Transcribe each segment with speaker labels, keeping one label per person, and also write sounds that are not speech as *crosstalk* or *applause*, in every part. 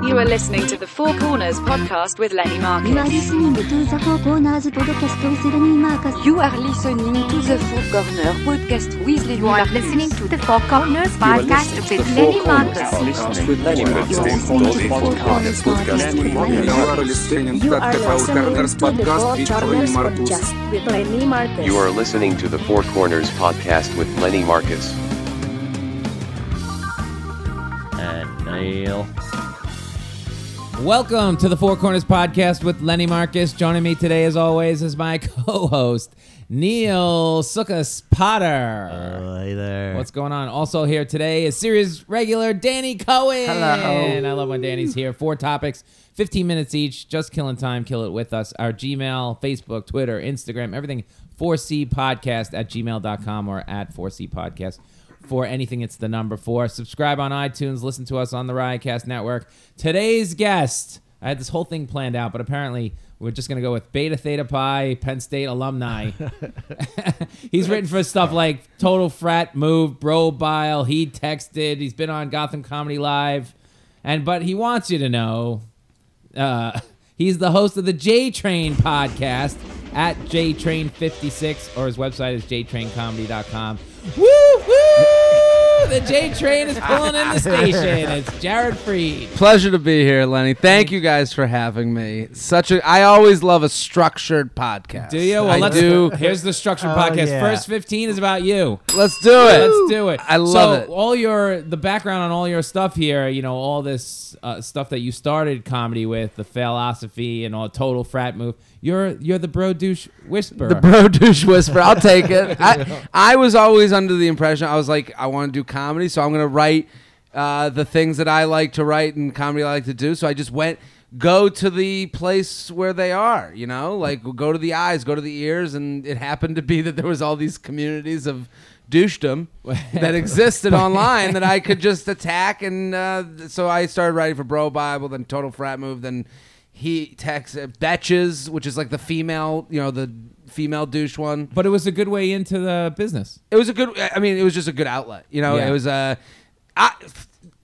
Speaker 1: You are listening to the Four Corners podcast with Lenny
Speaker 2: You are
Speaker 1: Marcus.
Speaker 2: listening to the Four Corners podcast with Lenny Marcus.
Speaker 3: You are listening to the Four Corner podcast with Lenny
Speaker 4: You are
Speaker 3: Marcus.
Speaker 4: listening to the Four Corners
Speaker 5: are
Speaker 4: podcast
Speaker 5: listening to
Speaker 4: with
Speaker 5: the
Speaker 4: Lenny
Speaker 5: Four Corners
Speaker 4: Marcus.
Speaker 5: podcast with Lenny Marcus.
Speaker 2: You are listening to the Four Corners podcast with Lenny
Speaker 6: You are listening to the Four Corners podcast with Lenny Marcus.
Speaker 2: with Lenny Marcus.
Speaker 5: You are listening to the Four Corners podcast with Lenny Marcus.
Speaker 7: And Neil.
Speaker 8: Welcome to the Four Corners Podcast with Lenny Marcus. Joining me today, as always, is my *laughs* co host, Neil Sukas Potter.
Speaker 7: Hey there.
Speaker 8: What's going on? Also, here today is series regular Danny Cohen. Hello. I love when Danny's here. Four topics, 15 minutes each, just killing time, kill it with us. Our Gmail, Facebook, Twitter, Instagram, everything 4C podcast at gmail.com or at 4C podcast for anything it's the number four. Subscribe on iTunes, listen to us on the Riotcast Network. Today's guest, I had this whole thing planned out, but apparently we're just going to go with Beta Theta Pi, Penn State alumni. he's written for stuff like Total Frat Move, Bro Bile, He Texted, he's been on Gotham Comedy Live. And but he wants you to know uh, *laughs* he's the host of the J Train podcast at JTrain56, or his website is jtraincomedy.com. Woo woo! The J Train is pulling
Speaker 9: *laughs*
Speaker 8: in the station. It's Jared Freed.
Speaker 9: Pleasure to be here, Lenny. Thank you guys for having me. Such a I always love a structured podcast.
Speaker 8: Do you? Well,
Speaker 9: I
Speaker 8: let's
Speaker 9: do. Oh,
Speaker 8: Here's the structured podcast. First 15 is about you.
Speaker 9: Let's do it.
Speaker 8: Let's do it.
Speaker 9: I love
Speaker 8: so
Speaker 9: it.
Speaker 8: All your the background on all your stuff here, you know, all this uh, stuff that you started comedy with, the philosophy and all total frat move. You're you're the bro douche whisperer.
Speaker 9: The bro douche whisper. I'll take it. I, I was always under the impression I was like, I want to do comedy, so I'm going to write uh, the things that I like to write and comedy I like to do. So I just went, go to the place where they are, you know, like go to the eyes, go to the ears, and it happened to be that there was all these communities of douchedom that existed online that I could just attack, and uh, so I started writing for Bro Bible, then Total Frat Move, then he texts uh, Betches, which is like the female, you know, the female douche one.
Speaker 8: But it was a good way into the business.
Speaker 9: It was a good. I mean, it was just a good outlet. You know,
Speaker 8: Yeah.
Speaker 9: it was a. I,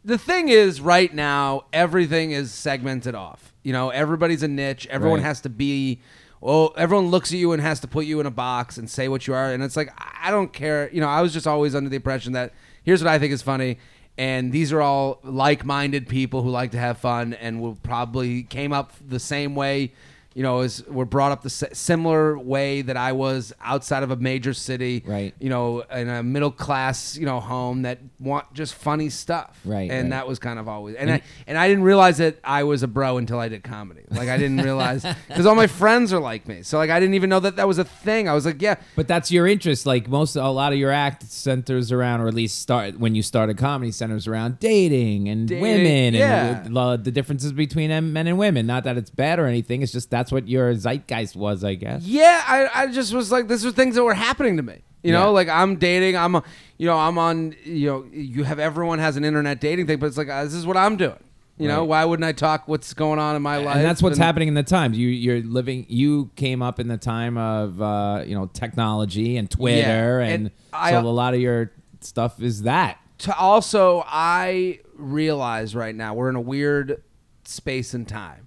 Speaker 9: the thing is, right now everything is segmented off. You know, everybody's a niche. Everyone
Speaker 8: Right.
Speaker 9: has to be. Well, everyone looks at you and has to put you in a box and say what you are, and it's like I I don't care. You know, I was just always under the impression that here's what I think is funny, and these are all like-minded people who like to have fun and will probably came up the same way you know, is were brought up the s- similar way that I was outside of a major city,
Speaker 8: Right.
Speaker 9: You know, in a middle class, you know, home that want just funny stuff,
Speaker 8: Right,
Speaker 9: And
Speaker 8: right.
Speaker 9: that was kind of always, and I and I didn't realize that I was a bro until I did comedy. Like I didn't
Speaker 8: *laughs*
Speaker 9: realize because all my friends are like me, so like I didn't even know that that was a thing. I was like, yeah,
Speaker 8: But that's your interest. Like most, a lot of your act centers around, or at least start when you started comedy, centers around dating and
Speaker 9: Dating,
Speaker 8: women
Speaker 9: yeah.
Speaker 8: and lo- the differences between em- men and women. Not that it's bad or anything. It's just that's what your zeitgeist was, I guess.
Speaker 9: Yeah, I, I just was like, these are things that were happening to me. You know,
Speaker 8: Yeah.
Speaker 9: like I'm dating, I'm, uh, you know, I'm on, you know, you have everyone has an internet dating thing, but it's like uh, this is what I'm doing. You know,
Speaker 8: Right.
Speaker 9: why wouldn't I talk what's going on in my life?
Speaker 8: And that's what's happening in the times. You you're living. You came up in the time of uh, you know technology and Twitter, and,
Speaker 9: and I-
Speaker 8: so a lot of your stuff is that.
Speaker 9: to also I realize right now we're in a weird space and time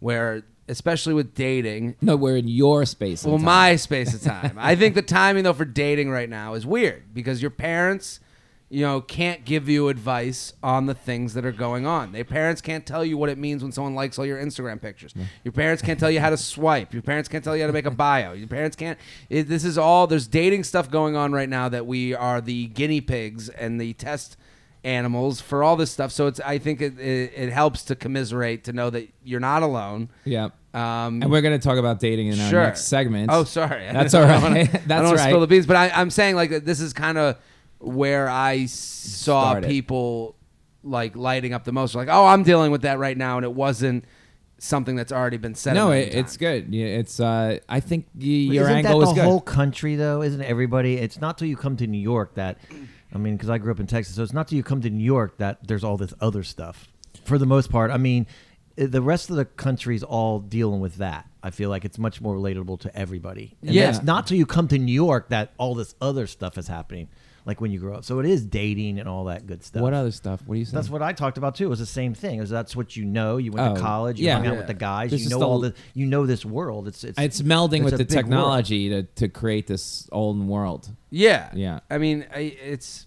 Speaker 9: where especially with dating
Speaker 8: No, we're in your space. and
Speaker 9: Well,
Speaker 8: time.
Speaker 9: my space
Speaker 8: *laughs*
Speaker 9: of time. I think the timing though for dating right now is weird because your parents, you know, can't give you advice on the things that are going on. Their parents can't tell you what it means when someone likes all your Instagram pictures. Your parents can't tell you how to swipe. Your parents can't tell you how to make a bio. Your parents can't. It, this is all. There's dating stuff going on right now that we are the guinea pigs and the test animals for all this stuff. So it's. I think it it, it helps to commiserate to know that you're not alone.
Speaker 8: yeah.
Speaker 9: Um,
Speaker 8: and we're going to talk about dating in our
Speaker 9: Sure.
Speaker 8: next segment.
Speaker 9: Oh, sorry. *laughs*
Speaker 8: That's all
Speaker 9: I don't wanna-
Speaker 8: right. *laughs* That's
Speaker 9: I don't wanna
Speaker 8: right.
Speaker 9: spill the beans, but I, I'm saying like this is kind of where I s- saw
Speaker 8: Started.
Speaker 9: people like lighting up the most. Like, oh, I'm dealing with that right now, and it wasn't something that's already been said. a
Speaker 8: no,
Speaker 9: million
Speaker 8: it, it's
Speaker 9: times.
Speaker 8: good. Yeah, It's uh, I think y- your
Speaker 7: Isn't
Speaker 8: angle
Speaker 7: that
Speaker 8: is
Speaker 7: the
Speaker 8: good.
Speaker 7: whole country though? Isn't everybody? It's not till you come to New York that, I mean, because I grew up in Texas, so it's not till you come to New York that there's all this other stuff. For the most part, I mean, i- the rest of the country's all dealing with that. I feel like it's much more relatable to everybody. And
Speaker 8: Yeah.
Speaker 7: it's not till you come to New York that all this other stuff is happening. like when you grow up. So it is dating and all that good stuff.
Speaker 8: What other stuff? What do you say?
Speaker 7: That's what I talked about too. It was the same thing. It was that's what you know. You went
Speaker 8: Oh,
Speaker 7: to college. You
Speaker 8: yeah.
Speaker 7: hung out
Speaker 8: Yeah.
Speaker 7: with the guys.
Speaker 8: This
Speaker 7: you
Speaker 8: is
Speaker 7: know
Speaker 8: the-
Speaker 7: all the. You know this world. It's it's,
Speaker 8: it's melding with
Speaker 7: it's a
Speaker 8: the
Speaker 7: big world.
Speaker 8: technology to, to create this old world.
Speaker 9: Yeah.
Speaker 8: Yeah.
Speaker 9: I mean, I, it's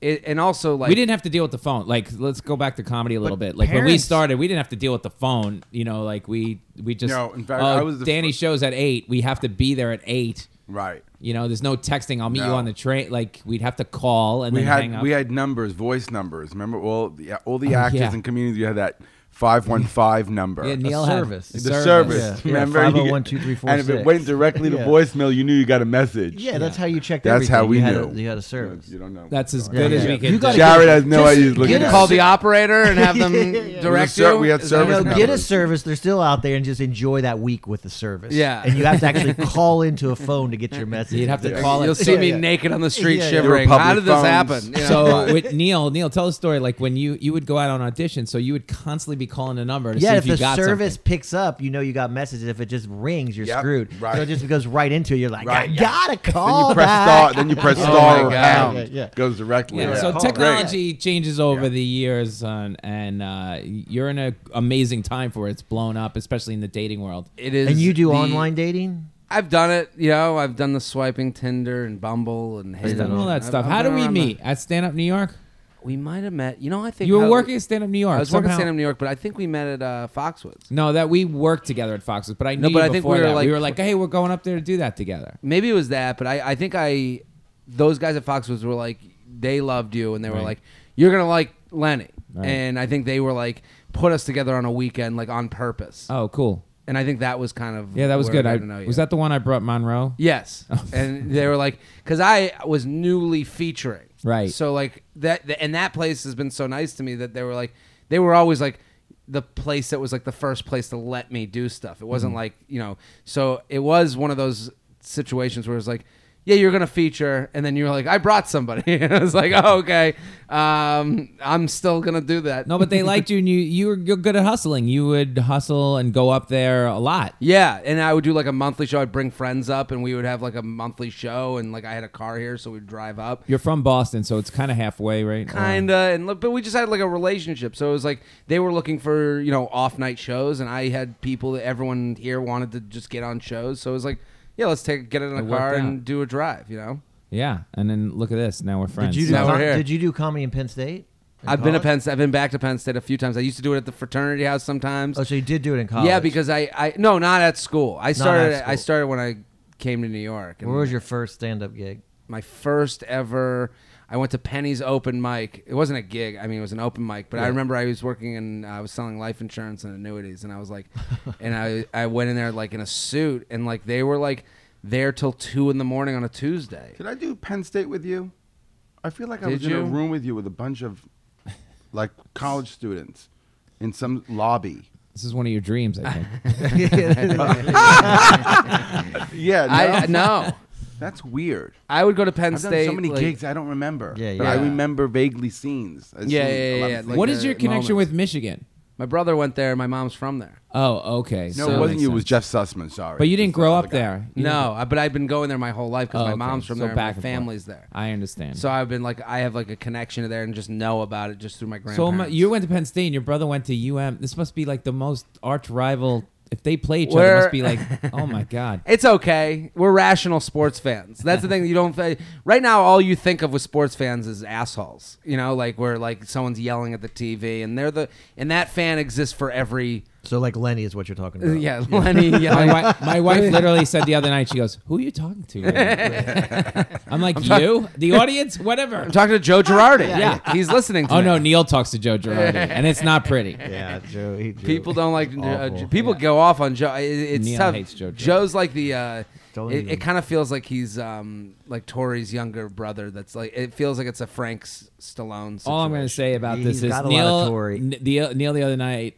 Speaker 9: it, and also like
Speaker 8: we didn't have to deal with the phone. Like, let's go back to comedy a little
Speaker 7: But
Speaker 8: bit. Like when we
Speaker 7: parents-
Speaker 8: started, we didn't have to deal with the phone. You know, like we we just
Speaker 6: No, in fact,
Speaker 8: oh,
Speaker 6: I was the
Speaker 8: Danny
Speaker 6: first-
Speaker 8: shows at eight. We have to be there at eight.
Speaker 6: Right.
Speaker 8: You know, there's no texting. I'll meet you
Speaker 6: No.
Speaker 8: on the train. Like we'd have to call and
Speaker 6: We
Speaker 8: then hang
Speaker 6: had
Speaker 8: up.
Speaker 6: we had numbers, voice numbers. Remember, all the, all the actors
Speaker 8: yeah.
Speaker 6: and communities. You had that five one five number.
Speaker 8: Yeah,
Speaker 7: A
Speaker 8: Neil had-
Speaker 7: service.
Speaker 8: a
Speaker 7: The
Speaker 6: the service.
Speaker 7: Yeah. Yeah,
Speaker 6: Remember,
Speaker 7: 501-2346.
Speaker 6: and if it went directly to
Speaker 7: Yeah.
Speaker 6: voicemail, you knew you got a message.
Speaker 7: Yeah, that's how you checked.
Speaker 6: That's
Speaker 7: everything.
Speaker 6: how we
Speaker 7: you had
Speaker 6: knew.
Speaker 7: A, you had a service.
Speaker 6: You don't know.
Speaker 8: That's as
Speaker 7: Yeah,
Speaker 8: good as
Speaker 7: yeah.
Speaker 8: we could.
Speaker 7: You
Speaker 8: do.
Speaker 7: gotta
Speaker 6: Jared has no idea. He's looking
Speaker 7: get
Speaker 6: at
Speaker 7: a
Speaker 8: *laughs*
Speaker 9: call
Speaker 6: it.
Speaker 9: the operator and have them direct
Speaker 6: ser-
Speaker 9: you.
Speaker 6: we had
Speaker 9: Is that-
Speaker 7: you know,
Speaker 6: service
Speaker 7: get a
Speaker 6: numbers.
Speaker 7: service. They're still out there, and just enjoy that week with the service.
Speaker 9: Yeah.
Speaker 7: and you have
Speaker 9: *laughs*
Speaker 7: to actually call into a phone to get your message.
Speaker 8: You'd have to
Speaker 7: Yeah.
Speaker 8: call
Speaker 9: You'll
Speaker 8: it.
Speaker 9: see me
Speaker 7: yeah.
Speaker 9: naked on the street
Speaker 7: Yeah, yeah.
Speaker 9: shivering.
Speaker 6: Your
Speaker 9: How did this
Speaker 6: public
Speaker 9: happen?
Speaker 6: phones.
Speaker 9: You know?
Speaker 8: So with Neil, Neil, tell a story. Like when you you would go out on audition, so you would constantly be calling the number to
Speaker 7: Yeah,
Speaker 8: see
Speaker 7: if
Speaker 8: if you
Speaker 7: the
Speaker 8: got
Speaker 7: service
Speaker 8: something.
Speaker 7: picks up, you know you got messages. If it just rings, you're
Speaker 6: Yep,
Speaker 7: screwed.
Speaker 6: right.
Speaker 7: So it just goes right into it. You're like,
Speaker 6: Right,
Speaker 7: I
Speaker 6: yeah.
Speaker 7: gotta
Speaker 6: Then
Speaker 7: call
Speaker 6: you press
Speaker 7: back.
Speaker 6: star. Then you
Speaker 7: *laughs*
Speaker 6: press
Speaker 9: Oh
Speaker 6: star
Speaker 9: my
Speaker 6: or
Speaker 9: God.
Speaker 6: pound.
Speaker 7: Yeah, yeah.
Speaker 6: Goes directly.
Speaker 8: Yeah,
Speaker 6: to
Speaker 8: so
Speaker 6: that.
Speaker 8: technology changes over the years, on, and uh, you're in an amazing time for it. It's blown up, especially in the dating world.
Speaker 9: it is.
Speaker 7: and you do
Speaker 9: the-
Speaker 7: online dating?
Speaker 9: I've done it. You know, I've done the swiping Tinder and Bumble and
Speaker 8: You've
Speaker 9: Hinge.
Speaker 8: done all that
Speaker 9: I've-
Speaker 8: stuff.
Speaker 9: I've
Speaker 8: How do
Speaker 9: been
Speaker 8: we
Speaker 9: around
Speaker 8: meet? At Stand Up New York?
Speaker 9: the- we might have met. You know, I think
Speaker 8: You were
Speaker 9: how-
Speaker 8: working at Stand Up New York.
Speaker 9: I was working at
Speaker 8: somehow.
Speaker 9: Stand Up New York, but I think we met at uh, Foxwoods.
Speaker 8: No, that we worked together at Foxes, but I knew
Speaker 9: No, but
Speaker 8: you
Speaker 9: I think
Speaker 8: before
Speaker 9: we were
Speaker 8: that.
Speaker 9: like-
Speaker 8: we were like, hey, we're going up there to do that together.
Speaker 9: Maybe it was that, but I, I think I those guys at Foxwoods were like they loved you, and they were
Speaker 8: Right.
Speaker 9: like, "You're gonna like Lenny,"
Speaker 8: Right.
Speaker 9: and I think they were like put us together on a weekend like on purpose.
Speaker 8: Oh, cool.
Speaker 9: And I think that was kind of
Speaker 8: Yeah, that was
Speaker 9: where
Speaker 8: good.
Speaker 9: I
Speaker 8: I,
Speaker 9: got to know you.
Speaker 8: was that the one I brought Monroe? *laughs*
Speaker 9: Yes,
Speaker 8: Oh.
Speaker 9: and they were like, because I was newly featuring,
Speaker 8: Right.
Speaker 9: So like that, th- and that place has been so nice to me that they were like, they were always like the place that was like the first place to let me do stuff. It
Speaker 8: Mm-hmm.
Speaker 9: wasn't like you know, so it was one of those situations where it's like. Yeah, you're gonna feature, and then you're like, "I brought somebody." *laughs* and I was like, "Oh, okay, um, I'm still gonna do that."
Speaker 8: No,
Speaker 9: *laughs*
Speaker 8: but they liked you, and you you were you're good at hustling. You would hustle and go up there a lot.
Speaker 9: Yeah, and I would do like a monthly show. I'd bring friends up, and we would have like a monthly show. And like I had a car here, so we'd drive up.
Speaker 8: You're from Boston, so it's kind of halfway, right? Uh, Or-
Speaker 9: kinda and look, but we just had like a relationship so it was like they were looking for you know off night shows and i had people that everyone here wanted to just get on shows so it was like yeah let's take get in a
Speaker 8: It worked
Speaker 9: car
Speaker 8: out.
Speaker 9: and do a drive you know
Speaker 8: Yeah, and then look at this. Now we're friends.
Speaker 7: Did you do?
Speaker 9: Now we're
Speaker 7: com-
Speaker 9: here.
Speaker 7: did you do comedy in Penn State? In
Speaker 9: i've been to
Speaker 7: college?
Speaker 9: penn state i've been back to penn state a few times i used to do it at the fraternity house sometimes
Speaker 7: Oh, so you did do it in college?
Speaker 9: yeah because i i no not at school i started
Speaker 7: at
Speaker 9: i
Speaker 7: school.
Speaker 9: started when i came to new york and
Speaker 7: Where was your first stand-up gig?
Speaker 9: my first ever I went to Penny's open mic. It wasn't a gig. I mean, it was an open mic. But I remember I was working and I was selling life insurance and annuities, and I was like,
Speaker 8: *laughs*
Speaker 9: and I I went in there like in a suit, and like they were like there till two in the morning on a Tuesday.
Speaker 6: Did I do Penn State with you? I feel like I
Speaker 9: Did
Speaker 6: was in a
Speaker 9: you?
Speaker 6: room with you with a bunch of like college students in some lobby.
Speaker 8: This is one of your dreams, I think.
Speaker 6: *laughs* Yeah, no,
Speaker 9: I no,
Speaker 6: that's weird.
Speaker 9: I would go to Penn
Speaker 6: I've done
Speaker 9: State.
Speaker 6: so many
Speaker 9: like-
Speaker 6: gigs I don't remember.
Speaker 7: Yeah,
Speaker 6: But I
Speaker 9: yeah.
Speaker 6: remember vaguely scenes. I
Speaker 9: Yeah,
Speaker 6: seen a
Speaker 9: yeah,
Speaker 6: lot of
Speaker 9: yeah,
Speaker 6: things.
Speaker 9: like
Speaker 8: what
Speaker 9: a
Speaker 8: is your connection
Speaker 9: moment.
Speaker 8: with Michigan?
Speaker 9: My brother went there. My mom's from there.
Speaker 8: Oh, okay.
Speaker 6: no,
Speaker 8: so
Speaker 6: it
Speaker 8: that
Speaker 6: wasn't
Speaker 8: makes
Speaker 6: you. It was
Speaker 8: sense.
Speaker 6: Jeff Sussman. Sorry,
Speaker 8: But you didn't
Speaker 6: It's
Speaker 8: grow
Speaker 6: the
Speaker 8: up
Speaker 6: other guy.
Speaker 8: there. You didn't-
Speaker 9: No, I, but I've been going there my whole life because
Speaker 8: Oh,
Speaker 9: my
Speaker 8: okay.
Speaker 9: mom's from
Speaker 8: So
Speaker 9: there.
Speaker 8: back
Speaker 9: and my
Speaker 8: and forth.
Speaker 9: family's there.
Speaker 8: I understand.
Speaker 9: So
Speaker 8: So,
Speaker 9: I've been like, I have like a connection to there and just know about it just through my grandparents.
Speaker 8: so my, you went to Penn State, and your brother went to UM. This must be like the most arch rival. If they play each other, it must be
Speaker 9: Where-
Speaker 8: like, oh my god.
Speaker 9: It's okay. We're rational sports fans. That's the thing that you don't. Right now, all you think of with sports fans is assholes. You know, like where like someone's yelling at the TV, and they're the and that fan exists for every.
Speaker 7: *laughs* So like Lenny is what you're talking about.
Speaker 9: *laughs* Yeah, Lenny
Speaker 8: My,
Speaker 9: yelling.
Speaker 8: wi- my wife literally said the other night, she goes, "Who are you talking to?" right now?" *laughs* I'm like, "You, the audience, whatever."
Speaker 9: I'm talking to Joe Girardi.
Speaker 8: Yeah.
Speaker 9: he's listening. to
Speaker 8: Oh
Speaker 9: me.
Speaker 8: no, Neil talks to Joe Girardi, and it's not pretty.
Speaker 7: yeah, Joe. he- Joe-
Speaker 9: People don't like uh,
Speaker 7: Awful.
Speaker 9: people go off on Joe. It, it's
Speaker 8: Neil
Speaker 9: tough.
Speaker 8: hates Joe Girardi.
Speaker 9: Joe's like the. Uh,
Speaker 7: Don't
Speaker 9: it
Speaker 7: even-
Speaker 9: it kind of feels like he's um, like Tori's younger brother. That's like it feels like it's a Frank S- Stallone. Situation.
Speaker 8: All I'm going to say about
Speaker 7: He-
Speaker 8: this is
Speaker 7: he's got a lot of
Speaker 8: Neil.
Speaker 7: Tory.
Speaker 8: N- the, Neil the other night,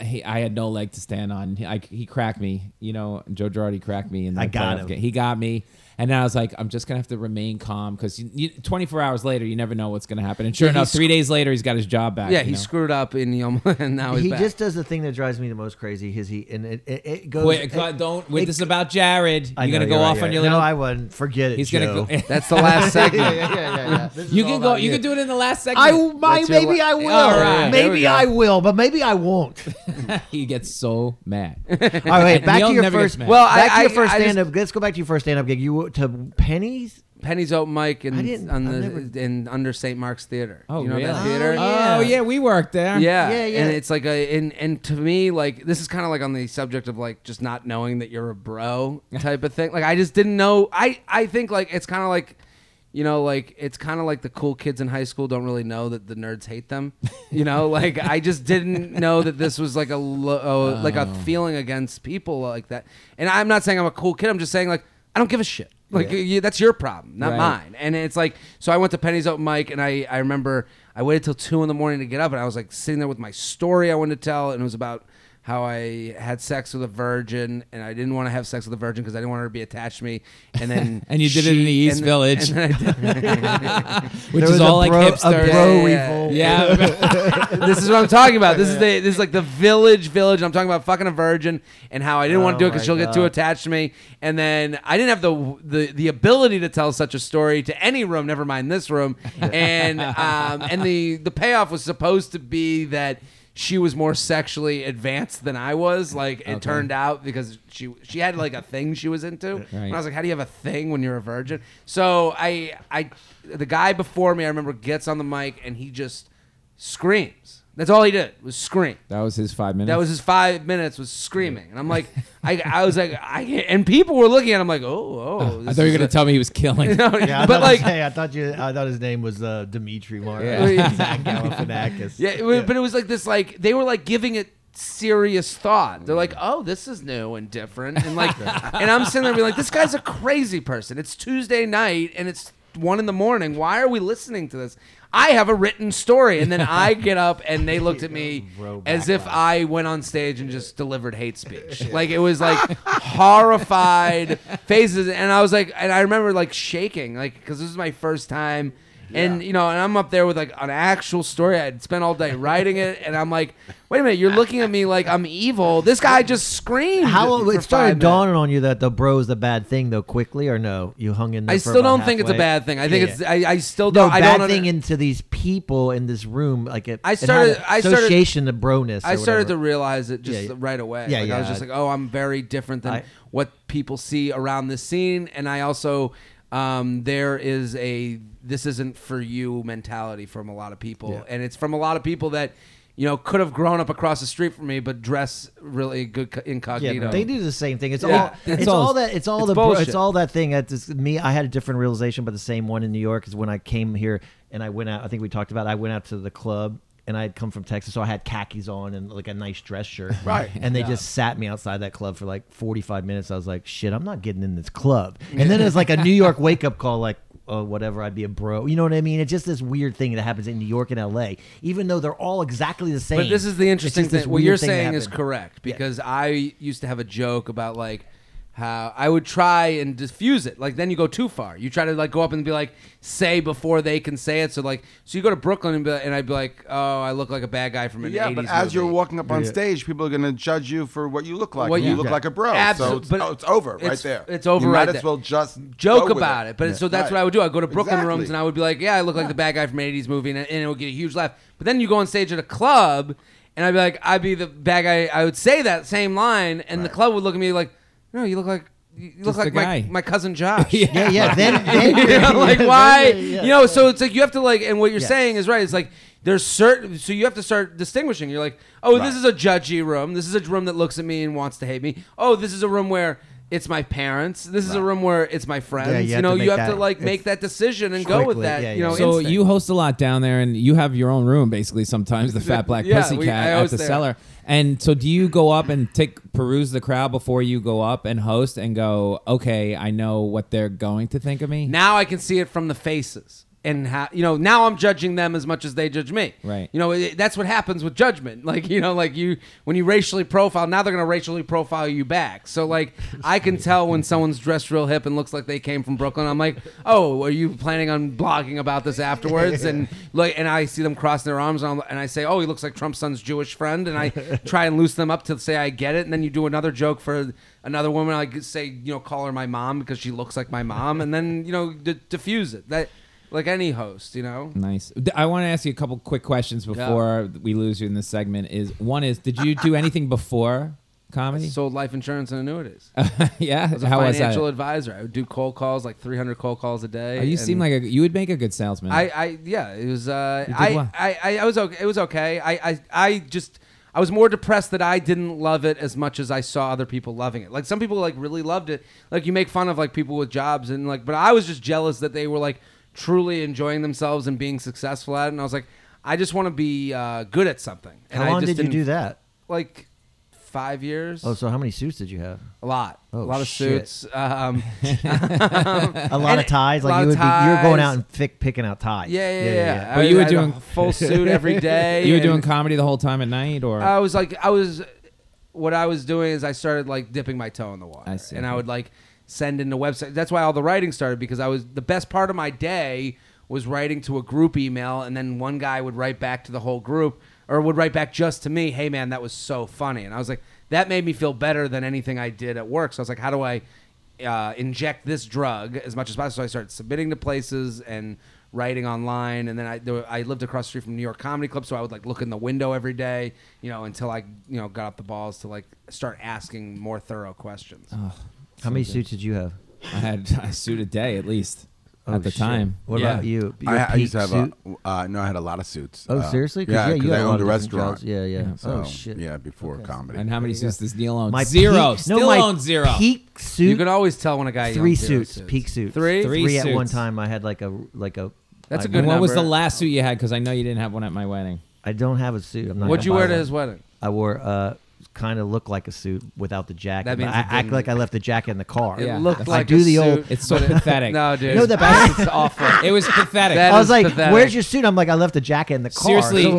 Speaker 8: he, I had no leg to stand on. He, I, he cracked me. You know, Joe Girardi cracked me. In the
Speaker 7: I got
Speaker 8: playoff
Speaker 7: him.
Speaker 8: game. He got me. And then I was like, I'm just gonna have to remain calm because 24 hours later, you never know what's gonna happen. And sure
Speaker 9: Yeah, he
Speaker 8: enough, three
Speaker 9: sc-
Speaker 8: days later, he's got his job back.
Speaker 9: Yeah,
Speaker 8: you
Speaker 9: he
Speaker 8: know?
Speaker 9: screwed up in the Omaha, *laughs* and now he's
Speaker 7: he
Speaker 9: back.
Speaker 7: just does the thing that drives me the most crazy. Is he and it, it, it goes.
Speaker 8: Wait,
Speaker 7: it-
Speaker 8: God, don't. Wait,
Speaker 7: it-
Speaker 8: this is about Jared.
Speaker 7: I
Speaker 8: You're
Speaker 7: know,
Speaker 8: gonna go
Speaker 7: you're right,
Speaker 8: off
Speaker 7: you're
Speaker 8: on
Speaker 7: right.
Speaker 8: your little.
Speaker 7: No, I wouldn't. Forget it.
Speaker 8: he's
Speaker 7: Joe. *laughs*
Speaker 8: gonna *laughs* go.
Speaker 9: That's the last
Speaker 7: yeah,
Speaker 9: segment.
Speaker 7: yeah, yeah, yeah. This is
Speaker 8: You
Speaker 7: all
Speaker 8: can go.
Speaker 7: about
Speaker 8: You can do it in the last segment.
Speaker 7: I my
Speaker 9: That's your
Speaker 7: maybe
Speaker 9: la-
Speaker 7: I will.
Speaker 8: All right,
Speaker 9: there we
Speaker 7: maybe
Speaker 9: go.
Speaker 7: I will, but maybe I
Speaker 8: *laughs*
Speaker 7: won't.
Speaker 8: he gets so
Speaker 7: *laughs*
Speaker 8: mad.
Speaker 7: All right, back
Speaker 8: Neil
Speaker 7: to your
Speaker 8: never gets
Speaker 7: first.
Speaker 8: mad.
Speaker 7: Well,
Speaker 9: Well,
Speaker 7: back
Speaker 9: I-
Speaker 7: to your
Speaker 9: I-
Speaker 7: first
Speaker 9: I just-
Speaker 7: stand up. Let's go back to your first stand up gig. You to pennies.
Speaker 9: Penny's open mic
Speaker 7: I
Speaker 9: in
Speaker 7: didn't-
Speaker 9: on
Speaker 7: I
Speaker 9: the
Speaker 7: never-
Speaker 9: in under St. Mark's Theater.
Speaker 8: Oh,
Speaker 9: you know that
Speaker 8: really?
Speaker 9: theater?
Speaker 7: Oh,
Speaker 8: Oh yeah, we worked there.
Speaker 9: Yeah.
Speaker 7: Yeah, yeah.
Speaker 9: And it's like a and and to me like this is kind of like on the subject of like just not knowing that you're a bro type of thing. Like I just didn't know. I I think like it's kind of like you know like it's kind of like the cool kids in high school don't really know that the nerds hate them. You know, like I just didn't know that this was like a lo- oh, like a feeling against people like that. And I'm not saying I'm a cool kid. I'm just saying like I don't give a shit. Like you, that's your problem, not
Speaker 8: Right.
Speaker 9: mine mine. And it's like, so I went to Penny's open mic, and I, I remember I waited till two in the morning to get up, and I was like sitting there with my story I wanted to tell, and it was about how I had sex with a virgin, and I didn't want to have sex with a virgin because I didn't want her to be attached to me. And then
Speaker 8: *laughs* And you did it in
Speaker 9: she-
Speaker 8: the East
Speaker 9: and-
Speaker 8: Village.
Speaker 9: and then I did-
Speaker 8: *laughs* which
Speaker 7: There
Speaker 8: is
Speaker 7: was
Speaker 8: all
Speaker 7: a
Speaker 8: like
Speaker 7: bro,
Speaker 8: hipster.
Speaker 7: A bro *laughs*
Speaker 9: Yeah, yeah,
Speaker 7: revolt.
Speaker 8: yeah.
Speaker 9: *laughs* this is what I'm talking about. This is the this is like the village village. And I'm talking about fucking a virgin and how I didn't want to do
Speaker 7: Oh
Speaker 9: it because
Speaker 7: my
Speaker 9: she'll get too
Speaker 7: God.
Speaker 9: attached to me. And then I didn't have the the the ability to tell such a story to any room, never mind this room. And um and the the payoff was supposed to be that. She was more sexually advanced than I was. Like it turned out because she she had like a thing she was into. And I was like, "How do you have a thing when you're a virgin?" So I I the guy before me I remember gets on the mic and he just screams. That's all he did was scream.
Speaker 8: that was his five minutes.
Speaker 9: That was his five minutes was screaming, and I'm like, I, I was like, I can't- and people were looking at him like, oh, oh.
Speaker 8: I
Speaker 9: this
Speaker 8: thought you
Speaker 9: is
Speaker 8: were gonna
Speaker 9: a-
Speaker 8: tell me he was
Speaker 7: *laughs*
Speaker 8: killing. *laughs*
Speaker 9: *laughs* No,
Speaker 7: Yeah, I
Speaker 9: but
Speaker 7: thought-
Speaker 9: like,
Speaker 7: hey, I thought you. I thought his name was uh, Dimitri Mar.
Speaker 8: Yeah.
Speaker 7: *laughs*
Speaker 9: *laughs*
Speaker 7: Zach Galifianakis.
Speaker 9: yeah, it was- but it was like this, like they were like giving it serious thought. They're like, oh, this is new and different,
Speaker 8: *laughs*
Speaker 9: and like, and I'm sitting there being like, this guy's a crazy person. It's Tuesday night and it's one in the morning. Why are we listening to this? I have a written story, and then I get up, and they looked
Speaker 8: *laughs*
Speaker 9: at me
Speaker 7: Bro
Speaker 9: as if I went on stage and just delivered hate speech. Like it was like
Speaker 7: *laughs*
Speaker 9: horrified faces, and I was like, and I remember like shaking, like because this is my first time, and you know, and I'm up there with like an actual story. I'd spent all day writing it, and I'm like, wait a minute, you're looking at me like I'm evil. This guy just screamed.
Speaker 7: How
Speaker 9: for
Speaker 7: it
Speaker 9: five
Speaker 7: started
Speaker 9: minutes.
Speaker 7: dawning on you that the bro is the bad thing though quickly or no? You hung in. There
Speaker 9: I
Speaker 7: for
Speaker 9: still
Speaker 7: about
Speaker 9: don't think it's a
Speaker 7: halfway?
Speaker 9: bad thing. I think
Speaker 7: Yeah,
Speaker 9: it's.
Speaker 7: yeah.
Speaker 9: I, I still
Speaker 7: no
Speaker 9: don't. I
Speaker 7: bad
Speaker 9: don't
Speaker 7: thing
Speaker 9: under-
Speaker 7: into these people in this room. Like it,
Speaker 9: I
Speaker 7: it had
Speaker 9: started-
Speaker 7: an
Speaker 9: I started-
Speaker 7: association to broness.
Speaker 9: I
Speaker 7: or
Speaker 9: started to
Speaker 7: whatever.
Speaker 9: realize it just
Speaker 7: Yeah, yeah.
Speaker 9: right away.
Speaker 7: Yeah,
Speaker 9: like, I was
Speaker 7: yeah.
Speaker 9: just like, oh, I'm very different than
Speaker 7: I-
Speaker 9: what people see around the scene, and I also um, there is a this isn't for you mentality from a lot of people,
Speaker 7: Yeah.
Speaker 9: and it's from a lot of people that you know could have grown up across the street from me, but dress really good co-
Speaker 7: Yeah,
Speaker 9: incognito.
Speaker 7: they do the same thing. It's
Speaker 9: Yeah. *laughs*
Speaker 7: all it's,
Speaker 8: It's all-
Speaker 7: all, that it's all
Speaker 9: it's
Speaker 7: the bro,
Speaker 9: bullshit.
Speaker 7: it's all that thing. That's just me. I had a different realization, but the same one in New York is when I came here and I went out. I think we talked about. It, I went out to the club and I had come from Texas, so I had khakis on and like a nice
Speaker 9: *laughs*
Speaker 7: dress shirt. Right. And they just sat me outside that club for like forty five minutes. I was like, shit, I'm not getting in
Speaker 9: *laughs*
Speaker 7: this club. And then it's like a New York wake up call, like. Oh, whatever, I'd be a bro. You know what I mean? It's just this weird thing that happens in New York and LA, even though they're all exactly the same.
Speaker 9: But this is the
Speaker 7: It's
Speaker 9: interesting
Speaker 7: just this
Speaker 9: thing. What you're
Speaker 7: weird thing that
Speaker 9: saying is
Speaker 7: happened.
Speaker 9: correct because I used to have a joke about like how I would try and diffuse it. Like then you go too far. You try to like go up and be like say before they can say it. So like so you go to Brooklyn and, be, and I'd be like, oh, I look like a bad guy from an
Speaker 6: Yeah,
Speaker 9: 80s
Speaker 6: but as
Speaker 9: movie.
Speaker 6: you're walking up on stage, people are going to judge you for what you look like.
Speaker 9: What
Speaker 6: and you
Speaker 9: you-
Speaker 6: look
Speaker 9: Yeah.
Speaker 6: like a bro.
Speaker 9: Absolute-
Speaker 6: so it's,
Speaker 9: but
Speaker 6: oh, it's over right
Speaker 9: it's-
Speaker 6: there.
Speaker 9: it's over
Speaker 6: You
Speaker 9: right
Speaker 6: might as
Speaker 9: there.
Speaker 6: well just go
Speaker 9: joke
Speaker 6: with
Speaker 9: about it. But so that's
Speaker 6: Right.
Speaker 9: what I would do. I would go to Brooklyn
Speaker 6: Exactly.
Speaker 9: rooms and I would be like, yeah, I look like the bad guy from an '80s movie, and, and it would get a huge laugh. But then you go on stage at a club, and I'd be like, I'd be the bad guy. I would say that same line, and the club would look at me like, no, you look like you look
Speaker 8: Just
Speaker 9: like
Speaker 8: the
Speaker 9: my,
Speaker 8: guy.
Speaker 9: my
Speaker 8: *laughs*
Speaker 9: cousin Josh.
Speaker 7: Yeah, yeah.
Speaker 9: *laughs*
Speaker 7: Then, then
Speaker 9: you know, like
Speaker 7: yeah,
Speaker 9: why
Speaker 7: yeah, yeah.
Speaker 9: you know so it's like you have to like and what you're
Speaker 7: Yeah.
Speaker 9: saying is right it's like there's certain so you have to start distinguishing you're like oh
Speaker 6: Right.
Speaker 9: this is a judgy room this is a room that looks at me and wants to hate me oh this is a room where it's my parents this is a room where it's my friends
Speaker 7: you
Speaker 9: you,
Speaker 7: have
Speaker 9: know
Speaker 7: to
Speaker 9: you
Speaker 7: make
Speaker 9: have to
Speaker 7: that-
Speaker 9: like
Speaker 7: it's
Speaker 9: make that decision and go with
Speaker 7: quickly,
Speaker 9: that
Speaker 7: yeah,
Speaker 9: you know
Speaker 7: yeah.
Speaker 8: So
Speaker 9: instinct.
Speaker 8: you host a lot down there, and you have your own room basically. Sometimes the
Speaker 9: *laughs*
Speaker 8: Fat Black
Speaker 9: Yeah,
Speaker 8: Pussycat
Speaker 9: we- I
Speaker 8: at
Speaker 9: always
Speaker 8: the
Speaker 9: there.
Speaker 8: cellar. And so, do you go up and take peruse the crowd before you go up and host and go? Okay, I know what they're going to think of me.
Speaker 9: now i can see it from the faces and how you know now I'm judging them as much as they judge me.
Speaker 8: Right.
Speaker 9: You know it, that's what happens with judgment. *laughs* Like you know, like you when you racially profile, now they're gonna racially profile you back. So like I can tell when someone's dressed real hip and looks like they came from Brooklyn. I'm like, oh, are you planning on blogging about this afterwards? And like, and I see them crossing their arms, and, I'm, and I say, oh, he looks like Trump's son's Jewish friend, and I try and loosen them up to say I get it, and then you do another joke for another woman. I say, you know, call her my mom because she looks like my mom, and then you know, d- diffuse it. That like any host, you know.
Speaker 8: Nice. D- I want to ask you a couple quick questions before we lose you in this segment. Is one is did you
Speaker 9: *laughs*
Speaker 8: do anything before comedy?
Speaker 9: Sold life insurance and annuities.
Speaker 8: *laughs* yeah.
Speaker 9: As a
Speaker 8: How was
Speaker 9: financial
Speaker 8: that?
Speaker 9: advisor, I would do cold calls, like 300 cold calls a day.
Speaker 8: Oh, you
Speaker 9: and
Speaker 8: seem like a, you would make a good salesman.
Speaker 9: I, I, yeah, it was. Uh,
Speaker 8: You did
Speaker 9: I,
Speaker 8: well.
Speaker 9: I, I, I was okay. It was okay. I, I, I just, I was more depressed that I didn't love it as much as I saw other people loving it. Like some people like really loved it. Like you make fun of like people with jobs and like, but I was just jealous that they were like truly enjoying themselves and being successful at it. And I was like, I just want to be uh, good at something. And
Speaker 7: How
Speaker 9: I
Speaker 7: long
Speaker 9: just
Speaker 7: did you
Speaker 9: didn't-
Speaker 7: do that?
Speaker 9: Like five years.
Speaker 7: Oh, so how many suits did you have?
Speaker 9: A lot.
Speaker 7: Oh,
Speaker 9: a lot of
Speaker 7: shit.
Speaker 9: suits.
Speaker 7: *laughs*
Speaker 9: Um,
Speaker 7: A lot of ties. Like
Speaker 9: lot
Speaker 7: you would
Speaker 9: of
Speaker 7: be, you're going
Speaker 9: ties.
Speaker 7: out and pick, picking out ties.
Speaker 9: yeah, yeah, yeah. yeah.
Speaker 8: But
Speaker 9: I-
Speaker 8: you were
Speaker 9: I had a
Speaker 8: doing- *laughs*
Speaker 9: full suit every day.
Speaker 8: you were
Speaker 9: and Oh.
Speaker 8: doing comedy the whole time at night, or
Speaker 9: I was like, I was. What I was doing is I started like dipping my toe in the water,
Speaker 8: I see.
Speaker 9: and I would like send into websites. That's why all the writing started because I was the best part of my day was writing to a group email, and then one guy would write back to the whole group or would write back just to me. Hey man, that was so funny, and I was like, that made me feel better than anything I did at work. So I was like, how do I uh, inject this drug as much as possible. So I started submitting to places and writing online. And then I, there, I lived across the street from New York Comedy Club, so I would like look in the window every day, you know, until I, you know, got up the balls to like start asking more thorough questions.
Speaker 7: How many suits did you have?
Speaker 8: I had *laughs* a suit a day at least
Speaker 7: Oh,
Speaker 8: at the
Speaker 7: shit.
Speaker 8: time.
Speaker 7: What
Speaker 9: Yeah.
Speaker 7: about you? Your
Speaker 6: I, I used to
Speaker 7: peak
Speaker 6: have
Speaker 7: suit?
Speaker 6: a uh, no. I had a lot of suits.
Speaker 7: Oh,
Speaker 6: Uh,
Speaker 7: seriously? 'Cause,
Speaker 6: Yeah,
Speaker 7: yeah, you
Speaker 6: I
Speaker 7: had a lot
Speaker 6: owned a
Speaker 7: of different
Speaker 6: restaurant.
Speaker 7: jobs. Yeah, yeah.
Speaker 6: So,
Speaker 7: oh shit.
Speaker 6: Yeah, before comedy.
Speaker 8: And how many suits does Neil own?
Speaker 7: My
Speaker 8: zero.
Speaker 7: Peak,
Speaker 8: Still
Speaker 7: no, my
Speaker 8: owns zero.
Speaker 7: Peak suit.
Speaker 9: you can always tell when a guy
Speaker 7: three
Speaker 9: owns zero
Speaker 7: suits, Peak suits.
Speaker 9: Three?
Speaker 8: Three
Speaker 7: Three at one
Speaker 8: suits.
Speaker 7: time. I had like a like a.
Speaker 9: That's a
Speaker 7: I-
Speaker 9: good
Speaker 8: and what was the
Speaker 9: number.
Speaker 8: last suit you had? Because I know you didn't have one at my wedding.
Speaker 7: I don't have a suit. I'm not.
Speaker 9: What'd you
Speaker 7: gonna buy
Speaker 9: wear to
Speaker 7: one.
Speaker 9: his wedding?
Speaker 7: I wore uh, kind of looked like a suit without the jacket.
Speaker 9: That
Speaker 7: but
Speaker 9: means
Speaker 7: I
Speaker 9: it
Speaker 7: act
Speaker 9: didn't-
Speaker 7: like I left the jacket in the car.
Speaker 9: It
Speaker 8: Yeah.
Speaker 9: looked
Speaker 8: If I
Speaker 9: like
Speaker 7: do
Speaker 9: a
Speaker 7: the old-
Speaker 9: suit.
Speaker 8: It's so pathetic.
Speaker 9: *laughs* no, dude.
Speaker 7: No, the
Speaker 9: *laughs*
Speaker 7: best-
Speaker 9: it's awful.
Speaker 8: It was pathetic.
Speaker 9: That
Speaker 7: I was
Speaker 9: is
Speaker 7: like,
Speaker 9: pathetic.
Speaker 7: "Where's your suit?" I'm like, "I left the jacket in the car."
Speaker 8: Seriously,
Speaker 7: So
Speaker 9: no.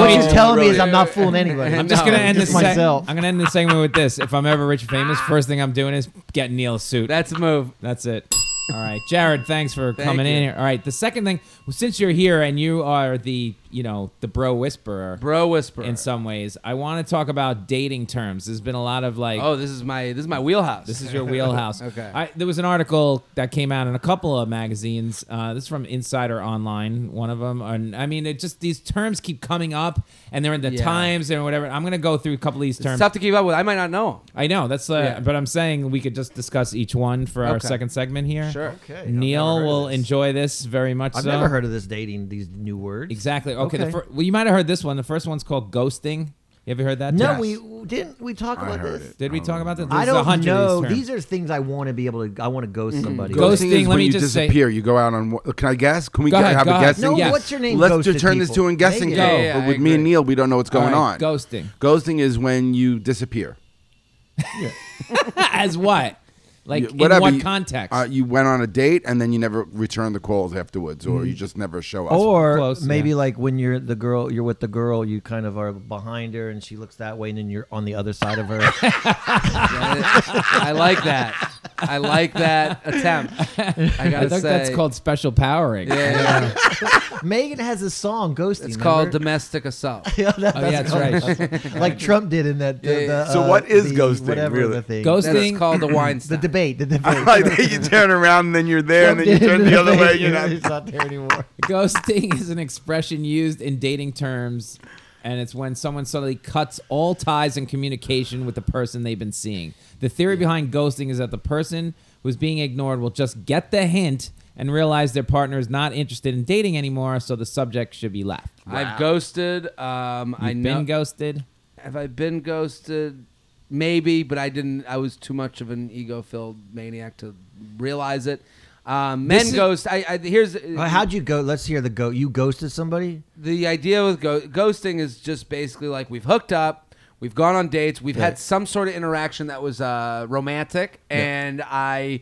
Speaker 7: what you're
Speaker 9: Oh,
Speaker 7: telling me is
Speaker 9: really?
Speaker 7: *laughs* I'm not fooling anybody.
Speaker 8: I'm just
Speaker 9: No,
Speaker 8: gonna end
Speaker 7: just
Speaker 8: this. seg-
Speaker 7: myself.
Speaker 8: I'm gonna end this segment with this. If I'm ever rich and famous,
Speaker 9: Ah.
Speaker 8: first thing I'm doing is getting Neil a suit.
Speaker 9: *laughs* That's a move.
Speaker 8: That's it. All right, Jared. Thanks for
Speaker 9: Thank
Speaker 8: coming in
Speaker 9: you.
Speaker 8: here. All right. The second thing, well, since you're here and you are the, you know, the bro whisperer
Speaker 9: Bro whisper.
Speaker 8: in some ways, I want to talk about dating terms. There's been a lot of like,
Speaker 9: Oh, this is my this is my wheelhouse.
Speaker 8: this is your
Speaker 7: *laughs*
Speaker 8: wheelhouse.
Speaker 9: Okay.
Speaker 8: I, there was an article that came out in a couple of magazines. Uh, this is from Insider Online, one of them. And I mean, it just these terms keep coming up, and they're in the
Speaker 9: Yeah.
Speaker 8: Times and whatever. I'm gonna go through a couple of these
Speaker 9: it's
Speaker 8: terms.
Speaker 9: tough to keep up with. I might not know
Speaker 8: I know that's, uh,
Speaker 9: Yeah.
Speaker 8: but I'm saying we could just discuss each one for our
Speaker 9: Okay.
Speaker 8: second segment here.
Speaker 9: him. Sure.
Speaker 7: Okay,
Speaker 8: Neil will enjoy this very much.
Speaker 7: I've
Speaker 8: so.
Speaker 7: never heard of this dating these new words.
Speaker 8: Exactly. Okay. The
Speaker 7: Okay.
Speaker 8: fir- well, you might have heard this one. The first one's called ghosting. You ever heard that?
Speaker 7: No,
Speaker 8: term?
Speaker 7: we didn't. We talk
Speaker 6: I
Speaker 7: about
Speaker 6: heard
Speaker 7: this.
Speaker 6: it.
Speaker 8: Did we talk about that?
Speaker 7: I
Speaker 8: There's a
Speaker 7: don't
Speaker 8: hundred of
Speaker 7: know.
Speaker 8: terms.
Speaker 7: These are things I want to be able to. I want to ghost somebody.
Speaker 8: Ghost-
Speaker 6: Ghosting
Speaker 8: Ghosting,
Speaker 6: is
Speaker 8: let
Speaker 6: when
Speaker 8: me
Speaker 6: you
Speaker 8: just say-
Speaker 6: disappear. You go out on. what- Can I guess? Can we
Speaker 8: Go
Speaker 6: get,
Speaker 8: ahead,
Speaker 6: have
Speaker 8: go
Speaker 6: a
Speaker 8: ahead.
Speaker 6: guessing
Speaker 7: No,
Speaker 6: game?
Speaker 7: what's your name?
Speaker 6: Let's
Speaker 7: ghosted
Speaker 6: just turn this
Speaker 7: people?
Speaker 6: to a guessing
Speaker 7: Make
Speaker 6: game.
Speaker 7: it.
Speaker 8: Yeah,
Speaker 9: yeah,
Speaker 6: but
Speaker 9: I
Speaker 6: with me and
Speaker 9: agree.
Speaker 6: Neil, we don't know what's
Speaker 8: All
Speaker 6: going
Speaker 8: right,
Speaker 6: on.
Speaker 8: Ghosting.
Speaker 6: Ghosting is when you disappear.
Speaker 8: *laughs* As what? Like
Speaker 6: You- whatever
Speaker 8: in what
Speaker 6: you-
Speaker 8: context?
Speaker 6: Uh, you went on a date and then you never return the calls afterwards, or you
Speaker 8: Mm.
Speaker 6: just never show up.
Speaker 7: Or
Speaker 8: Close,
Speaker 7: maybe
Speaker 8: yeah.
Speaker 7: like when you're the girl, you're with the girl, you kind of are behind her, and she looks that way, and then you're on the other side of her.
Speaker 9: I like that. I
Speaker 8: *laughs*
Speaker 9: like that attempt. I
Speaker 8: I
Speaker 9: gotta
Speaker 8: think
Speaker 9: say,
Speaker 8: that's called special powering. *laughs*
Speaker 9: Yeah, yeah, yeah.
Speaker 7: Megan has a song, "Ghosting."
Speaker 9: it's called
Speaker 7: remember?
Speaker 9: domestic assault.
Speaker 7: *laughs* Yeah, that-
Speaker 8: Oh, yeah, that's right.
Speaker 7: like Trump did in that. The,
Speaker 9: Yeah, yeah.
Speaker 7: the,
Speaker 6: So
Speaker 7: uh,
Speaker 6: what is
Speaker 7: the-
Speaker 6: ghosting,
Speaker 7: Whatever
Speaker 6: really?
Speaker 7: the thing.
Speaker 8: Ghost-
Speaker 9: That's called the wine.
Speaker 7: *clears throat* the
Speaker 6: *laughs*
Speaker 7: debate. The
Speaker 6: *laughs*
Speaker 7: debate.
Speaker 6: like you turn around and then you're there, and then you turn
Speaker 8: *laughs*
Speaker 6: the other way. and You're not.
Speaker 7: It's not
Speaker 9: *laughs*
Speaker 7: there anymore.
Speaker 8: *laughs* Ghosting is an expression used in dating terms, and it's when someone suddenly cuts all ties and communication with the person they've been seeing. The theory behind ghosting is that the person who's being ignored will just get the hint and realize their partner is not interested in dating anymore, so the subject should be left.
Speaker 9: I've ghosted. Um, I
Speaker 8: I've
Speaker 9: know.
Speaker 8: been ghosted.
Speaker 9: have I been ghosted? Maybe, but I didn't. I was too much of an ego-filled maniac to realize it. Um, men
Speaker 8: This is-
Speaker 9: ghost. I, I here's
Speaker 7: Well, Uh, how'd you go? Let's hear the go. You ghosted somebody?
Speaker 9: the idea with go- ghosting is just basically like we've hooked up, we've gone on dates, we've had some sort of interaction that was uh, romantic, and I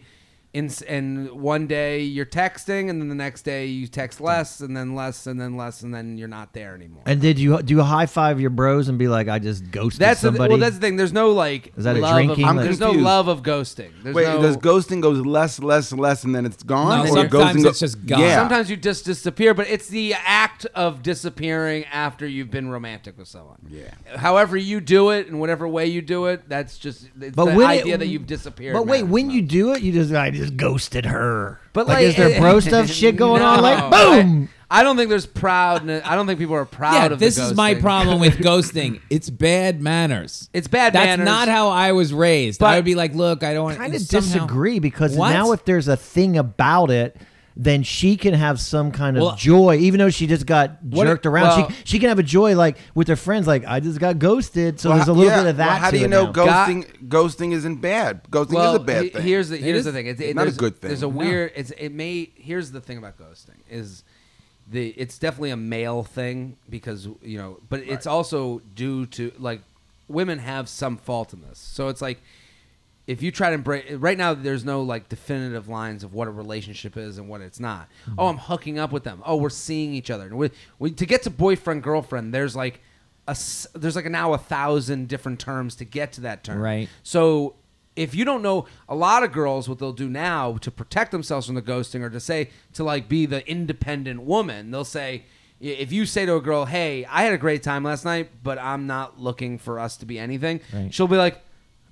Speaker 9: in, and one day you're texting, and then the next day you text less, and then less, and then less, and then you're not there anymore.
Speaker 7: And did you do you high five your bros and be like, I just ghosted
Speaker 9: That's the,
Speaker 7: somebody?
Speaker 9: well. That's the thing. There's no like.
Speaker 7: Is that a
Speaker 9: love
Speaker 7: drinking,
Speaker 9: Of,
Speaker 7: I'm
Speaker 9: there's no
Speaker 6: confused.
Speaker 9: love of ghosting. There's
Speaker 6: Wait,
Speaker 9: no,
Speaker 6: does ghosting goes less, less, less, and then it's gone?
Speaker 8: No,
Speaker 6: it goes
Speaker 8: sometimes
Speaker 6: and go-
Speaker 8: it's just gone.
Speaker 6: Yeah.
Speaker 9: Sometimes you just disappear, but it's the act of disappearing after you've been romantic with someone.
Speaker 6: Yeah.
Speaker 9: However you do it, in whatever way you do it, that's just it's the
Speaker 7: when
Speaker 9: idea
Speaker 7: it-
Speaker 9: that you've disappeared.
Speaker 7: But wait,
Speaker 9: matters
Speaker 7: when
Speaker 9: the
Speaker 7: you
Speaker 9: most.
Speaker 7: do it, you just I just ghosted her.
Speaker 9: But
Speaker 7: like,
Speaker 9: like, *laughs*
Speaker 7: is there bro stuff shit going on? Like,
Speaker 9: No.
Speaker 7: boom.
Speaker 9: I, I don't think there's proudness. I don't think people are proud
Speaker 8: yeah,
Speaker 9: of the
Speaker 8: this is my
Speaker 9: ghosting.
Speaker 8: problem
Speaker 9: *laughs*
Speaker 8: with ghosting. It's bad manners.
Speaker 9: It's bad
Speaker 8: That's
Speaker 9: manners.
Speaker 8: not how I was raised.
Speaker 9: But-
Speaker 8: I would be like, look, I don't
Speaker 7: kind
Speaker 8: it's
Speaker 7: of
Speaker 8: somehow-
Speaker 7: disagree because
Speaker 8: What?
Speaker 7: now if there's a thing about it then she can have some kind of
Speaker 8: Well-
Speaker 7: joy even though she just got
Speaker 8: What-
Speaker 7: jerked around
Speaker 9: well-
Speaker 7: she, she can have a joy like with her friends like i just got ghosted so there's a little
Speaker 6: yeah,
Speaker 7: bit of that
Speaker 6: Well, how
Speaker 7: to
Speaker 6: do you
Speaker 7: it
Speaker 6: know
Speaker 7: now.
Speaker 6: ghosting? Ghosting isn't bad. Ghosting
Speaker 9: Well,
Speaker 6: is a bad
Speaker 9: he-
Speaker 6: thing.
Speaker 9: here's the here's
Speaker 8: is.
Speaker 9: the thing. It's, it-
Speaker 6: Not a
Speaker 9: there's-
Speaker 6: good thing.
Speaker 9: There's a
Speaker 6: No.
Speaker 9: weird. It's it may. Here's the thing about ghosting is the it's definitely a male thing because you know, but it's also due to like women have some fault in this. So it's like if you try to embrace right now there's no like definitive lines of what a relationship is and what it's not
Speaker 6: Mm-hmm.
Speaker 9: oh i'm hooking up with them oh we're seeing each other and we, we, to get to boyfriend girlfriend there's like a s- there's like now a thousand different terms to get to that term
Speaker 8: Right.
Speaker 9: so if you don't know a lot of girls what they'll do now to protect themselves from the ghosting or to say to like be the independent woman, they'll say i- if you say to a girl, "Hey, I had a great time last night, but I'm not looking for us to be anything."
Speaker 8: Right.
Speaker 9: She'll be like,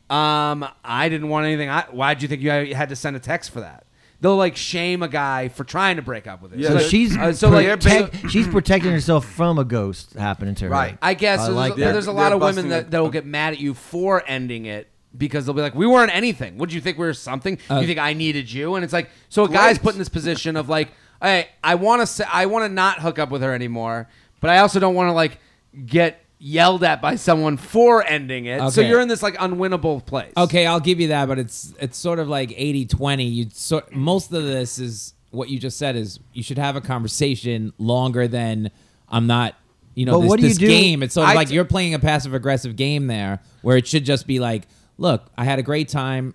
Speaker 9: "Um, I didn't want anything. I, why'd you think you had to send a text for that?" They'll like shame a guy for trying to break up with it.
Speaker 6: Yeah,
Speaker 7: so
Speaker 6: they're-
Speaker 7: she's
Speaker 9: uh, so like
Speaker 7: protect- she's protecting herself from a ghost happening to her
Speaker 9: Right. I guess
Speaker 7: I
Speaker 9: there's,
Speaker 7: like
Speaker 9: there's
Speaker 7: that.
Speaker 9: a lot
Speaker 6: They're
Speaker 9: of women
Speaker 6: busting
Speaker 9: that,
Speaker 6: it.
Speaker 9: that will get mad at you for ending it because they'll be like, "We weren't anything. Would you think we were something?
Speaker 7: Uh,
Speaker 9: you think I needed you?" And it's like, so a guy's
Speaker 6: Right.
Speaker 9: put in this position of like, "Hey, I want to, I want to not hook up with her anymore, but I also don't want to like get yelled at by someone for ending it." So
Speaker 8: Okay.
Speaker 9: you're in this like unwinnable place.
Speaker 8: Okay, I'll give you that, but it's it's sort of like 80-20. You sort most of this is what you just said is you should have a conversation longer than I'm not you know
Speaker 7: But
Speaker 8: this,
Speaker 7: what do you
Speaker 8: this
Speaker 7: do-
Speaker 8: game. It's sort of
Speaker 9: I
Speaker 8: like
Speaker 9: t-
Speaker 8: you're playing a passive aggressive game there where it should just be like, look, I had a great time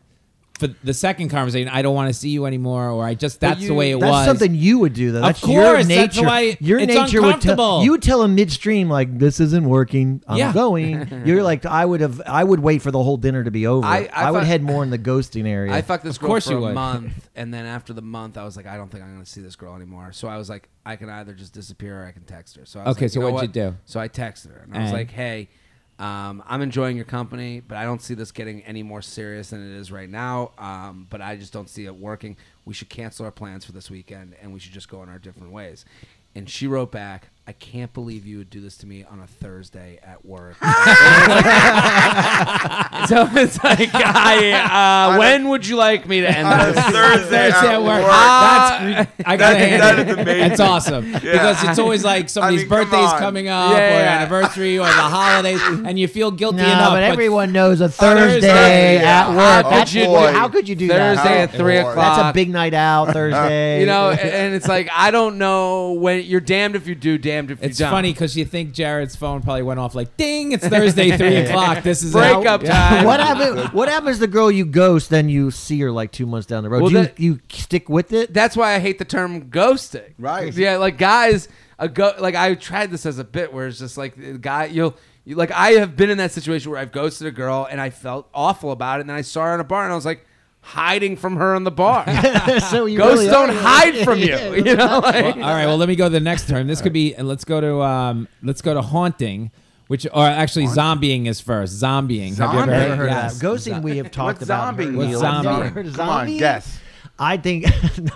Speaker 8: for the second conversation. I don't want to see you anymore or I just that's
Speaker 9: you-
Speaker 8: the way it
Speaker 7: That's
Speaker 8: was.
Speaker 7: something you would do, though.
Speaker 8: Of
Speaker 7: That's your
Speaker 8: course,
Speaker 7: nature.
Speaker 8: that's why
Speaker 7: your
Speaker 8: it's
Speaker 7: nature would tell
Speaker 8: uncomfortable.
Speaker 7: you would tell him midstream like this isn't working. I'm
Speaker 8: Yeah.
Speaker 9: *laughs*
Speaker 7: going. You're like I would have. I would wait for the whole dinner to be over.
Speaker 9: I-
Speaker 7: I,
Speaker 9: I
Speaker 7: would
Speaker 9: fuck-
Speaker 7: head more in the ghosting area.
Speaker 9: I fucked this
Speaker 8: Of
Speaker 9: girl
Speaker 8: course
Speaker 9: for
Speaker 8: you
Speaker 9: a
Speaker 8: would.
Speaker 9: month, and then after the month, I was like, I don't think I'm gonna see this girl anymore. So I was like, I can either just disappear or I can text her. So I was
Speaker 8: Okay,
Speaker 9: like,
Speaker 8: so
Speaker 9: you know
Speaker 8: what'd you
Speaker 9: what?
Speaker 8: do?
Speaker 9: So I texted her, and I was
Speaker 8: And?
Speaker 9: like, Hey, um, I'm enjoying your company, but I don't see this getting any more serious than it is right now. Um, but I just don't see it working. We should cancel our plans for this weekend, and we should just go in our different ways. And she wrote back. I can't believe you would do this to me on a Thursday
Speaker 8: *laughs*
Speaker 9: at work. so it's like, I, uh, when would you like me to end
Speaker 6: On a
Speaker 9: *laughs*
Speaker 6: *laughs*
Speaker 9: this?
Speaker 6: Thursday
Speaker 8: That's
Speaker 6: at
Speaker 8: at work.
Speaker 6: uh,
Speaker 8: Ah,
Speaker 6: work. Ah, *laughs*
Speaker 8: That's I gotta
Speaker 6: that-
Speaker 8: hand
Speaker 6: that
Speaker 8: it.
Speaker 6: is amazing.
Speaker 8: That's awesome because it's always like somebody's
Speaker 6: mean, come
Speaker 8: birthday's
Speaker 6: on.
Speaker 8: coming up or
Speaker 9: Yeah, yeah.
Speaker 8: anniversary or
Speaker 6: *laughs*
Speaker 8: the holidays, and you feel guilty
Speaker 7: no,
Speaker 8: enough.
Speaker 7: but everyone knows a
Speaker 8: Thursday,
Speaker 7: Thursday,
Speaker 6: yeah.
Speaker 7: at
Speaker 9: How
Speaker 7: work.
Speaker 9: could
Speaker 7: That's
Speaker 9: you do-
Speaker 7: what- how could you do that?
Speaker 9: Thursday at
Speaker 8: Oh,
Speaker 6: How-
Speaker 9: three
Speaker 6: Lord.
Speaker 9: o'clock.
Speaker 7: That's a big night out
Speaker 9: *laughs*
Speaker 7: Thursday.
Speaker 8: *laughs*
Speaker 9: you
Speaker 7: *laughs*
Speaker 9: know, and it's like I don't know when you're damned if you do, damned if you
Speaker 8: it's
Speaker 9: don't.
Speaker 8: funny because you think Jared's phone probably went off like, "Ding!
Speaker 6: *laughs*
Speaker 8: It's Thursday, three o'clock. This is it."
Speaker 9: Breakup time.
Speaker 7: what happens? What happens? to The girl you ghost, then you see her like two months down the road.
Speaker 9: Well,
Speaker 7: do you,
Speaker 9: that-
Speaker 7: you stick with it?
Speaker 9: That's why I hate the term ghosting.
Speaker 6: Right.
Speaker 9: Yeah, like guys, a go like I tried this as a bit where it's just like the guy you'll. You, like I have been in that situation where I've ghosted a girl and I felt awful about it, and then I saw her in a bar and I was like hiding from her in
Speaker 8: *laughs*
Speaker 9: the bar.
Speaker 7: *laughs* so you
Speaker 9: Ghosts
Speaker 7: really
Speaker 9: don't
Speaker 7: are-
Speaker 9: hide from you. You know,
Speaker 8: Oh, Well,
Speaker 9: like,
Speaker 8: all right. Well, let me go to the next term. This could be. and Let's go to. Um, let's go to haunting, which or actually zombieing is first. Zombieing. Have you ever
Speaker 6: Zombieing?
Speaker 7: Never heard
Speaker 8: Yes.
Speaker 7: of that. Ghosting we have talked
Speaker 6: What's
Speaker 7: about.
Speaker 6: zombie?
Speaker 8: What's
Speaker 7: Neil.
Speaker 8: zombie?
Speaker 7: Never heard of
Speaker 6: Come on,
Speaker 7: zombie?
Speaker 6: guess.
Speaker 7: I think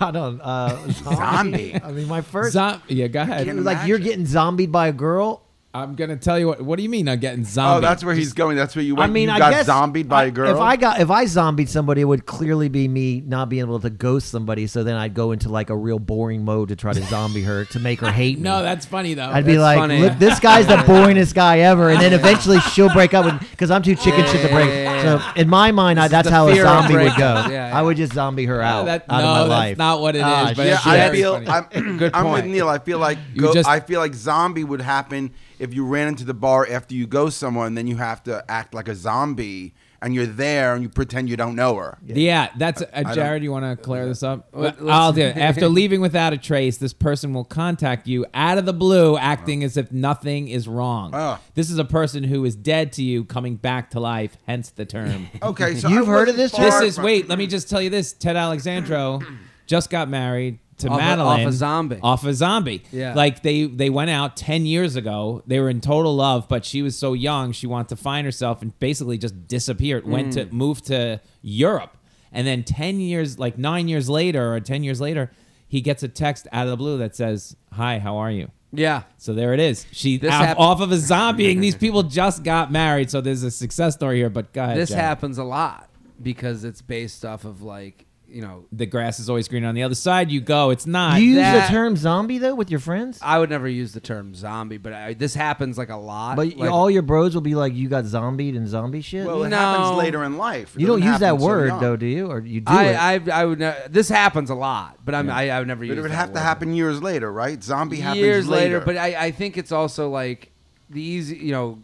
Speaker 7: *laughs* not on uh, zombie.
Speaker 6: Zombie.
Speaker 7: I mean, my first
Speaker 8: Zom- yeah, go ahead.
Speaker 6: can't-
Speaker 7: like you're getting zombied by a girl.
Speaker 8: I'm gonna tell you what. What do you mean? I'm getting zombie.
Speaker 6: Oh, that's where he's going. That's where you
Speaker 7: I
Speaker 6: went.
Speaker 7: mean,
Speaker 6: you
Speaker 7: I
Speaker 6: got
Speaker 7: guess
Speaker 6: zombied by
Speaker 7: I-
Speaker 6: a girl.
Speaker 7: If I got if I zombied somebody, it would clearly be me not being able to ghost somebody. So then I'd go into like a real boring mode to try to zombie her to make her hate me.
Speaker 8: no, that's funny though.
Speaker 7: I'd be
Speaker 9: Oh, That's
Speaker 7: like,
Speaker 9: funny.
Speaker 7: look, this
Speaker 9: *laughs*
Speaker 7: guy's the boringest guy ever, and then eventually she'll break up with because I'm too chicken shit to break. So in my mind, I, that's
Speaker 9: the
Speaker 7: how a
Speaker 9: fear of
Speaker 7: zombie would
Speaker 9: breakup.
Speaker 7: go.
Speaker 9: Yeah, yeah.
Speaker 7: I would just zombie her out,
Speaker 8: that-
Speaker 7: out
Speaker 8: no,
Speaker 7: of my
Speaker 8: that's
Speaker 7: life. Ah,
Speaker 8: not what it
Speaker 7: it
Speaker 8: is,
Speaker 7: is.
Speaker 8: but
Speaker 6: yeah,
Speaker 8: it's
Speaker 6: I
Speaker 8: very
Speaker 6: feel
Speaker 8: funny.
Speaker 6: I'm,
Speaker 9: Good
Speaker 6: I'm with
Speaker 9: point.
Speaker 6: Neil. I feel like
Speaker 8: You
Speaker 6: go,
Speaker 8: just-
Speaker 6: I feel like zombie would happen if you ran into the bar after you go somewhere, and then you have to act like a zombie and you're there and you pretend you don't know her.
Speaker 8: Yeah, that's uh,
Speaker 6: don't-
Speaker 8: Jared. You want to clear this up?
Speaker 9: Let-
Speaker 8: I'll
Speaker 9: let's-
Speaker 8: do it. After leaving without a trace, this person will contact you out of the blue, acting as if nothing is wrong.
Speaker 6: Oh.
Speaker 8: This is a person who is dead to you, coming back to life. Hence the term.
Speaker 7: *laughs*
Speaker 6: Okay, so
Speaker 7: You've
Speaker 6: I
Speaker 7: heard
Speaker 6: wasn't
Speaker 7: of this,
Speaker 6: far
Speaker 8: this is
Speaker 6: from-
Speaker 8: wait. Let me just tell you this: Ted
Speaker 9: *clears throat*
Speaker 8: Alexandro just got married to
Speaker 9: Off a-
Speaker 8: Madeline
Speaker 9: off a zombie.
Speaker 8: Off a zombie.
Speaker 9: Yeah.
Speaker 8: Like they they went out ten years ago. They were in total love, but she was so young. She wanted to find herself and basically just disappeared. Went
Speaker 9: Mm.
Speaker 8: to moved to Europe, and then ten years, like nine years later or ten years later, he gets a text out of the blue that says, "Hi, how are you?"
Speaker 9: Yeah.
Speaker 8: So there it is. She
Speaker 9: This
Speaker 8: off,
Speaker 9: hap-
Speaker 8: off of a zombieing.
Speaker 9: *laughs*
Speaker 8: These people just got married, so there's a success story here. But go ahead,
Speaker 9: This
Speaker 8: Jack.
Speaker 9: happens a lot because it's based off of like, you know,
Speaker 8: the grass is always greener on the other side. You go. It's not.
Speaker 7: Do you use
Speaker 9: that-
Speaker 7: the term zombie though with your friends?
Speaker 9: I would never use the term zombie, but I, this happens like a lot.
Speaker 7: But
Speaker 9: like,
Speaker 7: all your bros will be like, "You got zombied and zombie shit."
Speaker 6: Well, it
Speaker 9: No.
Speaker 6: happens later in life. It
Speaker 7: you don't
Speaker 6: doesn't
Speaker 7: use that
Speaker 6: happen so
Speaker 7: word
Speaker 6: young.
Speaker 7: though, do you? Or you do it?
Speaker 9: I, I, I would. Ne- this happens a lot, but I'm, I, I would never
Speaker 6: But
Speaker 9: use.
Speaker 6: it would
Speaker 9: that
Speaker 6: have to
Speaker 9: word.
Speaker 6: happen years later, right? Zombie happens
Speaker 9: years
Speaker 6: later.
Speaker 9: But I, I think it's also like the easy, you know,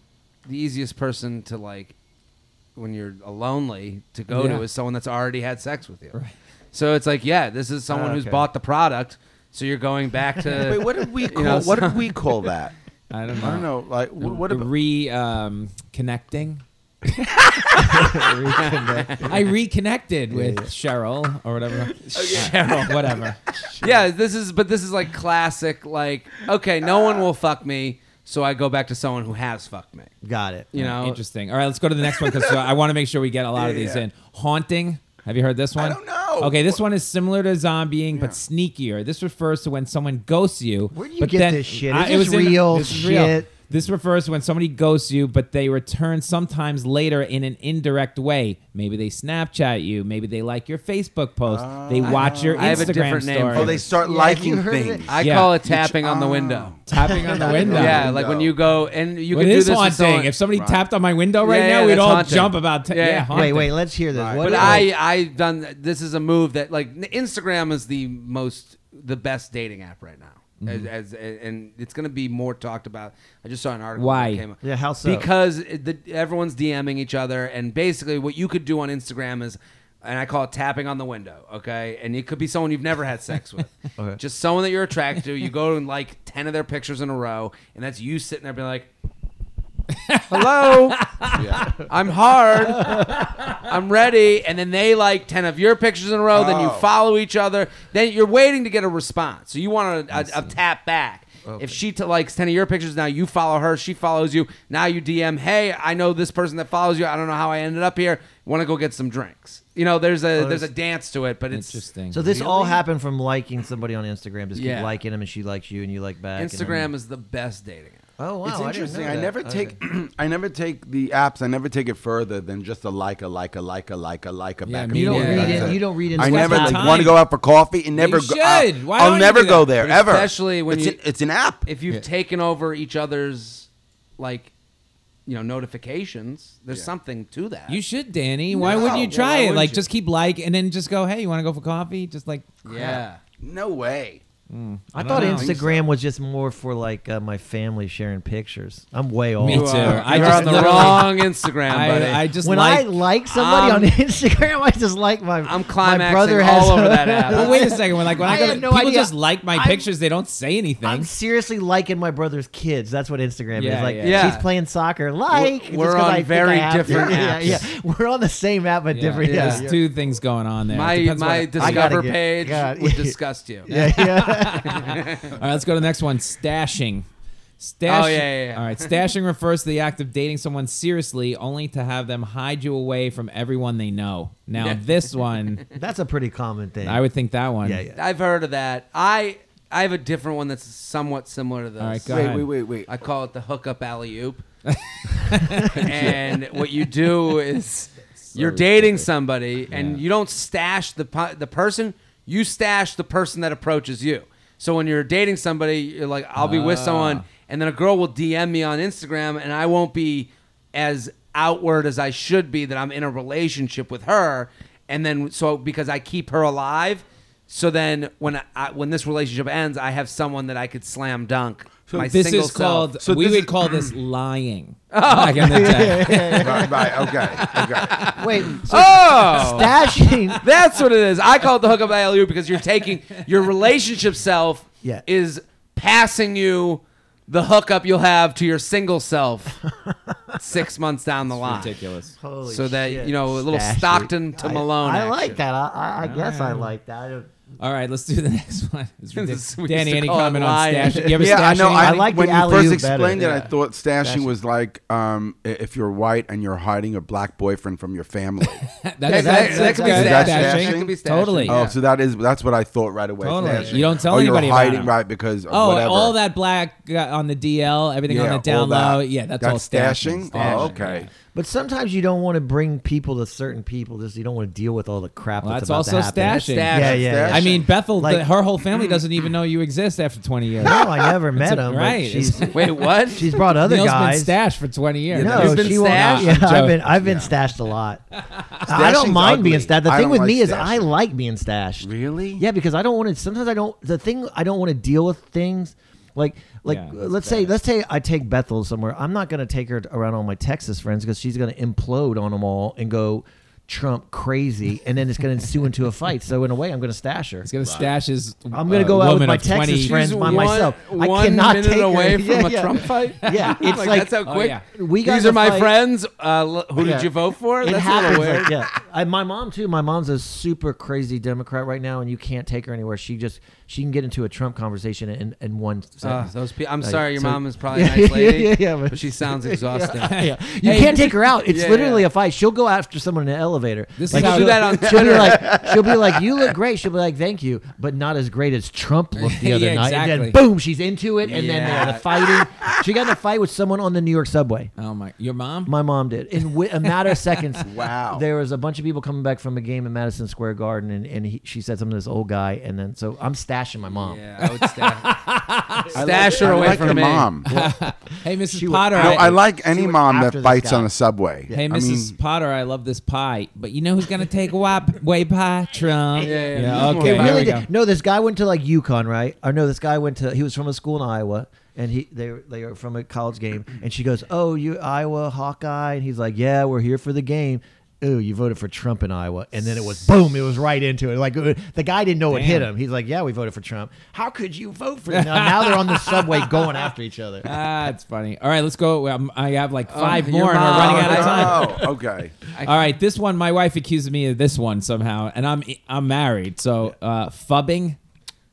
Speaker 9: the easiest person to like when you're lonely to go
Speaker 8: Yeah.
Speaker 9: to is someone that's already had sex with you. So it's like, yeah, this is someone who's
Speaker 7: Okay.
Speaker 9: bought the product. So you're going back to.
Speaker 6: *laughs* Wait, what did we call?
Speaker 9: know,
Speaker 6: what did we call that?
Speaker 8: I don't know.
Speaker 6: I don't know. Like, wh- what? *laughs* About,
Speaker 8: re um, connecting? *laughs* I reconnected with Cheryl or whatever. Cheryl, whatever.
Speaker 9: Yeah, this is, but this is like classic. Like, okay, no
Speaker 6: Ah.
Speaker 9: one will fuck me, so I go back to someone who has fucked me.
Speaker 7: got it.
Speaker 9: You know,
Speaker 8: Interesting. All right, let's go to the next one because I want to make sure we get a lot of these
Speaker 6: Yeah.
Speaker 8: in. Haunting. Have you heard this one?
Speaker 6: don't know.
Speaker 8: Okay, this one is similar to zombieing but sneakier. This refers to when someone ghosts you.
Speaker 7: Where do you
Speaker 8: but
Speaker 7: get
Speaker 8: then-
Speaker 7: this shit?
Speaker 8: I- it
Speaker 7: Is this
Speaker 8: was in-
Speaker 7: real
Speaker 8: this is real.
Speaker 7: shit?
Speaker 8: This refers to when somebody ghosts you, but they return sometimes later in an indirect way. Maybe they Snapchat you. Maybe they like your Facebook post. they
Speaker 7: Oh.
Speaker 8: watch your Instagram
Speaker 9: I have a different
Speaker 8: story.
Speaker 9: name for
Speaker 6: oh, they
Speaker 9: this.
Speaker 6: start
Speaker 7: Yeah, have you
Speaker 6: liking
Speaker 7: heard of it?
Speaker 6: things.
Speaker 9: I
Speaker 8: Yeah.
Speaker 9: call it tapping on the
Speaker 6: oh.
Speaker 9: window.
Speaker 8: tapping on the window.
Speaker 9: *laughs* Yeah, like when
Speaker 6: window.
Speaker 9: you go and you
Speaker 8: What
Speaker 9: can do
Speaker 8: is
Speaker 9: this. with
Speaker 8: haunting?
Speaker 9: someone-
Speaker 8: If somebody tapped on my window right
Speaker 9: Yeah,
Speaker 8: now,
Speaker 9: yeah,
Speaker 8: we'd
Speaker 9: that's
Speaker 8: all
Speaker 9: haunting.
Speaker 8: jump about. ta-
Speaker 9: Yeah,
Speaker 8: yeah,
Speaker 9: yeah.
Speaker 8: haunting.
Speaker 7: Wait, wait. Let's hear this. What
Speaker 9: But
Speaker 7: is
Speaker 9: I
Speaker 7: it?
Speaker 9: *laughs* I've done this is a move that like n- Instagram is the most the best dating app right now.
Speaker 8: Mm-hmm.
Speaker 9: As, as and it's going to be more talked about. I just saw an article.
Speaker 8: Why?
Speaker 9: That came up.
Speaker 7: Yeah, how so?
Speaker 9: Because it- the, everyone's DMing each other, and basically what you could do on Instagram is, and I call it tapping on the window. Okay, and it could be someone you've never had sex
Speaker 8: *laughs*
Speaker 9: with,
Speaker 7: Okay.
Speaker 9: just someone that you're attracted to. You go and like ten of their pictures in a row, and that's you sitting there
Speaker 8: *laughs*
Speaker 9: being like, "Hello."
Speaker 6: Yeah.
Speaker 9: I'm hard. I'm ready. And then they like 10 of your pictures in a row. Then you
Speaker 6: Oh.
Speaker 9: follow each other. Then you're waiting to get a response. So you want a, a, a tap back. If she t- likes 10 of your pictures, now you follow her. She follows you. Now you DM, hey, I know this person that follows you. I don't know how I ended up here. Want to go get some drinks. You know, there's a there's a dance to it, but it's
Speaker 8: Interesting.
Speaker 7: so this all happened from liking somebody on Instagram. Just
Speaker 9: Yeah.
Speaker 7: keep liking them, and she likes you, and you like back. and then-
Speaker 9: Instagram is the best dating app.
Speaker 7: Oh
Speaker 6: it's
Speaker 7: wow, I didn't know
Speaker 6: interesting. I,
Speaker 7: that.
Speaker 6: never
Speaker 7: Okay.
Speaker 6: take, *clears throat* I never take the apps. I never take it further than just a like, a like, a like, a like, a like, a
Speaker 8: Yeah,
Speaker 6: back.
Speaker 8: me
Speaker 7: You
Speaker 6: and
Speaker 7: don't
Speaker 6: forth.
Speaker 8: Yeah.
Speaker 7: read
Speaker 6: That's
Speaker 7: in.
Speaker 6: it.
Speaker 7: You don't read Instagram.
Speaker 6: I never
Speaker 8: Waste
Speaker 6: like,
Speaker 8: of
Speaker 6: want to
Speaker 8: time.
Speaker 6: go out for coffee and never.
Speaker 8: You
Speaker 6: go, I'll-
Speaker 8: should. Why
Speaker 6: I'll,
Speaker 8: don't you
Speaker 6: never
Speaker 8: do
Speaker 6: go
Speaker 8: that?
Speaker 6: there
Speaker 9: But
Speaker 6: ever.
Speaker 9: especially when
Speaker 6: it's
Speaker 9: you-
Speaker 6: an, it's an app.
Speaker 9: if you've taken over each other's like you know notifications there's something to that
Speaker 8: You should, Danny. Why wouldn't you
Speaker 6: Yeah,
Speaker 8: try
Speaker 6: why
Speaker 8: it?
Speaker 6: wouldn't
Speaker 8: Like,
Speaker 6: you?
Speaker 8: just keep like, and then just go. Hey, you want to go for coffee? Just like,
Speaker 9: yeah
Speaker 6: no way.
Speaker 7: I, thought
Speaker 8: know.
Speaker 7: Instagram was just more for like uh, my family sharing pictures. I'm way off.
Speaker 8: me too. I
Speaker 9: you're
Speaker 8: just
Speaker 9: on the
Speaker 8: literally- *laughs*
Speaker 9: wrong instagram buddy
Speaker 8: I, I just
Speaker 7: when
Speaker 8: like.
Speaker 7: I like somebody
Speaker 9: I'm-
Speaker 7: on Instagram, I just like my.
Speaker 9: um, i'm
Speaker 7: my
Speaker 9: climaxing
Speaker 7: brother has
Speaker 9: all over
Speaker 7: *laughs*
Speaker 9: that app
Speaker 8: Well, wait a second. When, like when I,
Speaker 7: I
Speaker 8: go,
Speaker 7: had no
Speaker 8: people
Speaker 7: idea.
Speaker 8: just like my
Speaker 7: I'm-
Speaker 8: pictures, they don't say anything.
Speaker 7: I'm seriously liking my brother's kids. That's what Instagram
Speaker 8: Yeah,
Speaker 7: is like.
Speaker 8: yeah.
Speaker 9: Yeah.
Speaker 7: She's playing soccer. Like just
Speaker 9: we're
Speaker 7: 'cause
Speaker 9: on
Speaker 7: I think
Speaker 9: very
Speaker 7: I have to.
Speaker 9: different
Speaker 7: *laughs* Yeah,
Speaker 9: apps.
Speaker 7: yeah, We're on the same app but
Speaker 8: Yeah,
Speaker 7: different. Yeah,
Speaker 8: There's two things going on there.
Speaker 9: my
Speaker 8: Depends
Speaker 9: my
Speaker 8: what-
Speaker 7: gotta
Speaker 9: discover
Speaker 7: get-
Speaker 9: page
Speaker 7: God.
Speaker 9: would disgust you
Speaker 7: *laughs* yeah,
Speaker 9: *laughs*
Speaker 7: yeah.
Speaker 8: All right, let's go to the next one. Stashing. Stashing.
Speaker 9: Oh, yeah, yeah, yeah.
Speaker 8: All right, stashing refers to the act of dating someone seriously, only to have them hide you away from everyone they know. Now,
Speaker 9: Yeah.
Speaker 8: this one,
Speaker 7: That's a pretty common thing.
Speaker 8: I would think that one.
Speaker 7: *laughs*
Speaker 9: *laughs*
Speaker 7: Yeah, yeah.
Speaker 9: i've heard of that i i have a different one that's somewhat similar to this
Speaker 8: All right, go
Speaker 6: Wait,
Speaker 8: ahead.
Speaker 6: wait, wait, wait.
Speaker 9: I call it the hookup alley oop. *laughs* and what you do is you're dating somebody and you don't stash the po- the person, you stash the person that approaches you. So when you're dating somebody, you're like, I'll be with someone, and then a girl will DM me on Instagram, and I won't be as outward as I should be that I'm in a relationship with her. And then so because I keep her alive, So then when I, when this relationship ends, I have someone that I could slam dunk.
Speaker 6: So
Speaker 9: my
Speaker 8: This
Speaker 9: single
Speaker 8: is
Speaker 9: self.
Speaker 8: called.
Speaker 6: So
Speaker 8: we
Speaker 6: this
Speaker 8: would
Speaker 6: is-
Speaker 8: call this lying. Back in the day.
Speaker 6: right, right, okay, okay.
Speaker 7: Wait, so
Speaker 9: Oh, *laughs*
Speaker 7: stashing.
Speaker 9: that's what it is. I call it the hookup alley oop because you're
Speaker 7: *laughs*
Speaker 9: taking your relationship self
Speaker 7: Yeah.
Speaker 9: is passing you the hookup you'll have to your single self
Speaker 7: *laughs*
Speaker 9: six months down the line.
Speaker 8: Ridiculous.
Speaker 7: Holy
Speaker 9: So that,
Speaker 7: shit.
Speaker 9: you know, a little
Speaker 7: Stashing.
Speaker 9: Stockton to
Speaker 7: I-
Speaker 9: Malone
Speaker 7: I,
Speaker 9: action.
Speaker 7: like that. I, I, I guess I like that. I, don't-
Speaker 8: All right, let's do the *laughs* next one. It's
Speaker 9: We
Speaker 8: ridiculous.
Speaker 9: used
Speaker 8: Danny,
Speaker 9: to
Speaker 8: any
Speaker 9: call it
Speaker 8: comment on
Speaker 9: lying.
Speaker 8: stashing? You ever
Speaker 6: Yeah, I
Speaker 8: stash
Speaker 6: know.
Speaker 8: anyone?
Speaker 6: I,
Speaker 7: like
Speaker 6: when
Speaker 7: the
Speaker 6: you first
Speaker 7: alley-oop better.
Speaker 6: explained it,
Speaker 7: Yeah.
Speaker 6: I thought stashing, was like um, i- if you're white and you're hiding a black boy from from your family.
Speaker 8: That's- *laughs*
Speaker 9: that-
Speaker 8: that's-
Speaker 9: that could be
Speaker 8: that's
Speaker 6: stashing.
Speaker 8: stashing.
Speaker 6: That could
Speaker 9: be stashing.
Speaker 8: Totally.
Speaker 6: Oh, so that is that's what I thought right away.
Speaker 8: Totally.
Speaker 6: Stashing.
Speaker 8: You don't tell
Speaker 6: oh,
Speaker 8: anybody
Speaker 6: you're
Speaker 8: about
Speaker 6: hiding
Speaker 8: it.
Speaker 6: right because of
Speaker 8: Oh,
Speaker 6: whatever.
Speaker 8: all that black uh, on the DL, everything on
Speaker 6: Yeah,
Speaker 8: the down
Speaker 6: all
Speaker 8: low.
Speaker 6: that.
Speaker 8: Yeah, that's,
Speaker 6: That's
Speaker 8: all
Speaker 6: stashing?
Speaker 8: stashing.
Speaker 6: Oh,
Speaker 8: Stashing,
Speaker 6: okay.
Speaker 8: yeah.
Speaker 7: But sometimes you don't want to bring people to certain people. Just you don't want to deal with all the crap.
Speaker 8: Well,
Speaker 7: that's,
Speaker 8: that's
Speaker 7: about to
Speaker 8: also
Speaker 7: happen.
Speaker 8: stashing.
Speaker 7: Yeah, yeah. yeah.
Speaker 8: I mean, Bethel,
Speaker 7: Like-
Speaker 8: the, her whole family doesn't even know you exist after 20 years.
Speaker 7: no, I never met
Speaker 8: a-
Speaker 7: him. but
Speaker 8: right.
Speaker 7: She's
Speaker 9: Wait, what?
Speaker 7: *laughs* she's brought other
Speaker 8: Neil's
Speaker 7: guys.
Speaker 8: been stashed for 20 years.
Speaker 7: No,
Speaker 9: You've been
Speaker 7: she won't-
Speaker 9: stashed?
Speaker 7: Yeah,
Speaker 8: I'm
Speaker 7: I've been
Speaker 8: joking.
Speaker 7: I've been stashed
Speaker 6: *laughs*
Speaker 7: a lot. I don't
Speaker 6: Stashing's
Speaker 7: mind being
Speaker 6: ugly.
Speaker 7: stashed. The
Speaker 6: I
Speaker 7: thing
Speaker 6: don't
Speaker 7: with
Speaker 6: like
Speaker 7: me is
Speaker 6: stashing.
Speaker 7: I like being stashed.
Speaker 6: Really?
Speaker 7: Yeah, because I don't want to. Sometimes I don't. The thing I don't want to deal with things like like uh,
Speaker 8: Yeah, that's
Speaker 7: let's say let's say I take Bethel somewhere. I'm not going to take her around all my Texas friends because she's going to implode on them all and go Trump crazy, and then it's going to ensue into a fight. So in a way, I'm going to stash her.
Speaker 8: He's going to stash his.
Speaker 7: I'm
Speaker 8: uh,
Speaker 7: gonna go out with
Speaker 8: woman
Speaker 7: my
Speaker 8: of 20
Speaker 7: Texas friends
Speaker 9: She's
Speaker 7: by
Speaker 9: one-
Speaker 7: myself. I
Speaker 9: one
Speaker 7: cannot
Speaker 9: minute
Speaker 7: take her. *laughs*
Speaker 9: away
Speaker 7: Yeah,
Speaker 9: from a
Speaker 7: yeah.
Speaker 9: Trump fight.
Speaker 7: Yeah, it's
Speaker 9: *laughs* like,
Speaker 7: like-
Speaker 9: that's how
Speaker 8: Oh,
Speaker 9: quick.
Speaker 8: yeah.
Speaker 7: We got
Speaker 9: These
Speaker 7: in
Speaker 9: are
Speaker 7: a
Speaker 9: my
Speaker 7: fight.
Speaker 9: friends. Uh, lo- who did you vote for?
Speaker 7: It
Speaker 9: That's a
Speaker 7: happens.
Speaker 9: little weird.
Speaker 7: Like, yeah, I, my mom's too. My mom's a super crazy Democrat right now, and you can't take her anywhere. She just she can get into a Trump conversation in, in one
Speaker 9: Uh,
Speaker 7: sentence.
Speaker 9: those people. I'm
Speaker 7: Like,
Speaker 9: sorry, your
Speaker 7: so-
Speaker 9: mom
Speaker 7: *laughs*
Speaker 9: is probably
Speaker 7: Yeah,
Speaker 9: a nice lady,
Speaker 7: yeah, *laughs* yeah,
Speaker 9: but,
Speaker 7: but-
Speaker 9: she sounds exhausted.
Speaker 7: yeah. You
Speaker 9: Hey,
Speaker 7: can't take her out. It's
Speaker 9: Yeah,
Speaker 7: literally
Speaker 9: yeah.
Speaker 7: a fight. She'll go after someone in an elevator.
Speaker 8: This
Speaker 7: Like,
Speaker 8: is how
Speaker 9: Do
Speaker 7: she'll-
Speaker 9: that on
Speaker 7: She'll be
Speaker 9: Twitter.
Speaker 7: like, she'll be like, you look great. She'll be like, thank you, but not as great
Speaker 9: *laughs*
Speaker 7: as Trump looked the other
Speaker 8: Yeah,
Speaker 7: night.
Speaker 8: exactly.
Speaker 7: And then boom, she's into it, and then they're in
Speaker 9: Yeah. *laughs*
Speaker 7: a fighting. She got in a fight with someone on the New York subway.
Speaker 8: Oh, my. Your mom?
Speaker 7: My mom did. In wi- a matter
Speaker 9: *laughs*
Speaker 7: of seconds.
Speaker 6: Wow.
Speaker 7: There was a bunch of people coming back from a game in Madison Square Garden, and, and he, she said something to this old guy, and then so I'm stashing my mom.
Speaker 9: Yeah, I would stash,
Speaker 6: I like-
Speaker 9: stash her
Speaker 6: I
Speaker 9: away
Speaker 6: like
Speaker 9: from
Speaker 6: your
Speaker 9: me.
Speaker 6: mom.
Speaker 8: *laughs* hey, Mrs.
Speaker 7: would-
Speaker 8: Potter.
Speaker 6: No,
Speaker 8: I-
Speaker 6: I like any
Speaker 7: went
Speaker 6: mom
Speaker 7: after
Speaker 6: that
Speaker 7: this
Speaker 6: bites
Speaker 7: guy.
Speaker 6: on the subway.
Speaker 8: Hey,
Speaker 6: I
Speaker 8: Mrs.
Speaker 6: mean,
Speaker 8: Potter, I love this pie, but you know who's gonna take away, way pie? Trump.
Speaker 9: Yeah, yeah, yeah.
Speaker 8: okay,
Speaker 9: It
Speaker 8: here
Speaker 7: Really
Speaker 8: we go.
Speaker 7: did- No, this guy went to like Yukon, right? Or no, this guy went to. He was from a school in Iowa, and he they were- they were from a college game, and she goes, "Oh, you Iowa Hawkeye," and he's like, "Yeah, we're here for the game." Ooh, you voted for Trump in Iowa, and then it was boom, it was right into it. Like uh, the guy didn't know it hit
Speaker 8: Damn.
Speaker 7: him. He's like, "Yeah, we voted for Trump. How could you vote for?" Now, now they're on the subway going after each
Speaker 9: *laughs*
Speaker 7: other. *laughs*
Speaker 8: Ah, it's funny. All right, let's go. Um, I have like five
Speaker 9: your
Speaker 8: more, and
Speaker 9: mom.
Speaker 8: we're running out of time.
Speaker 6: oh,
Speaker 8: *laughs*
Speaker 6: okay.
Speaker 8: All right, this one, my wife accused me of this one somehow, and I'm I'm married, so uh, fubbing,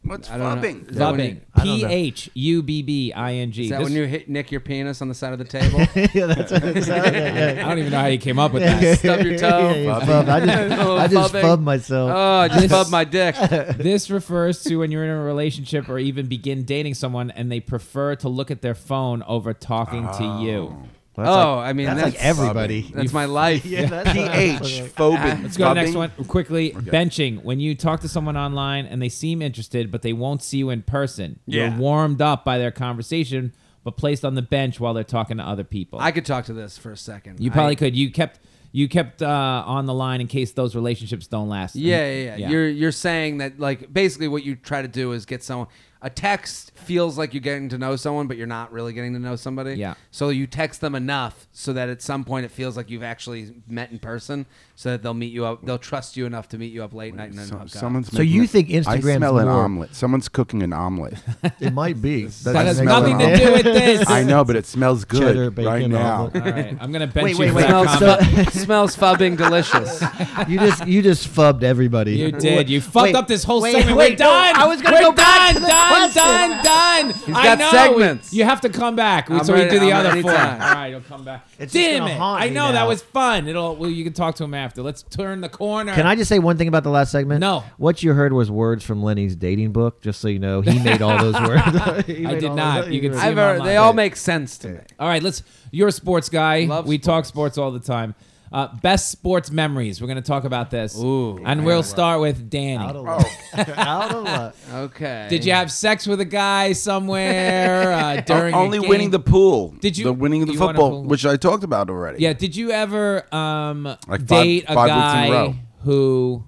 Speaker 6: What's
Speaker 9: don't know.
Speaker 6: fubbing?
Speaker 9: Is that when
Speaker 8: fubbing,
Speaker 9: you-
Speaker 7: I don't
Speaker 8: p
Speaker 7: know.
Speaker 8: h u b b i n g.
Speaker 9: Is that
Speaker 8: This-
Speaker 9: when you hit nick your penis on the side of
Speaker 8: *laughs*
Speaker 9: the table?
Speaker 7: yeah, that's what it sounded like.
Speaker 8: I don't even know how you came up with that.
Speaker 9: *laughs* Stub your toe.
Speaker 7: Yeah, yeah, fub. I just,
Speaker 9: Little
Speaker 7: I just
Speaker 9: fubbing.
Speaker 7: fubbed myself.
Speaker 9: Oh, I just bubbed
Speaker 8: *laughs*
Speaker 9: my dick.
Speaker 8: this refers to when you're in a relationship or even begin dating someone, and they prefer to look at their phone over talking to you.
Speaker 7: Well, that's
Speaker 9: Oh,
Speaker 7: like-
Speaker 9: I mean
Speaker 7: that's,
Speaker 9: that's
Speaker 7: like everybody.
Speaker 9: That's
Speaker 8: *laughs*
Speaker 9: my life.
Speaker 7: Yeah, that's
Speaker 6: PH phobic.
Speaker 8: Let's go to the next one quickly. Benching. When you talk to someone online and they seem interested, but they won't see you in person,
Speaker 9: Yeah.
Speaker 8: you're warmed up by their conversation, but placed on the bench while they're talking to other people.
Speaker 9: I could talk to this for a second.
Speaker 8: you
Speaker 9: I-
Speaker 8: probably could. You kept you kept uh, on the line in case those relationships don't last.
Speaker 9: Yeah, yeah, yeah. You're you're saying that like basically what you try to do is get someone a text feels like you're getting to know someone, but you're not really getting to know somebody.
Speaker 8: Yeah.
Speaker 9: So you text them enough so that at some point it feels like you've actually met in person, so that they'll meet you up. They'll trust you enough to meet you up late night and then hook up.
Speaker 6: someone's
Speaker 7: So
Speaker 6: making
Speaker 7: you
Speaker 6: a-
Speaker 7: think
Speaker 6: I
Speaker 7: Instagram's
Speaker 6: smell an
Speaker 7: more-
Speaker 6: omelet. Someone's cooking an
Speaker 7: *laughs*
Speaker 6: omelet.
Speaker 7: It might be. That,
Speaker 8: that has
Speaker 6: doesn't make
Speaker 8: nothing to
Speaker 6: sense.
Speaker 8: do with
Speaker 6: *laughs*
Speaker 8: this.
Speaker 6: I know, but it smells good
Speaker 7: Cheddar bacon
Speaker 6: right now. *laughs*
Speaker 7: omelet.
Speaker 8: All right, I'm gonna bench
Speaker 7: Wait,
Speaker 8: you.
Speaker 7: wait,
Speaker 8: for
Speaker 7: wait.
Speaker 8: that
Speaker 9: smells,
Speaker 8: comment.
Speaker 9: fu- smells fubbing delicious.
Speaker 7: *laughs* You just you just fubbed everybody.
Speaker 8: You did. You fucked
Speaker 7: Wait,
Speaker 8: up this whole
Speaker 7: wait,
Speaker 8: segment.
Speaker 7: wait,
Speaker 8: We're done.
Speaker 7: no, I was gonna
Speaker 8: We're
Speaker 7: go back to
Speaker 8: done,
Speaker 7: the
Speaker 8: done,
Speaker 7: question.
Speaker 8: done, done. He's
Speaker 9: got segments.
Speaker 8: You have to come back
Speaker 9: I'm
Speaker 8: so we
Speaker 9: ready-
Speaker 8: do the
Speaker 9: I'm
Speaker 8: other
Speaker 9: ready
Speaker 8: four. All
Speaker 9: anytime.
Speaker 8: right, you'll come back.
Speaker 7: It's just
Speaker 8: Damn
Speaker 7: gonna
Speaker 8: it!
Speaker 7: haunt
Speaker 8: I
Speaker 7: me
Speaker 8: know that
Speaker 7: now.
Speaker 8: was fun. It'll. Well, you can talk to him after. Let's turn the corner.
Speaker 7: Can I just say one thing about the last segment?
Speaker 8: No.
Speaker 7: What you heard was words from Lenny's dating book. Just so you know, he made
Speaker 8: *laughs*
Speaker 7: all those words. I *laughs*
Speaker 8: I did not. You can see
Speaker 9: I've
Speaker 8: him
Speaker 9: heard,
Speaker 8: online.
Speaker 9: they all make sense to me.
Speaker 8: All right, let's. You're a sports guy.
Speaker 9: Love
Speaker 8: we talk sports all the time. Uh, best sports memories. We're gonna talk about this.
Speaker 9: Ooh.
Speaker 8: and we'll start with
Speaker 7: Out of
Speaker 8: Danny.
Speaker 7: luck. *laughs* Out of luck.
Speaker 9: Okay.
Speaker 8: Did you have sex with a guy somewhere uh, during? a
Speaker 6: only
Speaker 8: game?
Speaker 6: winning the pool.
Speaker 8: Did you-
Speaker 6: the winning of the
Speaker 8: you won a
Speaker 6: football,
Speaker 8: pool.
Speaker 6: which I talked about already?
Speaker 8: Yeah. Did you ever um
Speaker 6: Like five-
Speaker 8: date a
Speaker 6: five weeks in a
Speaker 8: guy
Speaker 6: row.
Speaker 8: who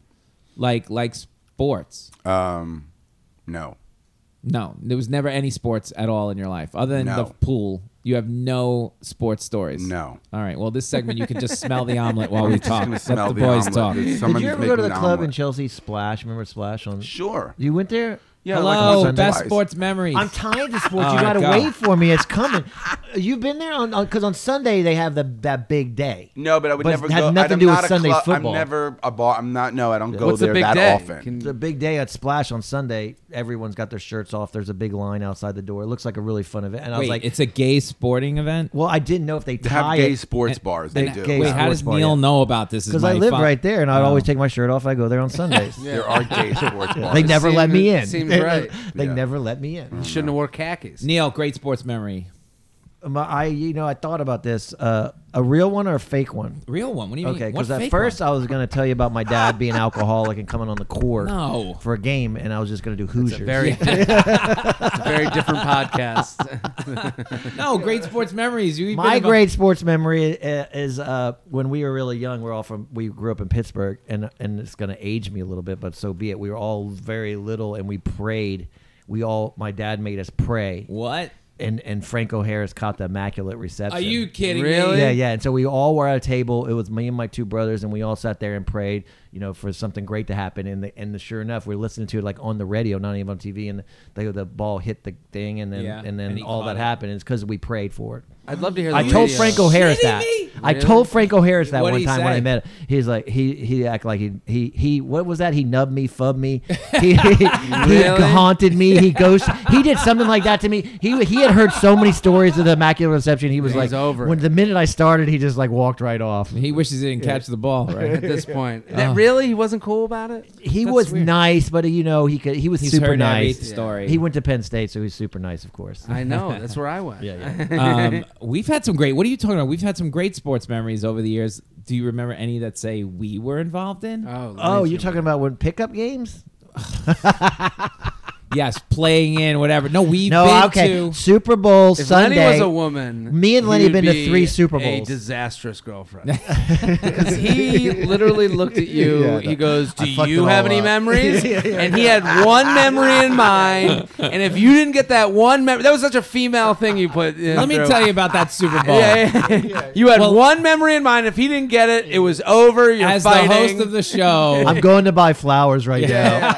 Speaker 8: like likes sports?
Speaker 6: Um, no.
Speaker 8: No, there was never any sports at all in your life, other than
Speaker 6: No.
Speaker 8: the pool. You have no sports stories.
Speaker 6: No.
Speaker 8: All right. Well, this segment you can just smell the omelet
Speaker 6: *laughs*
Speaker 8: while we talk. Let
Speaker 6: smell
Speaker 8: the
Speaker 6: the
Speaker 8: boys
Speaker 6: omelet.
Speaker 8: talk.
Speaker 6: It's
Speaker 7: Did
Speaker 6: Someone's
Speaker 7: you ever go to the
Speaker 6: making an
Speaker 7: club in
Speaker 6: omelet.
Speaker 7: Chelsea? Splash, remember Splash on?
Speaker 6: Sure.
Speaker 7: You went there?
Speaker 6: Yeah, like
Speaker 7: Hello,
Speaker 8: Hello,
Speaker 6: once or
Speaker 8: Oh, best
Speaker 6: twice.
Speaker 8: sports memories.
Speaker 7: I'm tired of
Speaker 8: *laughs*
Speaker 7: sports.
Speaker 8: All
Speaker 7: you
Speaker 8: right,
Speaker 7: gotta
Speaker 8: go.
Speaker 7: wait for me. It's coming. You've been there on because on, Sunday they have the that big day.
Speaker 6: No, but I would
Speaker 7: But
Speaker 6: never
Speaker 7: it had
Speaker 6: go.
Speaker 7: nothing
Speaker 6: I'm
Speaker 7: to do
Speaker 6: not
Speaker 7: with
Speaker 6: a
Speaker 7: Sunday
Speaker 6: club-
Speaker 7: football.
Speaker 6: I'm never a ball. I'm not. No, I don't go
Speaker 9: What's the
Speaker 6: there
Speaker 9: big
Speaker 6: that
Speaker 9: day?
Speaker 6: often.
Speaker 9: Can-
Speaker 7: The big day at Splash on Sunday. Everyone's got their shirts off. There's a big line outside the door. It looks like a really fun event. And I was
Speaker 8: Wait,
Speaker 7: like,
Speaker 8: it's a gay sporting event.
Speaker 7: well, I didn't know if they
Speaker 6: They have
Speaker 7: tie
Speaker 6: gay
Speaker 7: it
Speaker 6: sports bars. They
Speaker 7: and
Speaker 6: do.
Speaker 7: gay
Speaker 8: Wait,
Speaker 7: sports
Speaker 8: how does
Speaker 7: bar,
Speaker 8: Neil
Speaker 7: yeah.
Speaker 8: know about this? Is
Speaker 7: because I
Speaker 8: my
Speaker 7: live
Speaker 8: fun-
Speaker 7: right there, and I'd
Speaker 6: Oh.
Speaker 7: always take my shirt off. I go
Speaker 6: *laughs*
Speaker 7: there on Sundays.
Speaker 6: There are gay sports bars.
Speaker 7: They never let me
Speaker 9: Seems-
Speaker 7: in.
Speaker 9: seems right.
Speaker 7: *laughs* they
Speaker 6: Yeah.
Speaker 7: never let me in.
Speaker 9: Shouldn't have wore khakis.
Speaker 8: Neil, great sports memory.
Speaker 7: Um, I, you know, I thought about this: uh, a real one or a fake one?
Speaker 8: Real one. What do you mean?
Speaker 7: Okay,
Speaker 8: What
Speaker 7: because at
Speaker 8: fake
Speaker 7: first
Speaker 8: one?
Speaker 7: I was going to tell you about my dad being alcoholic and coming on the court
Speaker 8: No.
Speaker 7: for a game, and I was just going to do Hoosiers. *laughs*
Speaker 9: Very, it's a very different podcast. *laughs*
Speaker 8: no, great sports memories. You
Speaker 7: my great sports memory i- is uh, when we were really young. We're all from we grew up in Pittsburgh, and and it's going to age me a little bit, but so be it. We were all very little, and we prayed. We all my dad made us pray,
Speaker 8: What?
Speaker 7: and and Franco Harris caught the immaculate reception.
Speaker 8: Are you kidding
Speaker 9: Really?
Speaker 8: me?
Speaker 7: Yeah, yeah. And so we all were at a table. It was me and my two brothers, and we all sat there and prayed, you know, for something great to happen. And the, and the, sure enough, we're listening to it like on the radio, not even on TV. And the, the ball hit the thing, and then
Speaker 8: Yeah,
Speaker 7: and then
Speaker 8: and he
Speaker 7: all
Speaker 8: caught
Speaker 7: that
Speaker 8: it.
Speaker 7: happened. It's because we prayed for it.
Speaker 9: I'd love to hear. The
Speaker 7: I told
Speaker 9: radio.
Speaker 7: Franco Harris that.
Speaker 8: me?
Speaker 7: I
Speaker 9: Really?
Speaker 7: told Franco Harris that
Speaker 8: What'd
Speaker 7: one
Speaker 8: he
Speaker 7: time when
Speaker 8: say?
Speaker 7: I met him. He's like he he acted like he he he what was that? He nubbed me,
Speaker 8: *laughs*
Speaker 7: fubbed me. He, he, he haunted me. He ghost. He did something like that to me. He he had heard so many stories of the immaculate reception. He was
Speaker 9: He's
Speaker 7: like
Speaker 9: over
Speaker 7: when
Speaker 9: it.
Speaker 7: the minute I started, he just like walked right off.
Speaker 8: He wishes he didn't catch the ball,
Speaker 9: at
Speaker 8: right?
Speaker 9: this point. That really, he wasn't cool about it.
Speaker 7: He
Speaker 8: That's
Speaker 7: was
Speaker 8: weird.
Speaker 7: nice, but you know he could he was
Speaker 8: He's
Speaker 7: super
Speaker 8: heard every
Speaker 7: nice.
Speaker 8: story.
Speaker 7: He went to Penn State, so he's super nice, of course.
Speaker 9: I know.
Speaker 7: *laughs*
Speaker 9: That's where I went.
Speaker 7: yeah, yeah.
Speaker 8: um, we've had some great. What are you talking about? We've had some great sports memories over the years. Do you remember any that say we were involved in?
Speaker 9: Oh,
Speaker 7: Oh,
Speaker 9: lazy
Speaker 7: you're talking about when pickup games?
Speaker 8: yes, playing in whatever. No, we've been
Speaker 7: No, okay.
Speaker 8: to.
Speaker 7: Super Bowl
Speaker 9: If
Speaker 7: Sunday.
Speaker 9: Lenny was a woman,
Speaker 7: me and Lenny
Speaker 9: he would
Speaker 7: have been to
Speaker 9: be
Speaker 7: three Super Bowls.
Speaker 9: A disastrous
Speaker 7: *laughs*
Speaker 9: girlfriend, because he literally looked at you.
Speaker 7: Yeah,
Speaker 9: he goes, "Do
Speaker 7: fucked
Speaker 9: you
Speaker 7: it
Speaker 9: have
Speaker 7: all
Speaker 9: any
Speaker 7: up." *laughs*
Speaker 9: memories?" and he had one memory in mind. And if you didn't get that one memory, that was such a female thing you put. In
Speaker 8: Let me
Speaker 9: through.
Speaker 8: tell you about that
Speaker 9: *laughs*
Speaker 8: Super Bowl.
Speaker 9: Yeah, yeah. you had
Speaker 8: Well-
Speaker 9: one memory in mind. If he didn't get it, it was over. You're
Speaker 8: As
Speaker 9: fighting.
Speaker 8: the host of the show,
Speaker 7: I'm going to buy
Speaker 9: *laughs*
Speaker 7: flowers right now.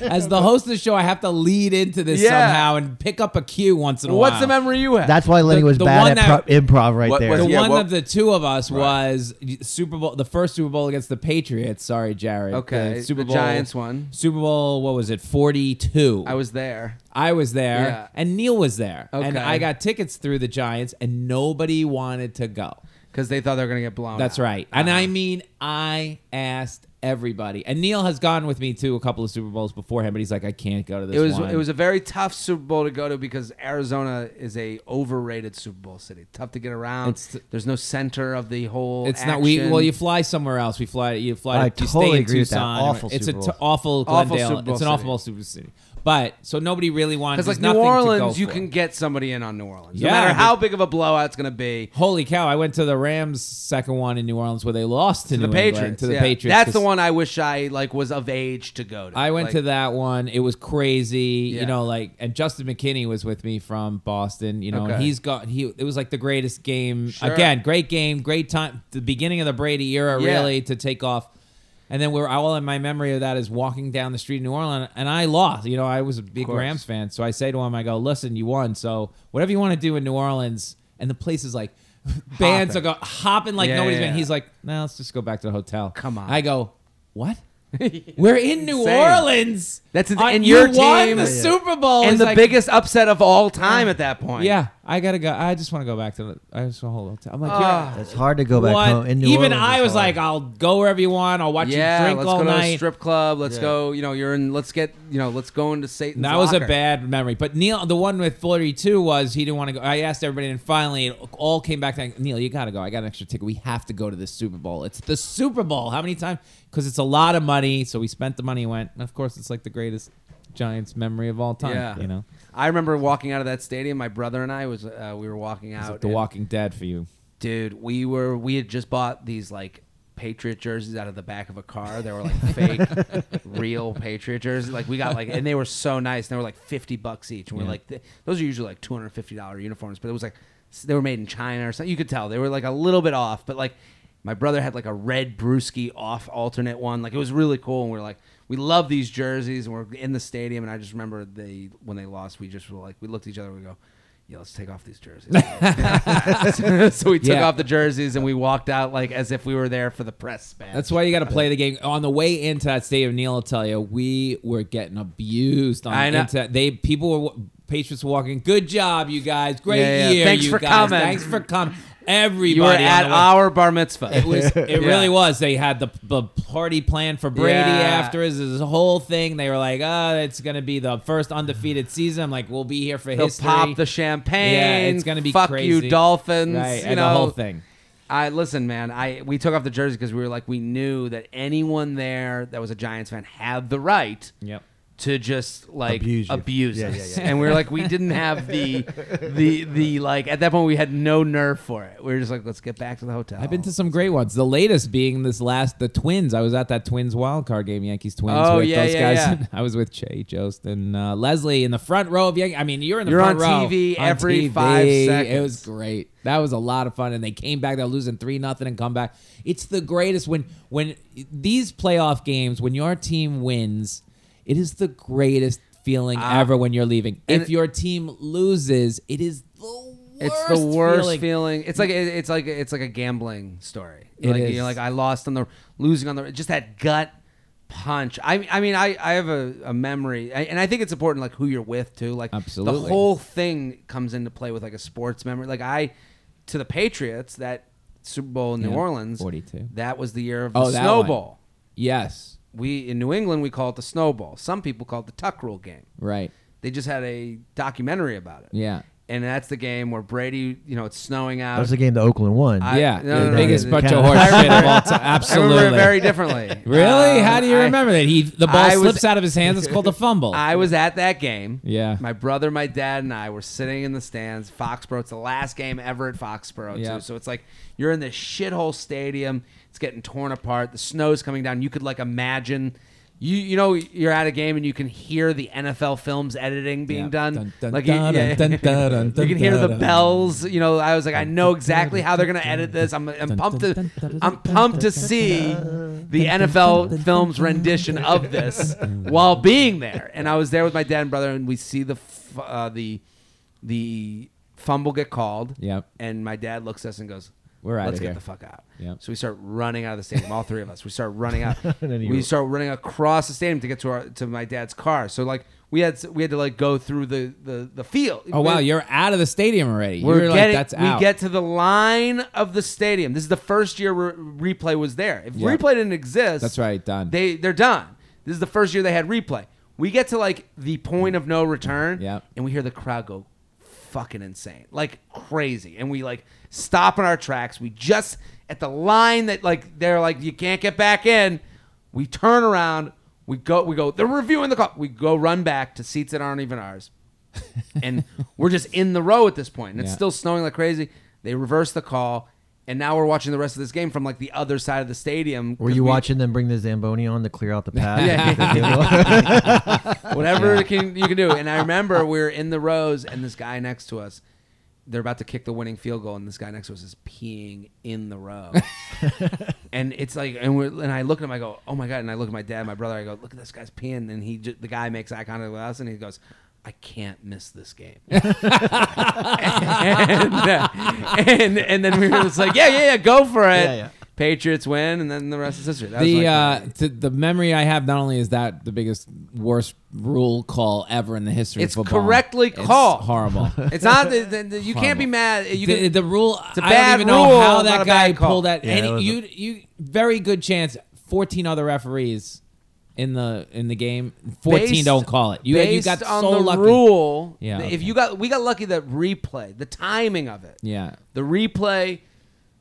Speaker 8: as the host of the show, I have to lead into this
Speaker 9: Yeah.
Speaker 8: somehow and pick up a cue once in a
Speaker 9: *laughs* What's
Speaker 8: while.
Speaker 9: the memory you had?
Speaker 7: That's why Lenny
Speaker 8: The-
Speaker 7: was
Speaker 8: the one
Speaker 7: bad
Speaker 8: that-
Speaker 7: at pro- improv right
Speaker 6: What
Speaker 7: there.
Speaker 6: was
Speaker 8: The
Speaker 6: Yeah,
Speaker 8: one
Speaker 6: well-
Speaker 8: of the two of us was Super Bowl, the first Super Bowl against the Patriots. Sorry, Jared.
Speaker 9: Okay,
Speaker 8: The Super
Speaker 9: the
Speaker 8: Bowl
Speaker 9: Giants won.
Speaker 8: Super Bowl, what was it? Forty-two.
Speaker 9: I was there.
Speaker 8: I was there,
Speaker 9: Yeah.
Speaker 8: and Neil was there, and
Speaker 9: Okay.
Speaker 8: I got tickets through the Giants, and nobody wanted to go.
Speaker 9: Because they thought they were going to get blown.
Speaker 8: That's
Speaker 9: out.
Speaker 8: right, and
Speaker 9: Uh-huh.
Speaker 8: I mean, I asked everybody, and Neil has gone with me to a couple of Super Bowls beforehand, but he's like, I can't go to this.
Speaker 9: It was
Speaker 8: one.
Speaker 9: it was a very tough Super Bowl to go to because Arizona is a overrated Super Bowl city. Tough to get around.
Speaker 8: It's-
Speaker 9: There's no center of the whole.
Speaker 8: It's not we.
Speaker 9: action.
Speaker 8: Well, you fly somewhere else. We fly. You fly.
Speaker 7: I
Speaker 8: you stay
Speaker 7: totally
Speaker 8: in
Speaker 7: agree with that.
Speaker 8: Tucson.
Speaker 7: Awful
Speaker 8: It's
Speaker 7: Super
Speaker 8: a
Speaker 7: Bowl.
Speaker 8: t- awful
Speaker 9: Awful
Speaker 8: Glendale.
Speaker 9: Super Bowl
Speaker 8: it's an awful Super City. But so nobody really wanted.
Speaker 9: because like
Speaker 8: there's
Speaker 9: New
Speaker 8: nothing to go
Speaker 9: Orleans, you
Speaker 8: for.
Speaker 9: can get somebody in on New Orleans.
Speaker 8: Yeah,
Speaker 9: no matter
Speaker 8: but-
Speaker 9: how big of a blowout it's going to be.
Speaker 8: Holy cow! I went to the Rams' second one in New Orleans where they lost to,
Speaker 9: The
Speaker 8: New
Speaker 9: Patriots.
Speaker 8: England, to the
Speaker 9: yeah.
Speaker 8: Patriots.
Speaker 9: That's the
Speaker 8: 'cause
Speaker 9: one I wish I like was of age to go to.
Speaker 8: I went
Speaker 9: Like,
Speaker 8: to that one. It was crazy.
Speaker 9: Yeah.
Speaker 8: You know, like and Justin McKinney was with me from Boston. You know, and
Speaker 9: Okay.
Speaker 8: he's got he. It was like the greatest game
Speaker 9: Sure.
Speaker 8: again. Great game. Great time. The beginning of the Brady era
Speaker 9: Yeah.
Speaker 8: really to take off. And then we're all in my memory of that is walking down the street in New Orleans, and I lost. You know, I was a big
Speaker 9: course.
Speaker 8: Rams fan, so I say to him, "I go, listen, you won. So whatever you want to do in New Orleans, and the place is like." *laughs* Bands are
Speaker 9: Hopping.
Speaker 8: go, hopping like
Speaker 9: Yeah,
Speaker 8: nobody's
Speaker 9: yeah,
Speaker 8: been.
Speaker 9: yeah.
Speaker 8: He's like, no, let's just go back to the hotel.
Speaker 9: Come on.
Speaker 8: I go,
Speaker 9: *laughs*
Speaker 8: what? We're in New
Speaker 9: Insane.
Speaker 8: Orleans.
Speaker 9: That's an-
Speaker 8: Uh,
Speaker 9: and
Speaker 8: you
Speaker 9: your
Speaker 8: won
Speaker 9: team-
Speaker 8: the
Speaker 9: Yeah.
Speaker 8: Super Bowl
Speaker 9: and
Speaker 8: It's
Speaker 9: the
Speaker 8: like,
Speaker 9: biggest upset of all time at that point.
Speaker 8: Yeah, I gotta go. I just want to go back to. The, I just want to hold on. to- I'm like,
Speaker 9: Ah.
Speaker 8: you're-
Speaker 7: it's hard to go back
Speaker 8: what?
Speaker 7: home. In New
Speaker 8: Even
Speaker 7: Orleans,
Speaker 8: I
Speaker 7: it's
Speaker 8: was
Speaker 7: hard.
Speaker 8: like, I'll go wherever you want. I'll watch
Speaker 9: yeah,
Speaker 8: you drink
Speaker 9: let's
Speaker 8: all
Speaker 9: go to
Speaker 8: night.
Speaker 9: a strip club. Let's
Speaker 7: Yeah.
Speaker 9: go. You know, you're in. Let's get. You know, let's go into Satan's.
Speaker 8: that was a
Speaker 9: locker.
Speaker 8: bad memory. But Neil, the one with 42 was he didn't want to go. I asked everybody, and finally it all came back. To, Neil, you got to go. I got an extra ticket. We have to go to the Super Bowl. It's the Super Bowl. How many times? Because it's a lot of money. So we spent the money, and went. And of course, it's like the greatest Giants memory of all time.
Speaker 9: Yeah.
Speaker 8: You know,
Speaker 9: I remember walking out of that stadium. My brother and I was uh, we were walking
Speaker 8: it's
Speaker 9: out.
Speaker 8: like The
Speaker 9: and-
Speaker 8: Walking Dead for you.
Speaker 9: dude, we were we had just bought these like Patriot jerseys out of the back of a car. They were like fake, real Patriot jerseys. Like we got like, and they were so nice. They were like fifty bucks each, and we're like, th- those are usually like two hundred fifty dollar uniforms, but it was like s- they were made in China or something. You could tell they were like a little bit off, but like my brother had like a red brewski off alternate one. Like it was really cool, and we are like, we love these jerseys, and we're in the stadium. And I just remember they when they lost, we just were like, we looked at each other, and we go. Yeah, let's take off these jerseys. *laughs* so we took
Speaker 8: Yeah.
Speaker 9: off the jerseys and we walked out like as if we were there for the press span.
Speaker 8: That's why you got to play the game. On the way into that stadium, Neil will tell you we were getting abused on
Speaker 9: I
Speaker 8: the
Speaker 9: know.
Speaker 8: internet. They people were Patriots were walking. Good job, you guys. Great
Speaker 9: Yeah, yeah.
Speaker 8: year.
Speaker 9: Thanks
Speaker 8: you
Speaker 9: for
Speaker 8: guys.
Speaker 9: coming."
Speaker 8: Thanks for coming. Everybody.
Speaker 9: you were
Speaker 8: on the
Speaker 9: at
Speaker 8: way-
Speaker 9: our bar mitzvah.
Speaker 8: It
Speaker 9: *laughs*
Speaker 8: was. It
Speaker 9: Yeah.
Speaker 8: really was. They had the, the party plan for Brady
Speaker 9: Yeah.
Speaker 8: after his, his whole thing. They were like, "Ah, it's gonna be the first undefeated season." I'm like, "We'll be here for
Speaker 9: He'll
Speaker 8: history."
Speaker 9: pop the champagne.
Speaker 8: Yeah, it's gonna be
Speaker 9: fuck
Speaker 8: crazy.
Speaker 9: you, Dolphins.
Speaker 8: right,
Speaker 9: you
Speaker 8: and
Speaker 9: know,
Speaker 8: the whole thing.
Speaker 9: I listen, man. I we took off the jersey because we were like we knew that anyone there that was a Giants fan had the right
Speaker 8: Yep.
Speaker 9: to just like
Speaker 7: Abuse
Speaker 9: abuse,
Speaker 7: you. Yeah,
Speaker 9: us.
Speaker 7: yeah, yeah, yeah.
Speaker 9: And we were like we didn't have the the the like at that point we had no nerve for it. We were just like let's get back to the hotel.
Speaker 8: I've been to some great ones. The latest being this last, the Twins. I was at that Twins wild card game, Yankees Twins.
Speaker 9: Oh,
Speaker 8: with
Speaker 9: yeah,
Speaker 8: those
Speaker 9: yeah,
Speaker 8: guys.
Speaker 9: yeah.
Speaker 8: *laughs* I was with Che Jost and uh, Leslie in the front row of Yankee. I mean, you're in the
Speaker 9: You're
Speaker 8: front
Speaker 9: on
Speaker 8: row
Speaker 9: TV
Speaker 8: on
Speaker 9: every
Speaker 8: TV.
Speaker 9: five
Speaker 8: It
Speaker 9: seconds.
Speaker 8: was great. That was a lot of fun, and they came back. They're losing three nothing and come back. It's the greatest when when these playoff games when your team wins. It is the greatest feeling ever when you're leaving.
Speaker 9: Ah. and-
Speaker 8: If your team loses, it is the worst.
Speaker 9: It's the worst
Speaker 8: feeling.
Speaker 9: feeling. It's like it's like it's like a gambling story.
Speaker 8: It
Speaker 9: like,
Speaker 8: is.
Speaker 9: You're like I lost on the losing on the just that gut punch. I I mean I I have a, a memory I, and I think it's important like who you're with too. Like
Speaker 8: Absolutely.
Speaker 9: the whole thing comes into play with like a sports memory. Like I to the Patriots that Super Bowl in New
Speaker 8: Yeah,
Speaker 9: Orleans
Speaker 8: 42.
Speaker 9: That was the year of the
Speaker 8: Oh, that one.
Speaker 9: snowball.
Speaker 8: Yes.
Speaker 9: We in New England we call it the snowball. Some people call it the tuck rule game.
Speaker 8: Right.
Speaker 9: They just had a documentary about it.
Speaker 8: Yeah.
Speaker 9: And that's the game where Brady, you know, it's snowing out.
Speaker 7: That's the game the Oakland won.
Speaker 9: I-
Speaker 8: yeah,
Speaker 9: no,
Speaker 8: the
Speaker 9: no, no,
Speaker 8: biggest
Speaker 9: no,
Speaker 8: bunch
Speaker 7: no.
Speaker 8: of horse shit of all time.
Speaker 9: I remember
Speaker 8: Absolutely.
Speaker 9: it very differently.
Speaker 8: *laughs* really?
Speaker 9: Um,
Speaker 8: How do you
Speaker 9: I-
Speaker 8: remember that? He the ball
Speaker 9: I was-
Speaker 8: slips out of his hands. It's *laughs* called a fumble.
Speaker 9: I was at that game.
Speaker 8: Yeah.
Speaker 9: My brother, my dad, and I were sitting in the stands. Foxborough. It's the last game ever at Foxborough,
Speaker 8: Yeah.
Speaker 9: too. So it's like you're in this shithole stadium. It's getting torn apart. The snow's coming down. You could like imagine. You, you know you're at a game and you can hear the NFL films editing being
Speaker 8: Yeah.
Speaker 9: done.
Speaker 8: Dun, dun,
Speaker 9: like you-
Speaker 8: dun,
Speaker 9: yeah.
Speaker 8: dun, dun, dun,
Speaker 9: you can hear the
Speaker 8: dun.
Speaker 9: bells. You know I was like I know exactly how they're gonna edit this. I'm, I'm pumped to I'm pumped to see the NFL film's rendition
Speaker 8: *laughs*
Speaker 9: of this while being there. And I was there with my dad and brother, and we see the f- uh, the the fumble get called.
Speaker 8: Yep.
Speaker 9: And my dad looks at us and goes,
Speaker 8: We're outta
Speaker 9: Let's
Speaker 8: here."
Speaker 9: get the fuck out."
Speaker 8: Yep.
Speaker 9: So we start running out of the stadium. All three of us. We start
Speaker 8: *laughs*
Speaker 9: running out.
Speaker 7: then you-
Speaker 9: we start running across the stadium to get to our to my dad's car. So like we had we had to like go through the the, the field.
Speaker 8: oh wow, you're out of the stadium already.
Speaker 9: We're
Speaker 8: you're
Speaker 9: getting,
Speaker 8: like, that's
Speaker 9: we
Speaker 8: out.
Speaker 9: get to the line of the stadium. This is the first year re- replay was there. If
Speaker 8: Yeah.
Speaker 9: replay didn't exist,
Speaker 8: That's right, done.
Speaker 9: They they're done. This is the first year they had replay. We get to like the point of no return,
Speaker 8: Yeah.
Speaker 9: and we hear the crowd go fucking insane, like crazy, and we like stop in our tracks. We just at the line that like they're like you can't get back in. We turn around. We go. We go. They're reviewing the call. We go run back to seats that aren't even ours and we're just in the row at this point, and it's
Speaker 8: Yeah.
Speaker 9: still snowing like crazy. They reverse the call, and now we're watching the rest of this game from like the other side of the stadium.
Speaker 7: Were
Speaker 9: 'cause
Speaker 7: you
Speaker 9: we-
Speaker 7: watching them bring the Zamboni on to clear
Speaker 9: *laughs*
Speaker 7: out the path?
Speaker 9: whatever it can, you can do? And I remember we were in the rows, and this guy next to us, they're about to kick the winning field goal, and this guy next to us is peeing in
Speaker 8: *laughs*
Speaker 9: the row. and it's like, and we're, and I look at him, I go, oh my god, and I look at my dad, my brother, I go, look at this guy's peeing, and he, ju- the guy makes eye contact with us, and he goes. I can't miss
Speaker 8: *laughs*
Speaker 9: this game. *laughs* and, uh, and and then we were just like, yeah, yeah, yeah, go for it.
Speaker 7: Yeah, yeah.
Speaker 9: Patriots win, and then the rest is history. That was
Speaker 8: the
Speaker 9: like
Speaker 8: uh, to, the memory I have not only is that the biggest worst rule call ever in the history
Speaker 9: It's
Speaker 8: of football.
Speaker 9: correctly
Speaker 8: It's
Speaker 9: called.
Speaker 8: *laughs* horrible.
Speaker 9: It's not. The, the, the- you can't be mad. You
Speaker 8: the,
Speaker 9: can,
Speaker 8: the rule.
Speaker 9: It's a
Speaker 8: I
Speaker 9: bad
Speaker 8: don't even know
Speaker 9: rule,
Speaker 8: how
Speaker 9: not
Speaker 8: that
Speaker 9: a
Speaker 8: guy
Speaker 9: bad call.
Speaker 8: pulled that.
Speaker 7: Yeah,
Speaker 8: and
Speaker 7: that was a-
Speaker 8: you, you, very good chance. Fourteen other referees in the in the game. Fourteen
Speaker 9: based-
Speaker 8: don't call it. You you
Speaker 9: based
Speaker 8: got
Speaker 9: on
Speaker 8: so
Speaker 9: the
Speaker 8: lucky.
Speaker 9: rule.
Speaker 8: Yeah,
Speaker 9: If
Speaker 8: okay.
Speaker 9: you got, we got lucky that replay, the timing of it,
Speaker 8: Yeah.
Speaker 9: the replay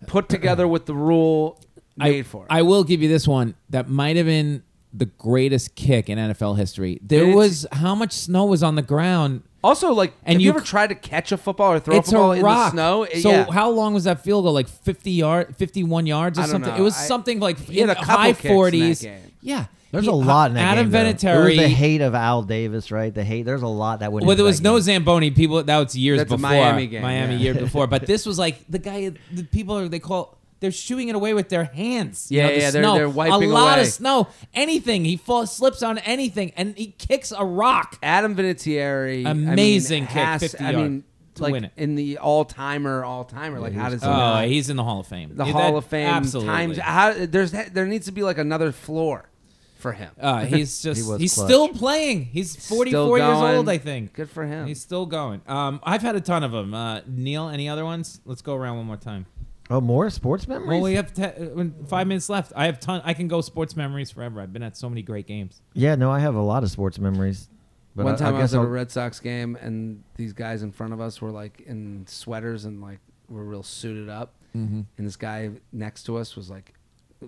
Speaker 9: put together with the rule made
Speaker 8: I,
Speaker 9: for it.
Speaker 8: I will give you this one that might have been the greatest kick in NFL history. There
Speaker 9: It's-
Speaker 8: was how much snow was on the ground
Speaker 9: Also, like,
Speaker 8: And
Speaker 9: have you,
Speaker 8: you
Speaker 9: ever
Speaker 8: c-
Speaker 9: tried to catch a football or throw
Speaker 8: It's
Speaker 9: a
Speaker 8: a
Speaker 9: football
Speaker 8: rock.
Speaker 9: in the snow? It-
Speaker 8: So
Speaker 9: yeah.
Speaker 8: how long was that field goal? Like fifty yard, fifty one yards or
Speaker 9: I don't
Speaker 8: something.
Speaker 9: know.
Speaker 8: It was
Speaker 9: I-
Speaker 8: something like
Speaker 9: He had
Speaker 8: in
Speaker 9: a
Speaker 8: the
Speaker 9: couple
Speaker 8: high
Speaker 9: kicks in that
Speaker 8: forties.
Speaker 9: game.
Speaker 8: Yeah,
Speaker 7: There's
Speaker 8: He-
Speaker 7: a lot in that
Speaker 8: Adam
Speaker 7: game. though.
Speaker 8: Vinatieri.
Speaker 7: It was the hate of Al Davis, right? The hate. There's a lot that went.
Speaker 8: Well,
Speaker 7: into
Speaker 8: there was
Speaker 7: that
Speaker 8: no
Speaker 7: game.
Speaker 8: Zamboni. People that was years
Speaker 9: That's a
Speaker 8: before
Speaker 9: Miami game,
Speaker 8: Miami
Speaker 9: yeah. *laughs*
Speaker 8: year before. But this was like the guy. The people are they call. They're shooing it away with their hands. you
Speaker 9: Yeah,
Speaker 8: know, the
Speaker 9: yeah, they're-
Speaker 8: snow.
Speaker 9: they're wiping
Speaker 8: a lot
Speaker 9: away.
Speaker 8: of snow. Anything he falls, slips on anything, and he kicks a rock.
Speaker 9: Adam Vinatieri,
Speaker 8: Amazing
Speaker 9: I mean,
Speaker 8: kick,
Speaker 9: has-
Speaker 8: 50
Speaker 9: I
Speaker 8: yard
Speaker 9: mean,
Speaker 8: to
Speaker 9: like
Speaker 8: win it.
Speaker 9: in the all timer, all timer. Like, how does he
Speaker 8: Oh,
Speaker 9: not-
Speaker 8: he's in the Hall of Fame.
Speaker 9: the
Speaker 8: Yeah,
Speaker 9: Hall
Speaker 8: that-
Speaker 9: of Fame
Speaker 8: Absolutely.
Speaker 9: times? How there's there needs to be like another floor for him.
Speaker 8: Uh,
Speaker 9: *laughs*
Speaker 8: he's just
Speaker 7: was
Speaker 8: he's
Speaker 7: clutch.
Speaker 8: still playing. He's 44 years
Speaker 9: going.
Speaker 8: old, I think.
Speaker 9: Good for him.
Speaker 8: He's still going. Um, I've had a ton of them. Uh, Neil, any other ones? Let's go around one more time.
Speaker 7: Oh, more sports memories.
Speaker 9: Oh,
Speaker 8: Well, we have te- uh, when- five minutes left. I have ton. I can go sports memories forever. I've been at so many great games.
Speaker 7: yeah, no, I have a lot of sports memories. But
Speaker 9: One
Speaker 7: I-
Speaker 9: time I,
Speaker 7: I, guess
Speaker 9: was at a
Speaker 7: I'll-
Speaker 9: Red Sox game, and these guys in front of us were like in sweaters and like were real suited up.
Speaker 7: Mm-hmm.
Speaker 9: And this guy next to us was like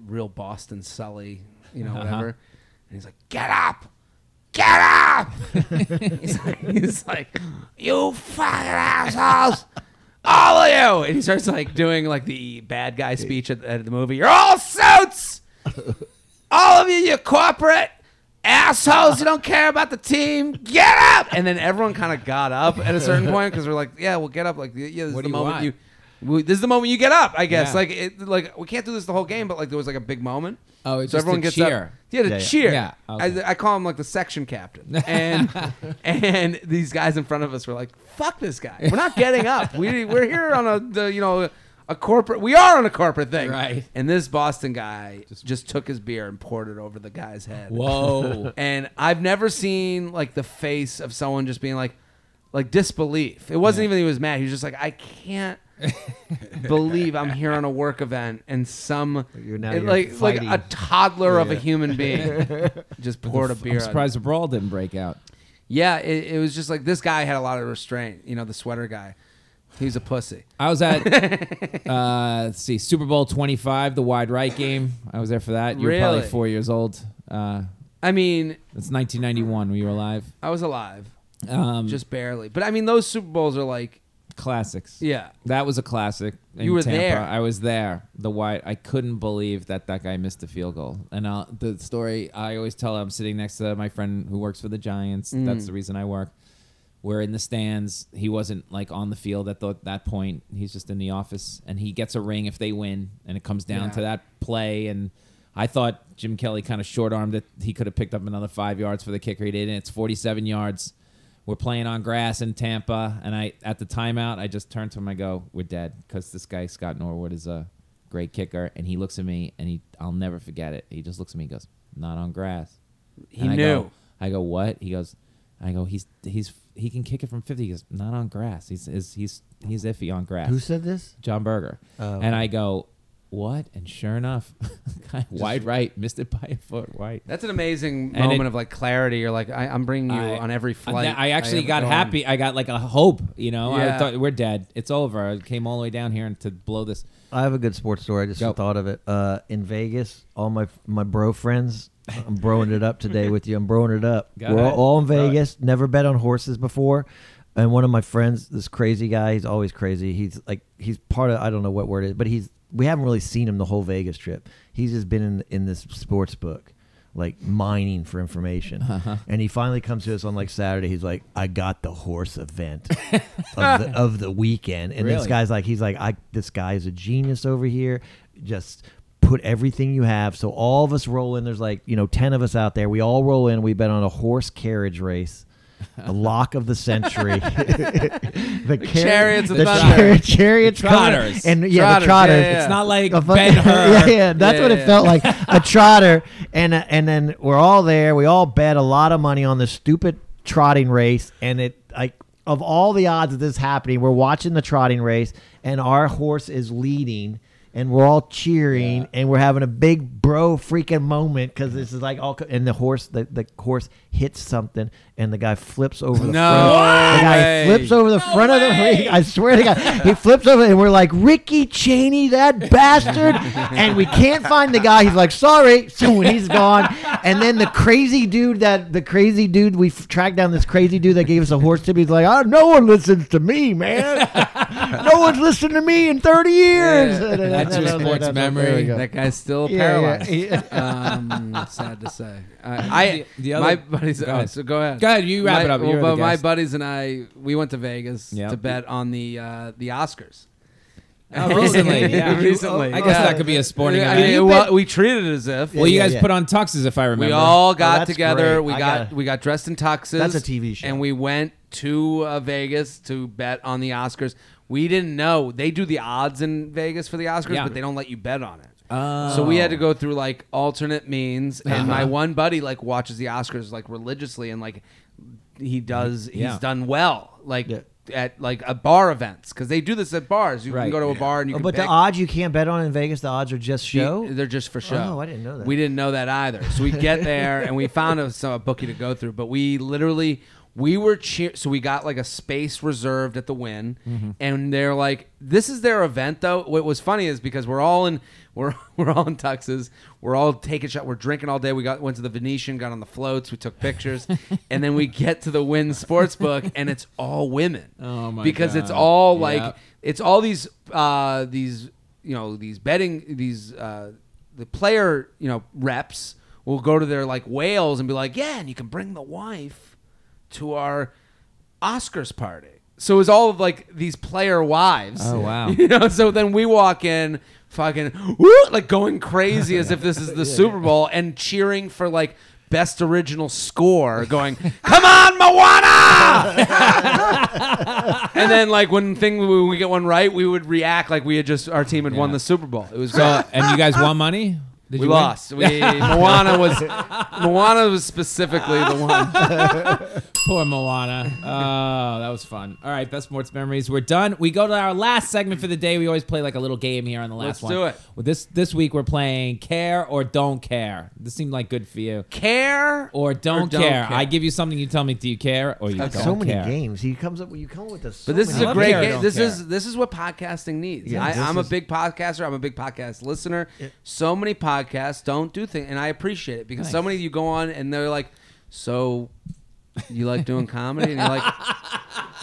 Speaker 9: real Boston Sully, you
Speaker 7: Uh-huh.
Speaker 9: know, whatever. And he's like, "Get up, get up!" *laughs* he's, like, he's like, "You fucking assholes!" All of you, and he starts like doing like the bad guy speech at, at the movie. You're all suits all of you, you corporate assholes, you don't care about the team. Get up! And then everyone kind of got up at a certain point because we're like, yeah, we'll get up. Like, yeah, this
Speaker 8: What
Speaker 9: is
Speaker 8: do
Speaker 9: the
Speaker 8: you
Speaker 9: moment
Speaker 8: want?
Speaker 9: you. we- This is the moment you get up, I guess.
Speaker 8: Yeah.
Speaker 9: Like, it, like we can't do this the whole game, but like there was like a big moment.
Speaker 8: Oh, it's
Speaker 9: so
Speaker 8: just
Speaker 9: everyone
Speaker 8: to
Speaker 9: gets
Speaker 8: cheer.
Speaker 9: up. Yeah, to
Speaker 7: Yeah, yeah.
Speaker 9: cheer.
Speaker 8: Yeah, okay.
Speaker 9: I, I call him like the section captain,
Speaker 7: *laughs*
Speaker 9: and and these guys in front of us were like, "Fuck this guy! We're not getting up. We we're here on a the, you know a corporate. We are on a corporate thing,
Speaker 8: Right.
Speaker 9: and this Boston guy just, took his beer and poured it over the guy's head.
Speaker 8: Whoa.
Speaker 9: *laughs* And I've never seen like the face of someone just being like, like disbelief. It wasn't even that he was mad. He was just like, I can't believe I'm here on a work event and some
Speaker 7: You're now-
Speaker 9: it-
Speaker 7: you're
Speaker 9: like
Speaker 7: fighting.
Speaker 9: like a toddler of a human
Speaker 7: *laughs*
Speaker 9: being just poured a beer.
Speaker 8: I'm
Speaker 9: on-
Speaker 8: surprised the brawl didn't break out.
Speaker 9: Yeah, it, it was just like this guy had a lot of restraint. You know, the sweater guy. He's a pussy.
Speaker 8: I was *laughs* at uh, let's see Super Bowl 25, the wide right game. I was there for that. You were probably
Speaker 9: Really?
Speaker 8: four years old. Uh,
Speaker 9: I mean,
Speaker 8: it's 1991. We were alive.
Speaker 9: I was alive,
Speaker 8: Um,
Speaker 9: just barely. But I mean, those Super Bowls are like,
Speaker 8: classics.
Speaker 9: yeah.
Speaker 8: That was a classic. in
Speaker 9: You were
Speaker 8: Tampa.
Speaker 9: there.
Speaker 8: I was there. The white. I couldn't believe that that guy missed the field goal. And uh, the story I always tell. I'm sitting next to my friend who works for the Giants. That's the reason I work. We're in the stands. He wasn't like on the field at the, that point. He's just in the office, and he gets a ring if they win. And it comes down
Speaker 9: Yeah.
Speaker 8: to that play. And I thought Jim Kelly kind of short armed it. He could have picked up another five yards for the kicker. He didn't. It's 47 yards. We're playing on grass in Tampa, and I at the timeout, I just turned to him. I go, "We're dead," because this guy Scott Norwood is a great kicker, and he looks at me, and he I'll never forget it. He just looks at me, and goes, "Not on grass."
Speaker 9: He
Speaker 8: And I
Speaker 9: knew.
Speaker 8: go- I go, "What?" He goes, "I go, he's he's he can kick it from 50." He goes, "Not on grass. He's he's he's, he's iffy on grass."
Speaker 7: who said this?
Speaker 8: John Berger.
Speaker 7: Oh.
Speaker 8: And I go, "What?" And sure enough, *laughs* guy wide right missed it by a foot. Right.
Speaker 9: That's an amazing
Speaker 8: And
Speaker 9: moment
Speaker 8: it-
Speaker 9: of like clarity. You're like, I, I'm bringing you
Speaker 8: I-
Speaker 9: on every
Speaker 8: I-
Speaker 9: flight.
Speaker 8: I actually
Speaker 9: ever
Speaker 8: got
Speaker 9: go on.
Speaker 8: happy. I got like a hope, you know. I
Speaker 9: Yeah.
Speaker 8: thought we're dead. It's over. I came all the way down here and to blow
Speaker 9: *laughs*
Speaker 8: this.
Speaker 7: I have a good sports story. I just
Speaker 8: Go.
Speaker 7: thought of it. Uh, in Vegas, all my my bro friends, I'm broing it up today with you. I'm broing it up.
Speaker 8: Go
Speaker 7: We're all,
Speaker 8: ahead.
Speaker 7: all in Vegas. Never bet on horses before. And one of my friends, this crazy guy, he's always crazy. He's like he's part of I don't know what word it is, but he's we haven't really seen him the whole Vegas trip. He's just been in in this sports book. Like mining for information,
Speaker 8: Uh-huh.
Speaker 7: and he finally comes to us on like Saturday. He's like, "I got the
Speaker 8: *laughs*
Speaker 7: horse event of, the, of the weekend," and this
Speaker 8: Really?
Speaker 7: guy guy's like he's like I this guy is a genius over here. Just put everything you have. So all of us roll in. There's like you know ten of us out there. We all roll in. We bet on a horse carriage race.
Speaker 9: *laughs*
Speaker 7: A lock of the century, *laughs* the, car-
Speaker 9: chariots of
Speaker 7: the
Speaker 9: thunder.
Speaker 7: chariot, chariots,
Speaker 8: The
Speaker 7: coming-
Speaker 8: trotters.
Speaker 7: and yeah,
Speaker 9: Trotters,
Speaker 7: the trotters.
Speaker 9: yeah, yeah.
Speaker 8: It's not like
Speaker 7: A fuck-
Speaker 8: Ben
Speaker 7: *laughs*
Speaker 8: Hur.
Speaker 7: yeah, yeah, that's
Speaker 9: Yeah,
Speaker 7: what
Speaker 9: yeah.
Speaker 7: it felt like.
Speaker 9: *laughs*
Speaker 7: a trotter, and uh, and then we're all there. We all bet a lot of money on this stupid trotting race, and it like of all the odds of this happening, we're watching the trotting race, and our horse is leading. And we're all cheering, and we're having a big bro freaking moment because this is like all. co- And the horse, the, the horse hits something, and the guy flips over the
Speaker 9: No.
Speaker 7: front. The guy
Speaker 9: way.
Speaker 7: flips over the front of the ring. I swear to God, he flips over, and we're like, Ricky
Speaker 8: *laughs*
Speaker 7: Cheney, that bastard. and we can't find the guy. He's like, sorry, *laughs* so he's gone. And then the crazy dude that the crazy dude we f- tracked down this crazy dude that gave us a horse tip. He's like, oh, no one listens to
Speaker 8: *laughs*
Speaker 7: me, man. no one's listened to me in thirty years.
Speaker 9: Yeah,
Speaker 7: And I
Speaker 8: that's
Speaker 7: was
Speaker 8: your
Speaker 7: like,
Speaker 8: sports
Speaker 7: "That's- there we
Speaker 8: memory.
Speaker 7: go."
Speaker 9: That guy's still
Speaker 7: Yeah,
Speaker 9: paralyzed.
Speaker 7: *laughs* yeah,
Speaker 9: um, sad to say. I, I
Speaker 8: The- the other-
Speaker 9: my buddies.
Speaker 8: go
Speaker 9: oh,
Speaker 8: ahead.
Speaker 9: so go ahead.
Speaker 8: Go ahead, you wrap
Speaker 9: my,
Speaker 8: it up.
Speaker 9: well,
Speaker 8: You're the
Speaker 9: but my
Speaker 8: guest.
Speaker 9: buddies and I, we went to Vegas
Speaker 8: Yeah.
Speaker 9: to bet on the uh, the Oscars.
Speaker 8: Oh, *laughs* recently, yeah.
Speaker 9: *laughs*
Speaker 7: *laughs*
Speaker 9: recently.
Speaker 8: I guess that could be a sporting
Speaker 9: I
Speaker 8: event.
Speaker 9: mean, well, we treated it as if.
Speaker 7: Yeah,
Speaker 8: well, you
Speaker 7: yeah,
Speaker 8: guys
Speaker 7: yeah.
Speaker 8: put on tuxes, if I remember.
Speaker 9: We all got
Speaker 7: Oh, that's
Speaker 9: together.
Speaker 7: great.
Speaker 9: We
Speaker 7: I
Speaker 9: got
Speaker 7: gotta-
Speaker 9: we got dressed in tuxes.
Speaker 7: That's a TV show.
Speaker 9: And we went to uh, Vegas to bet on the Oscars. We didn't know they do the odds in Vegas for the Oscars,
Speaker 8: Yeah.
Speaker 9: but they don't let you bet on it. So we
Speaker 7: Oh.
Speaker 9: had to go through like alternate means,
Speaker 7: Uh-huh.
Speaker 9: and my one buddy like watches the Oscars like religiously, and like he does,
Speaker 8: Yeah.
Speaker 9: he's done well, like
Speaker 7: Yeah.
Speaker 9: at like a bar events because they do this at bars. You
Speaker 8: Right.
Speaker 9: can go to a bar and you
Speaker 7: Oh,
Speaker 9: can.
Speaker 7: but the
Speaker 9: pick-
Speaker 7: odds you can't bet on in Vegas. The odds are just
Speaker 9: the-
Speaker 7: show.
Speaker 9: They're just for show.
Speaker 7: Oh, I didn't know that.
Speaker 9: We didn't know that either. So we get there and we found a, *laughs* some, a bookie to go through, but we literally we were cheer. So we got like a space reserved at the win,
Speaker 7: Mm-hmm.
Speaker 9: and they're like, "This is their event, though." What was funny is because we're all in we're *laughs* we're all in tuxes, we're all taking shot, we're drinking all day. We got went to the Venetian, got on the floats, we took
Speaker 7: *laughs*
Speaker 9: pictures, and then we get to the Win Sportsbook, and it's all women.
Speaker 8: Oh, my
Speaker 9: Because it's
Speaker 8: God.
Speaker 9: all like
Speaker 8: Yep.
Speaker 9: it's all these uh, these you know these betting these uh, the player you know reps will go to their like whales and be like yeah and you can bring the wife to our Oscars party so it's all of like these player wives
Speaker 8: Oh, wow.
Speaker 9: *laughs* you know so then we walk in fucking woo, like going crazy as if this is
Speaker 8: *laughs*
Speaker 9: the Super Bowl and cheering for like best original score going come
Speaker 8: *laughs*
Speaker 9: on Moana and then like when thing when we get one right, we would react like we had just our team had won
Speaker 8: Yeah.
Speaker 9: the Super Bowl.
Speaker 8: *laughs*
Speaker 9: It was
Speaker 8: So,
Speaker 9: great.
Speaker 8: and you guys won money? Did
Speaker 9: we
Speaker 8: you win?
Speaker 9: lost. We
Speaker 8: *laughs*
Speaker 9: Moana was Moana was
Speaker 8: *laughs*
Speaker 9: specifically the one.
Speaker 8: Poor Moana. Oh, that was fun. All right, best sports memories. We're done. We go to our last segment for the day. We always play like a little game here on the last
Speaker 9: Let's
Speaker 8: one.
Speaker 9: do it.
Speaker 8: Well, this this week we're playing care or don't care. This seemed like good for you.
Speaker 9: Care
Speaker 8: Or don't,
Speaker 9: don't
Speaker 8: care.
Speaker 9: care.
Speaker 8: I give you something. You tell me, do you care or you don't
Speaker 7: so many
Speaker 8: care?
Speaker 7: games. He comes up. You come up with this.
Speaker 9: But this
Speaker 8: I
Speaker 9: is a
Speaker 8: love
Speaker 9: great
Speaker 8: care,
Speaker 9: game.
Speaker 8: don't
Speaker 9: This
Speaker 8: care.
Speaker 9: is this is what podcasting needs.
Speaker 7: Yeah,
Speaker 9: I,
Speaker 7: this
Speaker 9: I'm a
Speaker 7: is-
Speaker 9: big podcaster. I'm a big podcast listener. so many podcasts don't do things, and I appreciate it because so
Speaker 8: Nice.
Speaker 9: many of you go on and they're like, "So, you like doing comedy?" And you're like,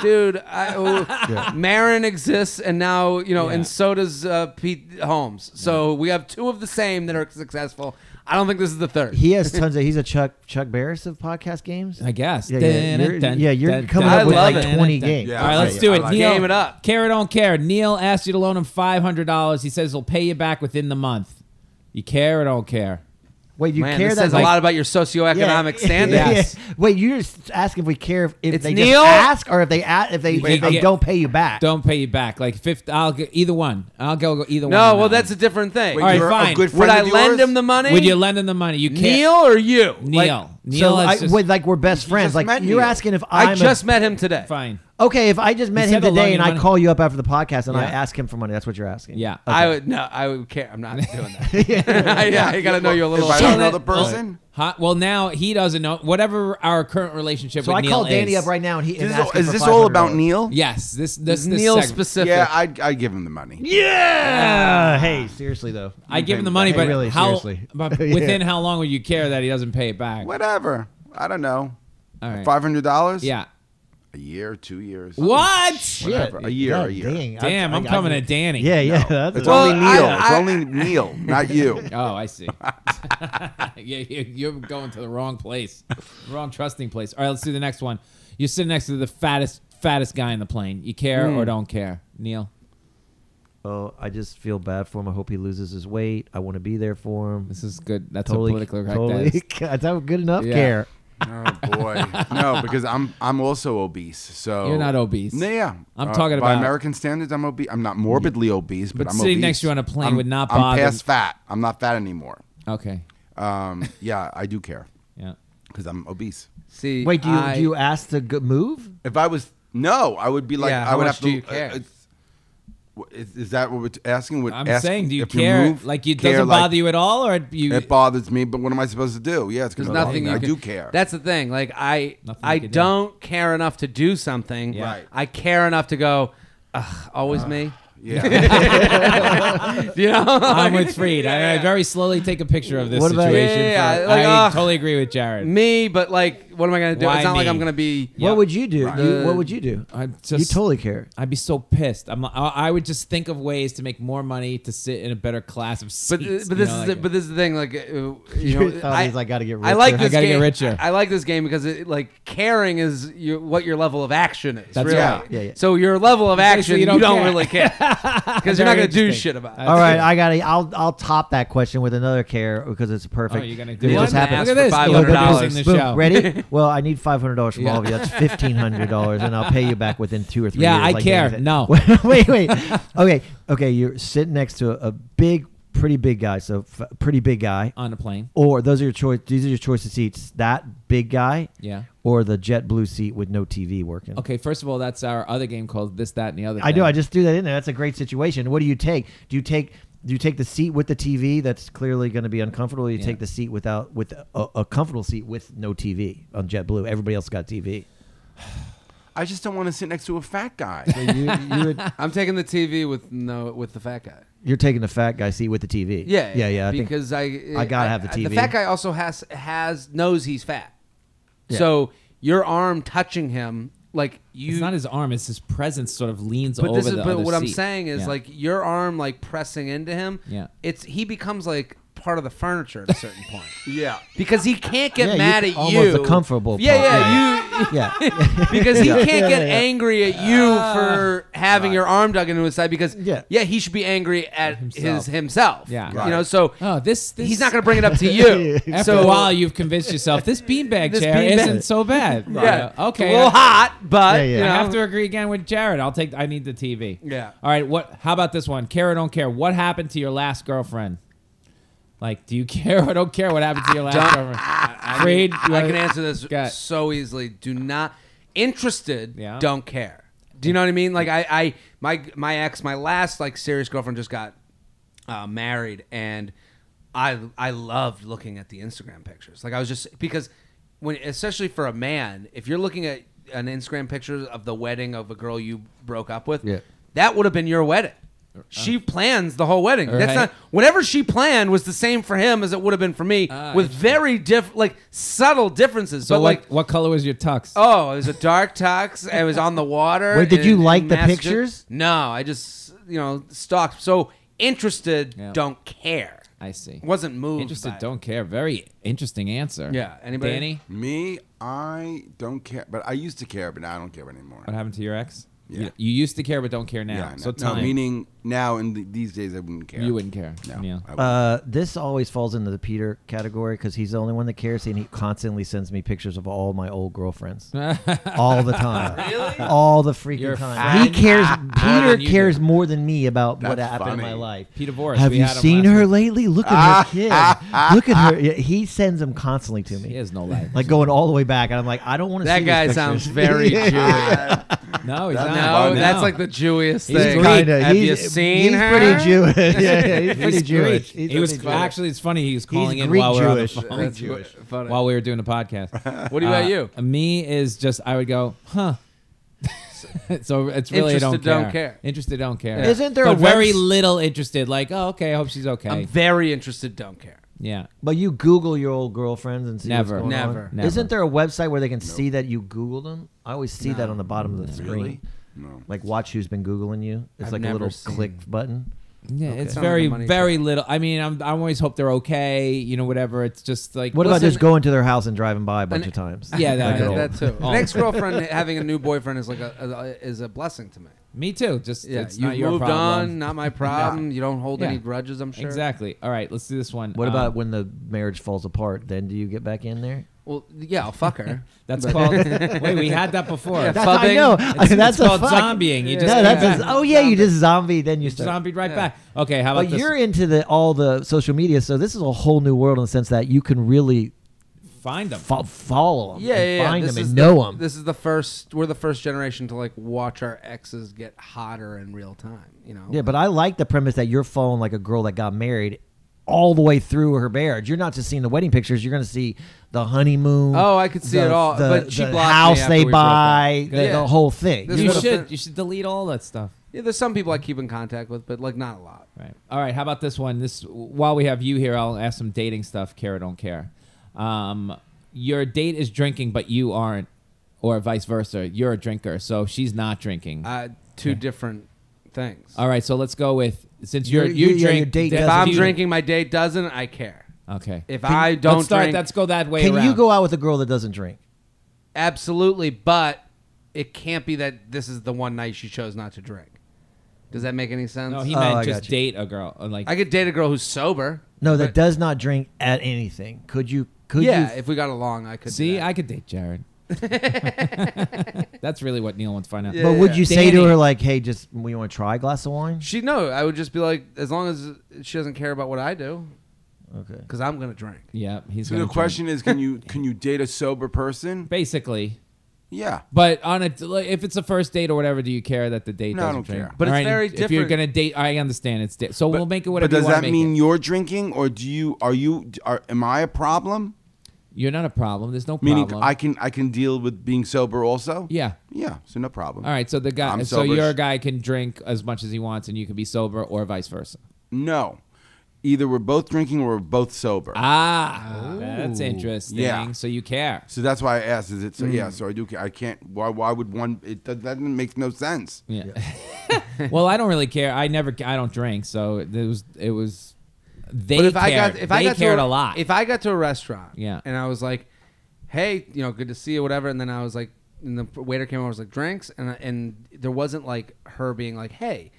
Speaker 9: "Dude, I, oh, Marin exists, and now you know,
Speaker 8: Yeah.
Speaker 9: and so does uh, Pete Holmes. So we have two of the same that are successful. I don't think this is the third.
Speaker 7: *laughs* He has tons of. He's a Chuck Chuck Barris of podcast games.
Speaker 8: I guess.
Speaker 7: Yeah, yeah. You're,
Speaker 8: Dun,
Speaker 7: yeah, you're
Speaker 8: dun,
Speaker 7: coming
Speaker 8: dun,
Speaker 7: up with
Speaker 9: I love
Speaker 7: like
Speaker 9: it.
Speaker 7: 20 games.
Speaker 6: Yeah.
Speaker 8: All right, let's
Speaker 6: I
Speaker 8: do it.
Speaker 6: like
Speaker 8: Neil,
Speaker 9: Game it up.
Speaker 8: Care or don't care. Neil asked you to loan him five hundred dollars. He says he'll pay you back within the month. You care or don't care?
Speaker 7: Wait, you
Speaker 9: Man,
Speaker 7: care
Speaker 9: this
Speaker 7: that
Speaker 9: says
Speaker 7: like,
Speaker 9: a lot about your socioeconomic
Speaker 7: *laughs* yeah,
Speaker 9: standing.
Speaker 7: yeah.
Speaker 8: Yes.
Speaker 7: Wait, you're just asking if we care if, if
Speaker 9: It's
Speaker 7: they
Speaker 9: Neil?
Speaker 7: just ask or if they a- if they
Speaker 8: Wait,
Speaker 7: if they
Speaker 8: yeah.
Speaker 7: don't pay you back.
Speaker 8: Don't pay you back. Like fifth. I'll go, either one. I'll go, go either one.
Speaker 9: No,
Speaker 8: on
Speaker 9: Oh, well,
Speaker 8: that
Speaker 9: that's a different thing.
Speaker 6: Wait,
Speaker 8: All right,
Speaker 6: you're
Speaker 8: fine.
Speaker 6: A good
Speaker 9: Would
Speaker 6: friend
Speaker 9: I
Speaker 6: of
Speaker 9: lend
Speaker 6: yours?
Speaker 9: him the money?
Speaker 8: one. Would you lend him the money? You can't.
Speaker 9: Neil or you?
Speaker 8: Neil. Neil
Speaker 7: so
Speaker 8: is
Speaker 7: I,
Speaker 8: just-
Speaker 7: wait, like we're best friends.
Speaker 6: just
Speaker 7: Like
Speaker 6: met
Speaker 7: you're
Speaker 6: Neil.
Speaker 7: asking if I'm
Speaker 9: I
Speaker 7: a-
Speaker 9: just met him today.
Speaker 8: Fine.
Speaker 7: okay. If I just met
Speaker 8: said
Speaker 7: him
Speaker 8: he'll loan
Speaker 7: today
Speaker 8: you
Speaker 7: and
Speaker 8: money.
Speaker 7: I call you up after the podcast and I
Speaker 8: Yeah.
Speaker 7: ask him for money, that's what you're asking.
Speaker 8: Yeah.
Speaker 9: I would no. I would care. I'm not doing that. *laughs* I, I gotta know you a little.
Speaker 6: If I
Speaker 8: So
Speaker 6: don't know
Speaker 8: that-
Speaker 6: the person.
Speaker 8: Huh? Well, now he doesn't know. Whatever our current relationship
Speaker 7: So
Speaker 8: with
Speaker 7: I
Speaker 8: Neil
Speaker 7: call Danny
Speaker 8: is.
Speaker 7: up right now and he and
Speaker 6: Is this,
Speaker 7: ask him
Speaker 6: is
Speaker 7: for
Speaker 6: this all
Speaker 7: $500.
Speaker 6: about Neil?
Speaker 8: Yes. This this this
Speaker 9: Neil
Speaker 8: segment.
Speaker 9: specific.
Speaker 6: Yeah, I'd, I'd give him the money.
Speaker 7: Yeah. Hey, seriously though.
Speaker 8: I give him the money,
Speaker 7: Hey,
Speaker 8: but
Speaker 7: really,
Speaker 8: how?
Speaker 7: seriously.
Speaker 8: *laughs*
Speaker 7: *laughs*
Speaker 8: But
Speaker 7: Yeah.
Speaker 8: within how long will you care that he doesn't pay it back?
Speaker 6: Whatever. I don't know.
Speaker 8: All right.
Speaker 6: Five hundred dollars.
Speaker 8: Yeah.
Speaker 6: A year, two years.
Speaker 8: What?
Speaker 6: Whatever. A year,
Speaker 7: God
Speaker 6: a year.
Speaker 7: dang. I-
Speaker 8: Damn,
Speaker 7: I-
Speaker 8: I'm
Speaker 7: I-
Speaker 8: coming at Danny.
Speaker 7: Yeah, yeah. that's
Speaker 6: It's
Speaker 7: a-
Speaker 9: Well,
Speaker 6: only Neil.
Speaker 9: I-
Speaker 6: it's
Speaker 9: I-
Speaker 6: only Neil, not
Speaker 8: *laughs*
Speaker 6: you.
Speaker 8: Oh, I see. yeah, you- you're going to the wrong place, wrong trusting place. All right, let's do the next one. You're sitting next to the fattest, fattest guy in the plane. You care or don't care, Neil?
Speaker 7: Oh, I just feel bad for him. I hope he loses his weight. I want to be there for him.
Speaker 8: This is good. That's
Speaker 7: totally,
Speaker 8: what politically correct
Speaker 7: totally.
Speaker 8: is.
Speaker 7: *laughs* That's how good enough
Speaker 8: Yeah.
Speaker 7: care.
Speaker 6: Oh boy, no, because I'm I'm also obese. So
Speaker 8: You're not obese.
Speaker 6: No, yeah, Uh,
Speaker 8: I'm talking
Speaker 6: by
Speaker 8: about-
Speaker 6: American standards. I'm obese. I'm not morbidly obese, but,
Speaker 8: But
Speaker 6: I'm
Speaker 8: sitting
Speaker 6: obese.
Speaker 8: next to you on a plane
Speaker 6: I'm-
Speaker 8: would not
Speaker 6: I'm
Speaker 8: bother-
Speaker 6: past fat. I'm not fat anymore.
Speaker 8: Okay.
Speaker 6: Um, yeah, I do care
Speaker 8: Yeah.
Speaker 6: because I'm obese.
Speaker 9: See,
Speaker 7: Wait, do you
Speaker 9: I-
Speaker 7: do you ask to go- move?
Speaker 6: If I was no, I would be like
Speaker 9: Yeah,
Speaker 6: I
Speaker 9: how
Speaker 6: would
Speaker 9: much
Speaker 6: have
Speaker 9: do
Speaker 6: to.
Speaker 9: you care?
Speaker 6: it's- Wh- Is, is that what we're t- asking? We're
Speaker 8: I'm
Speaker 6: asking
Speaker 8: saying, do you
Speaker 6: if
Speaker 8: care?
Speaker 6: move,
Speaker 8: like, it
Speaker 6: care,
Speaker 8: doesn't
Speaker 6: like,
Speaker 8: bother you at all, or you?
Speaker 6: It bothers me, but what am I supposed to do? Yeah, it's
Speaker 9: There's
Speaker 6: because
Speaker 9: nothing you
Speaker 6: I
Speaker 9: can-
Speaker 6: do care.
Speaker 9: That's the thing. Like I,
Speaker 8: Nothing you
Speaker 9: I
Speaker 8: can do.
Speaker 9: don't care enough to do something.
Speaker 8: Yeah. Right.
Speaker 9: I care enough to go. Ugh, always me. *laughs*
Speaker 8: *laughs*
Speaker 6: yeah. *laughs*
Speaker 9: You know.
Speaker 8: *laughs* I'm with Freed. I, I very slowly take a picture of this
Speaker 7: What about-
Speaker 8: situation.
Speaker 9: Yeah, yeah, yeah.
Speaker 8: for-
Speaker 9: Like,
Speaker 8: I
Speaker 9: ugh.
Speaker 8: totally agree with Jared.
Speaker 9: *laughs* me, but like, what am I gonna do?
Speaker 8: Why
Speaker 9: it's not like
Speaker 8: me?
Speaker 9: I'm gonna be.
Speaker 8: Yeah.
Speaker 7: What would you do? You, what would you do?
Speaker 8: I just,
Speaker 7: you totally care.
Speaker 8: I'd be so pissed. I'm. I, I would just think of ways to make more money to sit in a better class of
Speaker 9: But,
Speaker 8: seats.
Speaker 9: th- but
Speaker 8: you
Speaker 9: this
Speaker 8: know, like-
Speaker 9: is the, but this is the thing. Like, uh, you
Speaker 7: *laughs* Your
Speaker 9: know,
Speaker 7: thought is, Oh, I gotta get
Speaker 9: I like
Speaker 7: *laughs* richer.
Speaker 8: I
Speaker 9: this
Speaker 8: gotta get
Speaker 9: game.
Speaker 8: richer.
Speaker 9: I, I like this game because it like caring is your, what your level of action is.
Speaker 8: That's
Speaker 9: really.
Speaker 8: right.
Speaker 7: Yeah, yeah.
Speaker 9: So your level of action,
Speaker 8: Basically,
Speaker 9: you
Speaker 8: you
Speaker 9: don't,
Speaker 8: don't care.
Speaker 9: really care because you're not
Speaker 8: Very
Speaker 9: gonna do
Speaker 8: interesting.
Speaker 9: shit about it.
Speaker 8: Uh,
Speaker 7: All right,
Speaker 8: good.
Speaker 7: I got to I'll I'll top that question with another care because it's perfect.
Speaker 8: Oh, you're gonna
Speaker 7: It
Speaker 8: do
Speaker 9: They
Speaker 8: it.
Speaker 7: just
Speaker 9: One
Speaker 7: happened.
Speaker 9: ask
Speaker 8: Look at this.
Speaker 9: for
Speaker 8: You're
Speaker 9: $500.
Speaker 8: producing the
Speaker 7: Boom,
Speaker 8: show.
Speaker 7: ready?
Speaker 8: *laughs*
Speaker 7: Well, I need five hundred dollars from
Speaker 9: Yeah.
Speaker 7: all of you. That's fifteen hundred dollars, and I'll pay you back within two or three.
Speaker 8: Yeah,
Speaker 7: years,
Speaker 8: I
Speaker 7: like
Speaker 8: care.
Speaker 7: Danny said.
Speaker 8: No.
Speaker 7: *laughs* wait, wait. Okay, okay. You're sitting next to a, a big, pretty big guy. So f- pretty big guy,
Speaker 8: on a plane.
Speaker 7: or those are your choice. These are your choice of seats. That big guy,
Speaker 8: Yeah.
Speaker 7: or the jet blue seat with no TV working.
Speaker 8: Okay, first of all, that's our other game called This, That, and the Other.
Speaker 7: I
Speaker 8: Thing.
Speaker 7: do. I just threw that in there. That's a great situation. What do you take? Do you take do you take the seat with the TV that's clearly going to be uncomfortable? Or you
Speaker 8: Yeah.
Speaker 7: take the seat without with a, a comfortable seat with no TV on JetBlue. Everybody else got TV.
Speaker 6: I just don't want to sit next to a fat guy.
Speaker 7: you,
Speaker 9: *laughs*
Speaker 7: you would,
Speaker 9: I'm taking the TV with no with the fat guy.
Speaker 7: you're taking the fat guy seat with the TV.
Speaker 9: Yeah,
Speaker 7: yeah, yeah. I think
Speaker 9: because I,
Speaker 7: I gotta have the
Speaker 9: The
Speaker 7: TV.
Speaker 9: fat guy also has has knows he's fat, so your arm touching him like you.
Speaker 8: It's not his arm; it's his presence sort of leans
Speaker 9: but
Speaker 8: over
Speaker 9: this is
Speaker 8: the
Speaker 9: but
Speaker 8: other
Speaker 9: what I'm
Speaker 8: seat.
Speaker 9: saying is
Speaker 8: Yeah.
Speaker 9: like your arm like pressing into him.
Speaker 8: Yeah.
Speaker 9: it's he becomes like part of the furniture at a certain point
Speaker 6: *laughs* yeah.
Speaker 9: because he can't get
Speaker 7: Yeah, you-
Speaker 9: mad at
Speaker 7: almost
Speaker 9: you.
Speaker 7: the comfortable
Speaker 9: Yeah,
Speaker 7: part, *laughs*
Speaker 9: yeah, you.
Speaker 7: yeah.
Speaker 9: *laughs* Because he can't get angry at you for having your arm dug into his side because
Speaker 7: Ah. Yeah.
Speaker 9: he should be angry at his
Speaker 8: Himself.
Speaker 9: himself.
Speaker 8: Yeah.
Speaker 9: You
Speaker 6: Right.
Speaker 9: know, so
Speaker 8: Oh, this, this
Speaker 9: he's not going to bring it up to
Speaker 8: *laughs*
Speaker 9: you.
Speaker 8: After
Speaker 9: so
Speaker 8: a while, you've convinced yourself this beanbag
Speaker 9: *laughs* This
Speaker 8: chair
Speaker 9: beanbag-
Speaker 8: isn't so bad.
Speaker 9: yeah,
Speaker 8: Uh,
Speaker 9: It's
Speaker 8: okay.
Speaker 9: a little hot, but
Speaker 7: Yeah, yeah.
Speaker 9: you know,
Speaker 8: I have to agree again with Jared. I'll take. I need the TV.
Speaker 9: Yeah.
Speaker 8: All right. What? How about this one? Care or don't care? What happened to your last girlfriend? Like, do you *laughs* care or don't care what happened to your last
Speaker 9: don't-
Speaker 8: girlfriend? Afraid.
Speaker 9: I can answer this
Speaker 8: Got it.
Speaker 9: so easily. Do not interested.
Speaker 8: Yeah.
Speaker 9: Don't care. Do you know what I mean? Like I, I, my, my ex, my last like serious girlfriend just got uh, married, and I, I loved looking at the Instagram pictures. Like I was just because when, especially for a man, if you're looking at an Instagram picture of the wedding of a girl you broke up with,
Speaker 7: Yeah.
Speaker 9: that would have been your wedding. She plans the whole wedding. That's
Speaker 8: Right.
Speaker 9: not whatever she planned was the same for him as it would have been for me, with very diff like subtle differences.
Speaker 8: So
Speaker 9: but
Speaker 8: like,
Speaker 9: like,
Speaker 8: what color was your tux?
Speaker 9: oh, it was a dark tux. it was on the water.
Speaker 7: Wait, did you
Speaker 9: in- in
Speaker 7: like the
Speaker 9: Massachusetts.
Speaker 7: pictures?
Speaker 9: No, I just you know stalked. So interested,
Speaker 8: Yeah.
Speaker 9: don't care.
Speaker 8: I see.
Speaker 9: Wasn't moved. by
Speaker 8: Interested,
Speaker 9: it.
Speaker 8: don't care. Very interesting answer.
Speaker 9: Yeah, anybody?
Speaker 8: Danny,
Speaker 6: Me, I don't care, but I used to care, but now I don't care anymore.
Speaker 8: what happened to your ex?
Speaker 6: Yeah.
Speaker 8: You, you used to care, but don't care now.
Speaker 6: Yeah,
Speaker 8: so
Speaker 6: no, no,
Speaker 8: time.
Speaker 6: meaning now in the, these days I wouldn't care.
Speaker 8: You wouldn't care.
Speaker 6: No,
Speaker 8: Yeah.
Speaker 6: I wouldn't.
Speaker 7: Uh, this always falls into the Peter category because he's the only one that cares, and he constantly sends me pictures of all my old girlfriends, all the time, really, all the freaking
Speaker 8: You're
Speaker 7: time. He
Speaker 8: fat.
Speaker 7: cares. Peter
Speaker 8: than you
Speaker 7: cares more than me about what
Speaker 6: That's
Speaker 7: happened in my
Speaker 6: funny.
Speaker 7: life.
Speaker 8: Peter Boris,
Speaker 7: have
Speaker 8: we
Speaker 7: you
Speaker 8: had him
Speaker 7: seen
Speaker 8: last
Speaker 7: her
Speaker 8: week.
Speaker 7: lately? Look at her kid. Look at her. Yeah, He sends them constantly to me.
Speaker 8: He has no
Speaker 7: *laughs*
Speaker 8: life.
Speaker 7: Like going all the way back, and I'm like, I don't want to.
Speaker 9: That
Speaker 7: see
Speaker 9: guy
Speaker 7: these
Speaker 9: sounds
Speaker 7: *laughs* pictures.
Speaker 9: very Jewish.
Speaker 8: no, he's not.
Speaker 9: No, Oh, that's like the Jewiest
Speaker 8: He's
Speaker 9: thing.
Speaker 8: Greek.
Speaker 7: Kinda.
Speaker 9: Have
Speaker 7: he's,
Speaker 9: you seen
Speaker 7: he's
Speaker 9: her?
Speaker 7: pretty Jewish. *laughs* yeah, yeah, he's pretty
Speaker 8: He's
Speaker 7: Jewish.
Speaker 8: Greek.
Speaker 7: He's
Speaker 8: He was
Speaker 7: pretty Jewish.
Speaker 8: actually. It's funny. He was calling in
Speaker 7: Greek
Speaker 8: while we were on the
Speaker 7: Jewish.
Speaker 8: phone.
Speaker 7: That's
Speaker 9: Jewish. Funny. Uh,
Speaker 8: While we were doing
Speaker 6: *laughs*
Speaker 8: the podcast. Uh,
Speaker 9: What about you?
Speaker 8: Me is just. I would go, huh. *laughs* so it's really don't
Speaker 9: Interested,
Speaker 8: care.
Speaker 9: don't care.
Speaker 8: Interested, don't care.
Speaker 9: Yeah.
Speaker 7: Isn't there
Speaker 8: but
Speaker 7: a
Speaker 8: very
Speaker 7: webs-
Speaker 8: little interested? Like, oh, okay, I hope she's okay.
Speaker 9: I'm very interested. Don't care.
Speaker 8: yeah,
Speaker 7: But you Google your old girlfriends and see
Speaker 8: Never.
Speaker 7: what's going
Speaker 9: Never.
Speaker 7: on.
Speaker 8: Never.
Speaker 7: Isn't there a website where they can see that you Google them? I always see that on the bottom of the screen.
Speaker 8: *laughs*
Speaker 6: No.
Speaker 7: Like watch who's been Googling you. It's
Speaker 9: I've
Speaker 7: like a
Speaker 9: never
Speaker 7: little
Speaker 9: seen-
Speaker 7: click button.
Speaker 8: yeah. It's
Speaker 9: Sounds like
Speaker 8: very,
Speaker 9: a money
Speaker 8: very little. I mean, I'm. I always hope they're okay. You know, whatever. It's just like.
Speaker 7: What
Speaker 9: Listen-
Speaker 7: about just going to their house and driving by a bunch
Speaker 9: An-
Speaker 7: of times?
Speaker 8: Yeah,
Speaker 7: Like
Speaker 8: that,
Speaker 7: an
Speaker 9: Yeah,
Speaker 7: old-
Speaker 9: that too.
Speaker 8: Oh.
Speaker 9: An ex girlfriend having a new boyfriend is like a, a is a blessing to me.
Speaker 8: me too? Just
Speaker 9: Yeah,
Speaker 8: it's
Speaker 9: you
Speaker 8: not your
Speaker 9: moved
Speaker 8: problem. *laughs*
Speaker 9: on, not my problem. You don't hold any
Speaker 8: Yeah.
Speaker 9: grudges, I'm sure.
Speaker 8: Exactly. All right, let's do this one.
Speaker 7: What
Speaker 8: Um,
Speaker 7: about when the marriage falls apart? Then do you get back in there?
Speaker 9: Well, yeah, I'll fuck her.
Speaker 8: *laughs* That's called. wait, we had that before.
Speaker 9: That's- Fubbing.
Speaker 7: I know.
Speaker 9: It's-
Speaker 7: *laughs* that's
Speaker 8: it's
Speaker 7: a
Speaker 8: called
Speaker 7: fuck-
Speaker 8: zombieing. You just
Speaker 7: no,
Speaker 8: came
Speaker 7: that's a,
Speaker 8: back.
Speaker 7: oh yeah, you just zombie. Then you start.
Speaker 8: Zombied right back. Okay, how about
Speaker 7: But
Speaker 8: this?
Speaker 7: you're into the all the social media, so this is a whole new world in the sense that you can really
Speaker 8: find them.
Speaker 7: Fo- follow them.
Speaker 9: Yeah,
Speaker 7: and
Speaker 9: yeah, yeah.
Speaker 7: Find
Speaker 9: This
Speaker 7: them
Speaker 9: is
Speaker 7: and
Speaker 9: the-
Speaker 7: know them.
Speaker 9: This is the first. We're the first generation to like watch our exes get hotter in real time. You know.
Speaker 7: Yeah, but I like the premise that you're following like a girl that got married all the way through her marriage. You're not just seeing the wedding pictures; you're going to see the honeymoon.
Speaker 9: Oh, I could see
Speaker 7: the-
Speaker 9: it all,
Speaker 7: The,
Speaker 9: but she
Speaker 7: the
Speaker 9: blocked me
Speaker 7: house
Speaker 9: after we
Speaker 7: they
Speaker 9: broke
Speaker 7: buy,
Speaker 9: up.
Speaker 7: the,
Speaker 9: Yeah.
Speaker 7: the whole thing.
Speaker 9: This
Speaker 8: You
Speaker 9: would've
Speaker 8: should
Speaker 9: been-
Speaker 8: you should delete all that stuff.
Speaker 9: yeah, there's some people I keep in contact with, but like not a lot.
Speaker 8: Right. All right. How about this one? This while we have you here, I'll ask some dating stuff. Care or don't care. Um, your date is drinking, but you aren't, or vice versa. You're a drinker, so she's not drinking.
Speaker 9: Uh, two different things.
Speaker 8: All right. So let's go with since you're
Speaker 7: Your-
Speaker 8: you
Speaker 7: your- your
Speaker 8: drink.
Speaker 7: date
Speaker 8: that's
Speaker 9: if I'm
Speaker 8: you.
Speaker 9: drinking, my date doesn't. I care.
Speaker 8: okay.
Speaker 9: If I don't
Speaker 8: let's start,
Speaker 9: drink,
Speaker 8: let's go that way.
Speaker 7: Can you
Speaker 8: around.
Speaker 7: go out with a girl that doesn't drink?
Speaker 9: absolutely. But it can't be that this is the one night she chose not to drink. Does that make any sense?
Speaker 8: No, he
Speaker 7: Oh,
Speaker 8: meant
Speaker 7: I
Speaker 8: just
Speaker 7: got you.
Speaker 8: date a girl. uh, Like
Speaker 9: I could date a girl who's sober.
Speaker 7: No, that
Speaker 9: But-
Speaker 7: does not drink at anything. Could you? Could
Speaker 9: yeah,
Speaker 7: you?
Speaker 9: if we got along, I could. do
Speaker 8: see,
Speaker 9: that.
Speaker 8: I could date Jared. *laughs* that's really what Neil wants to find out.
Speaker 9: Yeah.
Speaker 7: But would you say to
Speaker 8: Danny.
Speaker 7: her like, "Hey, just we want to try a glass of wine"?
Speaker 9: She no, I would just be like, as long as she doesn't care about what I do,
Speaker 7: Okay.
Speaker 9: because I'm gonna drink.
Speaker 8: Yeah, he's
Speaker 4: So
Speaker 8: gonna
Speaker 4: the
Speaker 8: drink.
Speaker 4: question is, can
Speaker 8: *laughs*
Speaker 4: you can you date a sober person?
Speaker 8: Basically,
Speaker 4: Yeah.
Speaker 8: But on a like, if it's a first date or whatever, do you care that the date
Speaker 4: No, I
Speaker 8: doesn't
Speaker 4: don't
Speaker 8: drink?
Speaker 4: care.
Speaker 9: But it's
Speaker 8: Alright,
Speaker 9: very
Speaker 8: If you're
Speaker 9: different.
Speaker 8: gonna date, I understand it's di- so we'll make it
Speaker 4: But
Speaker 8: whatever.
Speaker 4: does
Speaker 8: you wanna
Speaker 4: that
Speaker 8: make
Speaker 4: mean
Speaker 8: it.
Speaker 4: you're drinking, or do you are you are am I a problem?
Speaker 8: you're not a problem? There's no
Speaker 4: Meaning
Speaker 8: problem.
Speaker 4: I can I can deal with being sober also.
Speaker 8: yeah.
Speaker 4: Yeah. So no problem.
Speaker 8: All right. So the guy,
Speaker 4: I'm
Speaker 8: so
Speaker 4: sober.
Speaker 8: your guy can drink as much as he wants, and you can be sober, or vice versa.
Speaker 4: No. Either we're both drinking or we're both sober.
Speaker 8: Ah, that's interesting.
Speaker 4: Yeah.
Speaker 8: So you care.
Speaker 4: so that's why I asked. Is it so?
Speaker 8: Mm.
Speaker 4: Yeah. So I do. ca- I can't. Why? Why would one? It does, that makes no sense.
Speaker 8: Yeah. *laughs* well, I don't really care. I never. I don't drink, so it was. It was. They
Speaker 9: but if
Speaker 8: cared.
Speaker 9: I got if
Speaker 8: they
Speaker 9: I got
Speaker 8: cared
Speaker 9: to
Speaker 8: a lot.
Speaker 9: if I got to a restaurant,
Speaker 8: Yeah.
Speaker 9: and I was like, hey, you know, good to see you, whatever, and then I was like, and the waiter came over, was like, drinks, and I- and there wasn't like her being like, hey.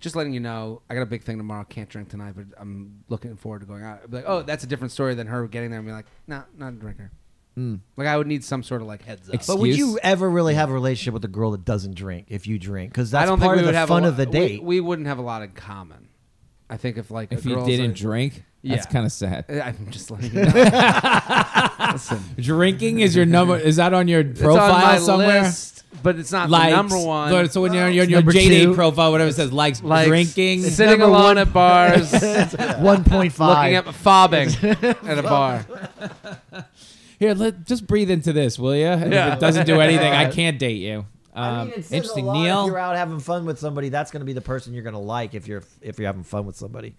Speaker 9: Just letting you know, I got a big thing tomorrow. Can't drink tonight, but I'm looking forward to going out. I'd be like, oh, that's a different story than her getting there and being like, no, not a drinker.
Speaker 8: Hmm.
Speaker 9: Like, I would need some sort of like heads up.
Speaker 8: Ex-
Speaker 7: But would
Speaker 8: excuse?
Speaker 7: you ever really have a relationship with a girl that doesn't drink if you drink? Because
Speaker 9: I
Speaker 7: that's
Speaker 9: don't think
Speaker 7: part
Speaker 9: we
Speaker 7: of
Speaker 9: would
Speaker 7: the
Speaker 9: have
Speaker 7: fun
Speaker 9: a lot,
Speaker 7: of the date.
Speaker 9: We, we wouldn't have a lot in common. I think if like
Speaker 8: if
Speaker 9: a
Speaker 8: you
Speaker 9: girl's
Speaker 8: didn't
Speaker 9: like-
Speaker 8: drink, that's
Speaker 9: Yeah.
Speaker 8: kind of
Speaker 9: *laughs*
Speaker 8: sad.
Speaker 9: Uh, I'm just
Speaker 8: *laughs*
Speaker 9: letting you know. Listen,
Speaker 8: Drinking is your number. Is that on your
Speaker 9: it's on
Speaker 8: profile
Speaker 9: my
Speaker 8: somewhere?
Speaker 9: list, but it's not
Speaker 8: Likes.
Speaker 9: the number one.
Speaker 8: So- So when you're on your, your
Speaker 7: number
Speaker 8: JD
Speaker 7: two.
Speaker 8: profile, whatever it says, likes,
Speaker 9: Likes,
Speaker 8: drinking.
Speaker 9: sitting alone
Speaker 7: *laughs*
Speaker 9: at bars, looking
Speaker 7: One point five.
Speaker 9: at fobbing
Speaker 7: *laughs*
Speaker 9: at a bar.
Speaker 8: Here, let just breathe into this, will you?
Speaker 9: Yeah.
Speaker 8: If it doesn't do anything,
Speaker 9: *laughs*
Speaker 8: I can't date you. Um,
Speaker 7: I mean, it says
Speaker 8: interesting,
Speaker 7: a lot If you're
Speaker 8: Neil.
Speaker 7: out having fun with somebody, that's going to be the person you're going to like if you're if you're having fun with somebody.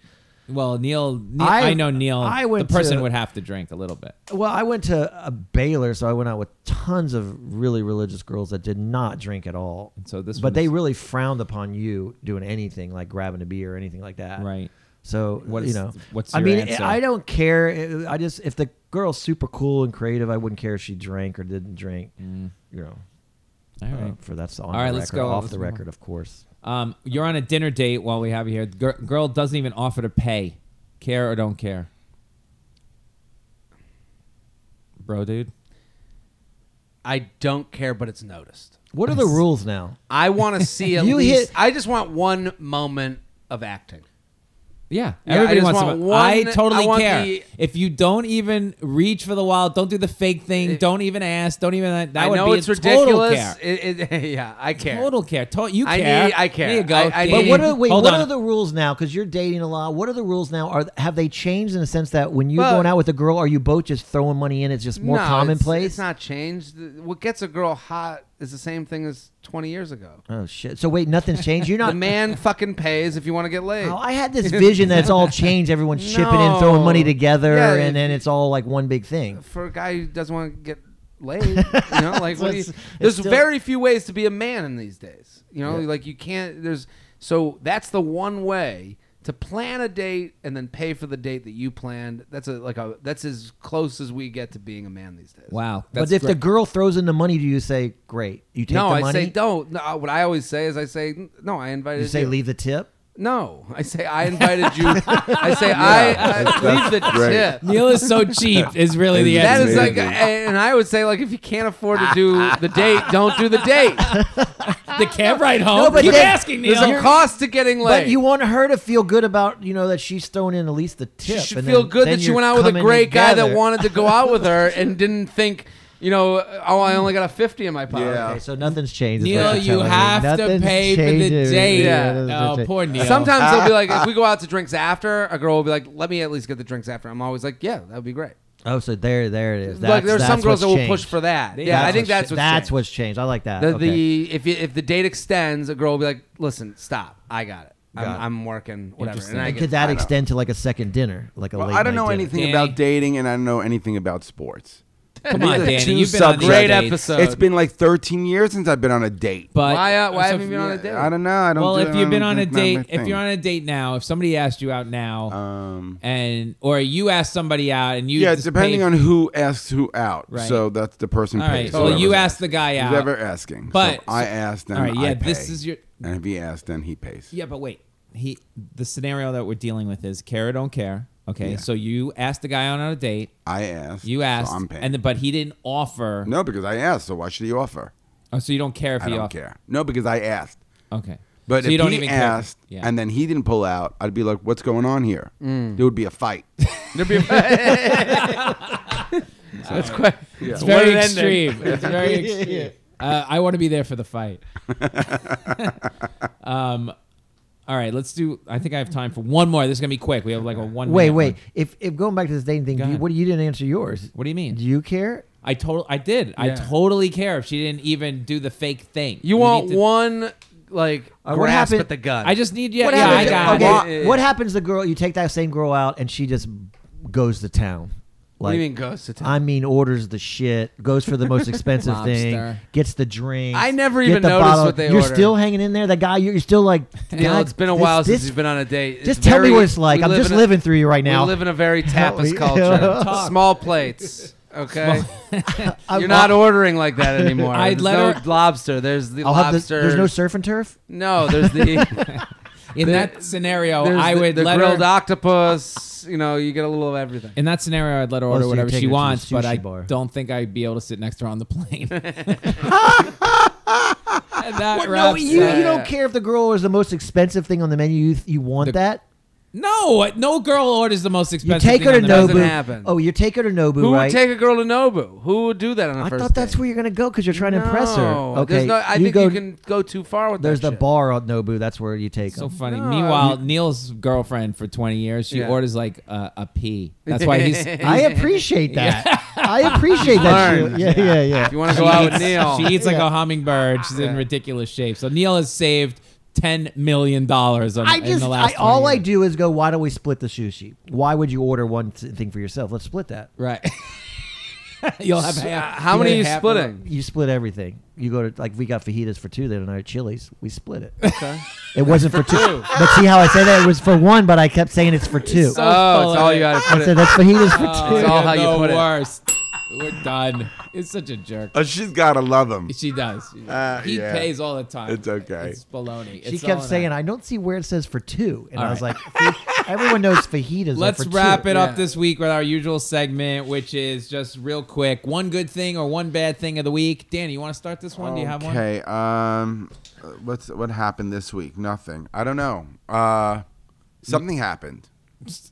Speaker 8: Well, Neil, Neil I,
Speaker 7: I-
Speaker 8: know Neil.
Speaker 7: I went
Speaker 8: the person
Speaker 7: to-
Speaker 8: would have to drink a little bit.
Speaker 7: Well, I went to a Baylor, so I went out with tons of really religious girls that did not drink at all.
Speaker 8: so this one
Speaker 7: but they
Speaker 8: is-
Speaker 7: really frowned upon you doing anything like grabbing a beer or anything like that.
Speaker 8: Right.
Speaker 7: So
Speaker 8: What
Speaker 7: you
Speaker 8: is-
Speaker 7: know,
Speaker 8: what's
Speaker 7: I
Speaker 8: your
Speaker 7: mean,
Speaker 8: answer?
Speaker 7: I don't care. I just if the girl's super cool and creative, I wouldn't care if she drank or didn't drink. You know,
Speaker 8: Mm. All
Speaker 7: uh,
Speaker 8: right.
Speaker 7: for that's on
Speaker 8: All
Speaker 7: the
Speaker 8: right,
Speaker 7: record,
Speaker 8: let's go.
Speaker 7: off
Speaker 8: Let's
Speaker 7: the
Speaker 8: move on.
Speaker 7: record, of course.
Speaker 8: Um, you're on a dinner date while we have you here. The gir- girl doesn't even offer to pay. Care or don't care? Bro, dude.
Speaker 9: I don't care, but it's noticed.
Speaker 7: What are the rules now?
Speaker 9: I
Speaker 7: *laughs*
Speaker 9: want to see at
Speaker 7: You
Speaker 9: least.
Speaker 7: hit-
Speaker 9: I just want one moment of acting.
Speaker 8: Yeah,
Speaker 9: Yeah, I
Speaker 8: everybody
Speaker 9: just
Speaker 8: wants
Speaker 9: want
Speaker 8: to.
Speaker 9: one-
Speaker 8: I totally
Speaker 9: I want
Speaker 8: care.
Speaker 9: the-
Speaker 8: if you don't even reach for the wild, don't do the fake thing. don't even ask. Don't even. That
Speaker 9: I
Speaker 8: would
Speaker 9: know
Speaker 8: be
Speaker 9: it's
Speaker 8: a total
Speaker 9: ridiculous.
Speaker 8: care.
Speaker 9: It- *laughs* it- yeah, I care.
Speaker 8: Total care. To- you
Speaker 9: I
Speaker 8: care.
Speaker 9: need- I care.
Speaker 8: There you go.
Speaker 9: I- I
Speaker 8: Dating-
Speaker 7: But what are wait,
Speaker 8: Hold
Speaker 7: what
Speaker 8: on.
Speaker 7: are the rules now? Because you're dating a lot. What are the rules now? Are have they changed in the sense that when you're
Speaker 9: Well-
Speaker 7: going out with a girl, are you both just throwing money in? It's just more
Speaker 9: No, it's-
Speaker 7: commonplace.
Speaker 9: It's, not changed. The- What gets a girl hot is the same thing as 20 years ago.
Speaker 7: Oh shit! So wait, nothing's changed. You're
Speaker 9: The
Speaker 7: not.
Speaker 9: man *laughs* fucking pays if you want to get laid.
Speaker 7: Oh, I had
Speaker 8: *laughs*
Speaker 7: this vision that it's all changed. Everyone's chipping in, throwing money
Speaker 9: No.
Speaker 7: together,
Speaker 9: Yeah,
Speaker 7: and
Speaker 9: if-
Speaker 7: then it's all like one big thing.
Speaker 9: For a guy who doesn't want to get laid,
Speaker 7: *laughs*
Speaker 9: you know, like
Speaker 7: So
Speaker 9: what do you,
Speaker 7: it's- it's
Speaker 9: there's
Speaker 7: still-
Speaker 9: very few ways to be a man in these days. You know, like you can't. There's so that's the one way to plan a date and then pay for the date that you planned. That's a like a that's as close as we get to being a man these days.
Speaker 8: wow. That's
Speaker 7: but if the
Speaker 8: great.
Speaker 7: girl throws in the money, do you say great? You take
Speaker 9: no,
Speaker 7: the
Speaker 9: I
Speaker 7: money.
Speaker 9: say don't. No, what I always say is I say no. I invited
Speaker 7: You say leave the tip.
Speaker 9: No, I say I invited you. I say I, I leave the tip.
Speaker 8: Neil is so cheap is
Speaker 9: *laughs*
Speaker 8: really the
Speaker 9: That
Speaker 8: answer.
Speaker 9: is like, and I would say like, if you can't afford to do the date, don't do the date.
Speaker 8: the cab
Speaker 9: *laughs*
Speaker 8: ride home.
Speaker 7: No, but
Speaker 8: Keep
Speaker 7: then-
Speaker 8: asking Neil.
Speaker 9: There's a cost to getting late.
Speaker 7: But you want her to feel good about you know that she's throwing in at least the tip.
Speaker 9: She should
Speaker 7: and
Speaker 9: feel
Speaker 7: then-
Speaker 9: good
Speaker 7: then
Speaker 9: that she
Speaker 7: you're
Speaker 9: went out with a
Speaker 7: coming
Speaker 9: great guy that
Speaker 7: together.
Speaker 9: wanted to go out with her
Speaker 7: *laughs*
Speaker 9: and didn't think, you know, oh, I only got a fifty in my pocket.
Speaker 6: Yeah.
Speaker 7: Okay, so nothing's changed. is
Speaker 8: Neil,
Speaker 7: what you're
Speaker 8: you
Speaker 7: telling me.
Speaker 8: have to
Speaker 7: Nothing's
Speaker 8: pay for the
Speaker 7: changed.
Speaker 8: date.
Speaker 9: Yeah.
Speaker 7: nothing's
Speaker 8: Oh,
Speaker 7: changed.
Speaker 8: poor Neil.
Speaker 9: Sometimes they'll be like, if we go out to drinks after, a girl will be like, let me at least get the drinks after. I'm always like, yeah, that would be great.
Speaker 7: Oh, so there, there it is. That's,
Speaker 9: like there's some
Speaker 7: that's
Speaker 9: girls
Speaker 7: what's
Speaker 9: that will push
Speaker 7: changed.
Speaker 9: for that.
Speaker 8: They-
Speaker 9: yeah,
Speaker 8: That's
Speaker 9: I think
Speaker 7: what's
Speaker 9: that's
Speaker 7: cha-
Speaker 9: what's
Speaker 7: that's
Speaker 9: changed.
Speaker 7: what's changed. I like that.
Speaker 9: the,
Speaker 7: okay.
Speaker 9: the if you, if the date extends, a girl will be like, listen, stop, I got it. I'm,
Speaker 7: Got it.
Speaker 9: I'm working, whatever.
Speaker 8: Interesting.
Speaker 9: And I
Speaker 7: And
Speaker 9: get,
Speaker 7: could that extend to like a second dinner, like a
Speaker 6: Well,
Speaker 7: late
Speaker 6: I don't
Speaker 7: night
Speaker 6: know
Speaker 7: dinner?
Speaker 6: anything
Speaker 8: Danny.
Speaker 6: about dating, and I don't know anything about sports.
Speaker 8: Come
Speaker 6: These
Speaker 8: on,
Speaker 6: are
Speaker 8: Danny.
Speaker 6: two
Speaker 8: You've been on these
Speaker 9: great
Speaker 8: dates,
Speaker 9: episode.
Speaker 6: It's been like 13 years since I've been on a date.
Speaker 8: But
Speaker 9: why uh, why
Speaker 8: so
Speaker 9: haven't
Speaker 8: if
Speaker 9: you been on a date?
Speaker 6: I don't know. I don't.
Speaker 8: *laughs* Well,
Speaker 6: do-
Speaker 8: if
Speaker 6: I
Speaker 8: you've
Speaker 6: don't
Speaker 8: been on a
Speaker 6: think that's my
Speaker 8: date, if
Speaker 6: thing.
Speaker 8: you're on a date now, if somebody asked you out now,
Speaker 6: um,
Speaker 8: and or you asked somebody out and you
Speaker 6: yeah,
Speaker 8: just
Speaker 6: depending
Speaker 8: paid-
Speaker 6: on who asks who out.
Speaker 8: Right.
Speaker 6: So that's the person
Speaker 8: All right,
Speaker 6: pays.
Speaker 8: well, you
Speaker 6: whoever's-
Speaker 8: asked the guy out.
Speaker 6: Who's ever asking? So
Speaker 8: But-
Speaker 6: I asked, then
Speaker 8: All right,
Speaker 6: I
Speaker 8: yeah, this
Speaker 6: pay.
Speaker 8: is your-
Speaker 6: And if he asks, then he pays.
Speaker 8: Yeah, but wait. He the scenario that we're dealing with is Kara don't care. Okay, so you asked the guy out on a date.
Speaker 6: I asked.
Speaker 8: You asked,
Speaker 6: so I'm paying.
Speaker 8: and then- but he didn't offer.
Speaker 6: no, because I asked. So why should he offer?
Speaker 8: Oh, so you don't care if
Speaker 6: I
Speaker 8: he
Speaker 6: don't
Speaker 8: offered.
Speaker 6: care. No, because I asked.
Speaker 8: Okay,
Speaker 6: But
Speaker 8: so
Speaker 6: if
Speaker 8: you don't
Speaker 6: he
Speaker 8: even care. if-
Speaker 6: asked, and then he didn't pull out, I'd be like, "What's going on here?"
Speaker 8: Mm.
Speaker 6: There would be a
Speaker 8: *laughs*
Speaker 6: fight.
Speaker 9: *laughs* That's quite,
Speaker 8: It's very
Speaker 9: What an ending.
Speaker 8: extreme. It's very extreme. Uh, I want to be there for the fight. um, all right, let's do. I think I have time for one more. This is gonna be quick. We have like a one.
Speaker 7: Wait,
Speaker 8: minute
Speaker 7: wait.
Speaker 8: one.
Speaker 7: If if going back to this dating thing, do you,
Speaker 8: ahead.
Speaker 7: what do you didn't answer yours?
Speaker 8: What do you mean?
Speaker 7: Do you care?
Speaker 8: I total. I did. I
Speaker 9: Yeah.
Speaker 8: totally care if she didn't even do the fake thing.
Speaker 9: You want
Speaker 8: need to-
Speaker 9: one like
Speaker 7: Uh, what
Speaker 9: grasp
Speaker 7: happened-
Speaker 9: at the gun.
Speaker 8: I just need. Yeah,
Speaker 9: What
Speaker 8: yeah. I
Speaker 9: happened-
Speaker 8: got
Speaker 9: okay.
Speaker 8: it.
Speaker 9: it.
Speaker 7: What happens? The girl you take that same girl out and she just goes to town.
Speaker 9: what
Speaker 7: Like,
Speaker 9: do you mean goes to town?
Speaker 7: I mean, orders the shit, goes for the
Speaker 9: *laughs*
Speaker 7: most expensive thing,
Speaker 8: Lobster.
Speaker 7: gets the drink.
Speaker 9: I never
Speaker 7: get
Speaker 9: even
Speaker 7: the
Speaker 9: noticed
Speaker 7: bottle.
Speaker 9: what they
Speaker 7: You're
Speaker 9: order.
Speaker 7: still hanging in there. That guy, you're, you're still like.
Speaker 9: Neil,
Speaker 7: God,
Speaker 9: it's been a
Speaker 7: this-
Speaker 9: while
Speaker 7: this-
Speaker 9: since you've been on a date. It's
Speaker 7: Just tell me
Speaker 9: very-
Speaker 7: what it's like.
Speaker 9: we
Speaker 7: I'm
Speaker 9: live
Speaker 7: just
Speaker 9: in a-
Speaker 7: living through you right now.
Speaker 9: We live in a
Speaker 7: *laughs*
Speaker 9: very tapas
Speaker 7: we-
Speaker 9: culture.
Speaker 7: Talk.
Speaker 9: Small plates. Okay, *laughs*
Speaker 7: I'm-
Speaker 9: you're not ordering like
Speaker 7: *laughs*
Speaker 9: that anymore.
Speaker 8: I'd
Speaker 9: there's
Speaker 8: let
Speaker 9: no
Speaker 8: her-
Speaker 9: lobster. The's the
Speaker 7: I'll have this,
Speaker 9: lobster.
Speaker 7: there's no surf and turf.
Speaker 9: no, there's
Speaker 7: *laughs*
Speaker 9: the.
Speaker 8: In that scenario,
Speaker 9: there's
Speaker 8: Oh, I
Speaker 9: the-
Speaker 8: would
Speaker 9: the
Speaker 8: let
Speaker 9: grilled
Speaker 8: her.
Speaker 9: octopus. You know, you get a little of everything.
Speaker 8: in that scenario, I'd let her order
Speaker 7: so you
Speaker 8: whatever
Speaker 7: take
Speaker 8: she
Speaker 7: her to the
Speaker 8: wants, but
Speaker 7: sushi
Speaker 8: I
Speaker 7: bar.
Speaker 8: don't think I'd be able to sit next to her on the plane. *laughs* and that
Speaker 7: No,
Speaker 8: wraps
Speaker 7: you,
Speaker 8: up-
Speaker 7: you don't care if the girl is the most expensive thing on the menu. You you want
Speaker 8: The-
Speaker 7: that?
Speaker 8: No, no girl orders the most
Speaker 7: You
Speaker 8: expensive.
Speaker 7: take her
Speaker 8: thing
Speaker 7: to
Speaker 8: on the menu.
Speaker 9: doesn't
Speaker 7: Nobu.
Speaker 9: happen.
Speaker 7: Oh, you take her to Nobu,
Speaker 9: Who
Speaker 7: right?
Speaker 9: would take a girl to Nobu? Who would do that on a
Speaker 7: I
Speaker 9: first?
Speaker 7: thought that's
Speaker 9: date?
Speaker 7: where you're gonna go because you're trying to impress her.
Speaker 9: No,
Speaker 7: Okay,
Speaker 9: there's no- I
Speaker 7: you
Speaker 9: think
Speaker 7: go-
Speaker 9: you can go too far with
Speaker 7: There's
Speaker 9: that
Speaker 7: the
Speaker 9: shit.
Speaker 7: bar at Nobu. That's where you take
Speaker 8: So
Speaker 7: them.
Speaker 8: funny.
Speaker 9: No,
Speaker 8: Meanwhile,
Speaker 9: you-
Speaker 8: Neil's girlfriend for 20 years, she
Speaker 9: Yeah.
Speaker 8: orders like a a pea. That's why *laughs*
Speaker 9: *laughs*
Speaker 8: he's.
Speaker 7: I appreciate that. I appreciate that.
Speaker 9: Learned.
Speaker 7: shit. Yeah, yeah, yeah.
Speaker 9: If you want to go out with Neil,
Speaker 8: She eats like
Speaker 7: Yeah.
Speaker 8: a hummingbird. She's in
Speaker 9: Yeah.
Speaker 8: ridiculous shape. So Neil has saved ten million dollars on
Speaker 7: I
Speaker 8: in
Speaker 7: just,
Speaker 8: the
Speaker 7: I,
Speaker 8: last.
Speaker 7: all
Speaker 8: 20
Speaker 7: I
Speaker 8: years.
Speaker 7: do is go. Why don't we split the sushi? Why would you order one th- thing for yourself? Let's split that. *laughs*
Speaker 8: Right. *laughs* You'll have half.
Speaker 9: how many are you
Speaker 8: half of-
Speaker 9: splitting?
Speaker 7: You split everything. You go to like we got fajitas for two the other night. at Chili's. We split it. Okay. It wasn't for, two. But see how I say that? It was for one, but I kept saying it's for two.
Speaker 8: so full
Speaker 9: Oh,
Speaker 8: of
Speaker 9: it's all
Speaker 8: it.
Speaker 9: you got to
Speaker 7: I
Speaker 9: put
Speaker 7: said
Speaker 9: it.
Speaker 7: that's
Speaker 8: *laughs*
Speaker 7: fajitas for two.
Speaker 9: It's all how you
Speaker 8: the
Speaker 9: put it.
Speaker 8: worst. We're done. It's such a jerk.
Speaker 6: Oh, she's gotta love him.
Speaker 8: She does. She does.
Speaker 6: Uh,
Speaker 8: he
Speaker 6: yeah.
Speaker 8: pays all the time.
Speaker 6: It's okay.
Speaker 8: It's baloney.
Speaker 7: She
Speaker 8: It's
Speaker 7: kept
Speaker 8: all in
Speaker 7: saying,
Speaker 8: that.
Speaker 7: "I don't see where it says for two. and
Speaker 8: All
Speaker 7: I was
Speaker 8: right.
Speaker 7: like, "Everyone knows fajitas."
Speaker 8: Let's
Speaker 7: are for
Speaker 8: wrap
Speaker 7: two.
Speaker 8: it
Speaker 9: Yeah.
Speaker 8: up this week with our usual segment, which is just real quick one good thing or one bad thing of the week. Danny, you want to start this one? Do you have one?
Speaker 6: Okay. Um, uh, what's what happened this week? Nothing. I don't know. Uh, something happened.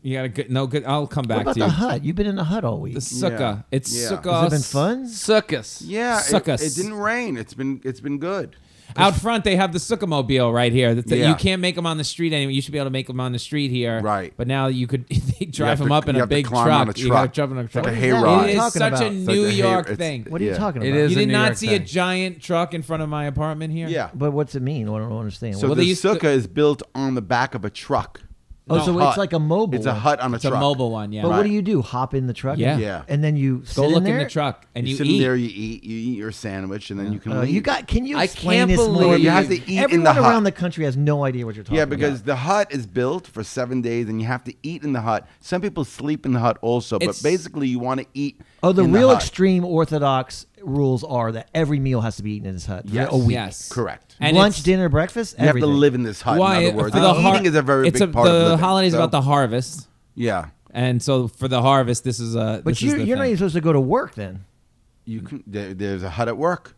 Speaker 8: You got a good, no good. I'll come
Speaker 7: What
Speaker 8: back
Speaker 7: about
Speaker 8: to you.
Speaker 7: the hut? You've been in the hut all week.
Speaker 8: The
Speaker 7: Has
Speaker 8: sukkah.
Speaker 6: Yeah.
Speaker 8: It's
Speaker 6: Yeah.
Speaker 8: sukkah.
Speaker 7: it been fun?
Speaker 9: Suckus.
Speaker 6: Yeah. it-
Speaker 8: Suck
Speaker 6: it,
Speaker 8: us.
Speaker 6: didn't rain. It's been it's been good.
Speaker 8: Out front, they have the sukkah mobile right here. That that
Speaker 6: Yeah.
Speaker 8: You can't make them on the street anymore. You should be able to make them on the street here.
Speaker 6: Right.
Speaker 8: But now you could *laughs* they drive
Speaker 6: have
Speaker 8: them
Speaker 6: to-
Speaker 8: up in
Speaker 6: you
Speaker 8: a
Speaker 6: have to
Speaker 8: big
Speaker 6: climb on a
Speaker 8: You gotta
Speaker 6: truck.
Speaker 8: jump on a
Speaker 6: It's like
Speaker 8: truck.
Speaker 6: a hay
Speaker 7: What
Speaker 6: ride.
Speaker 8: It is
Speaker 7: Talking
Speaker 8: such
Speaker 7: about-
Speaker 8: a
Speaker 7: It's
Speaker 6: like
Speaker 8: New
Speaker 6: a hay-
Speaker 8: York
Speaker 6: it's-
Speaker 8: thing.
Speaker 7: What are you
Speaker 6: Yeah.
Speaker 7: talking
Speaker 9: It
Speaker 7: about?
Speaker 9: is
Speaker 8: You
Speaker 9: a
Speaker 8: did
Speaker 9: New
Speaker 8: not
Speaker 9: York
Speaker 8: see a
Speaker 9: thing.
Speaker 8: giant truck in front of my apartment here.
Speaker 6: Yeah.
Speaker 7: But what's it mean? I don't understand.
Speaker 6: So
Speaker 8: Well, they
Speaker 6: the
Speaker 8: used to-
Speaker 6: sukkah is built on the back of a truck.
Speaker 7: oh, so
Speaker 6: hut.
Speaker 7: it's like a mobile.
Speaker 6: It's a
Speaker 7: one.
Speaker 6: hut on a
Speaker 8: It's a
Speaker 6: truck.
Speaker 8: mobile one. Yeah.
Speaker 7: But what
Speaker 6: Right.
Speaker 7: do you do? Hop in the truck?
Speaker 8: Yeah.
Speaker 7: And,
Speaker 6: Yeah.
Speaker 7: and then you sit
Speaker 8: Go
Speaker 7: in
Speaker 8: look
Speaker 7: there?
Speaker 8: in the truck and
Speaker 6: You,
Speaker 8: you,
Speaker 6: sit
Speaker 8: eat.
Speaker 6: in there. You eat. You eat your sandwich, and then you can
Speaker 7: Uh,
Speaker 6: leave.
Speaker 7: you got? Can you
Speaker 9: I
Speaker 7: explain
Speaker 9: can't
Speaker 7: this more?
Speaker 9: believe- You have
Speaker 6: to eat in
Speaker 7: Everyone
Speaker 6: the hut.
Speaker 7: around the country has no idea what you're talking
Speaker 6: Yeah,
Speaker 7: about.
Speaker 6: because the hut is built for seven days, and you have to eat in the hut. Some people sleep in the hut also, but
Speaker 8: It's-
Speaker 6: basically, you want to eat.
Speaker 7: Oh, the
Speaker 6: in
Speaker 7: real
Speaker 6: hut.
Speaker 7: extreme Orthodox rules are that every meal has to be eaten in this hut
Speaker 6: Yes.
Speaker 7: for a week.
Speaker 8: Yes.
Speaker 6: Correct.
Speaker 8: And
Speaker 7: Lunch,
Speaker 8: it's-
Speaker 7: dinner, breakfast,
Speaker 6: You
Speaker 7: everything.
Speaker 6: have to live in this hut.
Speaker 8: Why?
Speaker 6: in other words,
Speaker 8: for the
Speaker 6: And
Speaker 8: har-
Speaker 6: eating is a very
Speaker 8: it's
Speaker 6: big
Speaker 8: a,
Speaker 6: part
Speaker 8: the
Speaker 6: of living.
Speaker 8: holidays
Speaker 6: So,
Speaker 8: about the harvest,
Speaker 6: yeah.
Speaker 8: and so for the harvest, this is a.
Speaker 7: But
Speaker 8: this
Speaker 7: you,
Speaker 8: is the
Speaker 7: you're not
Speaker 8: thing.
Speaker 7: even supposed to go to work then.
Speaker 6: You can. There, there's a hut at work.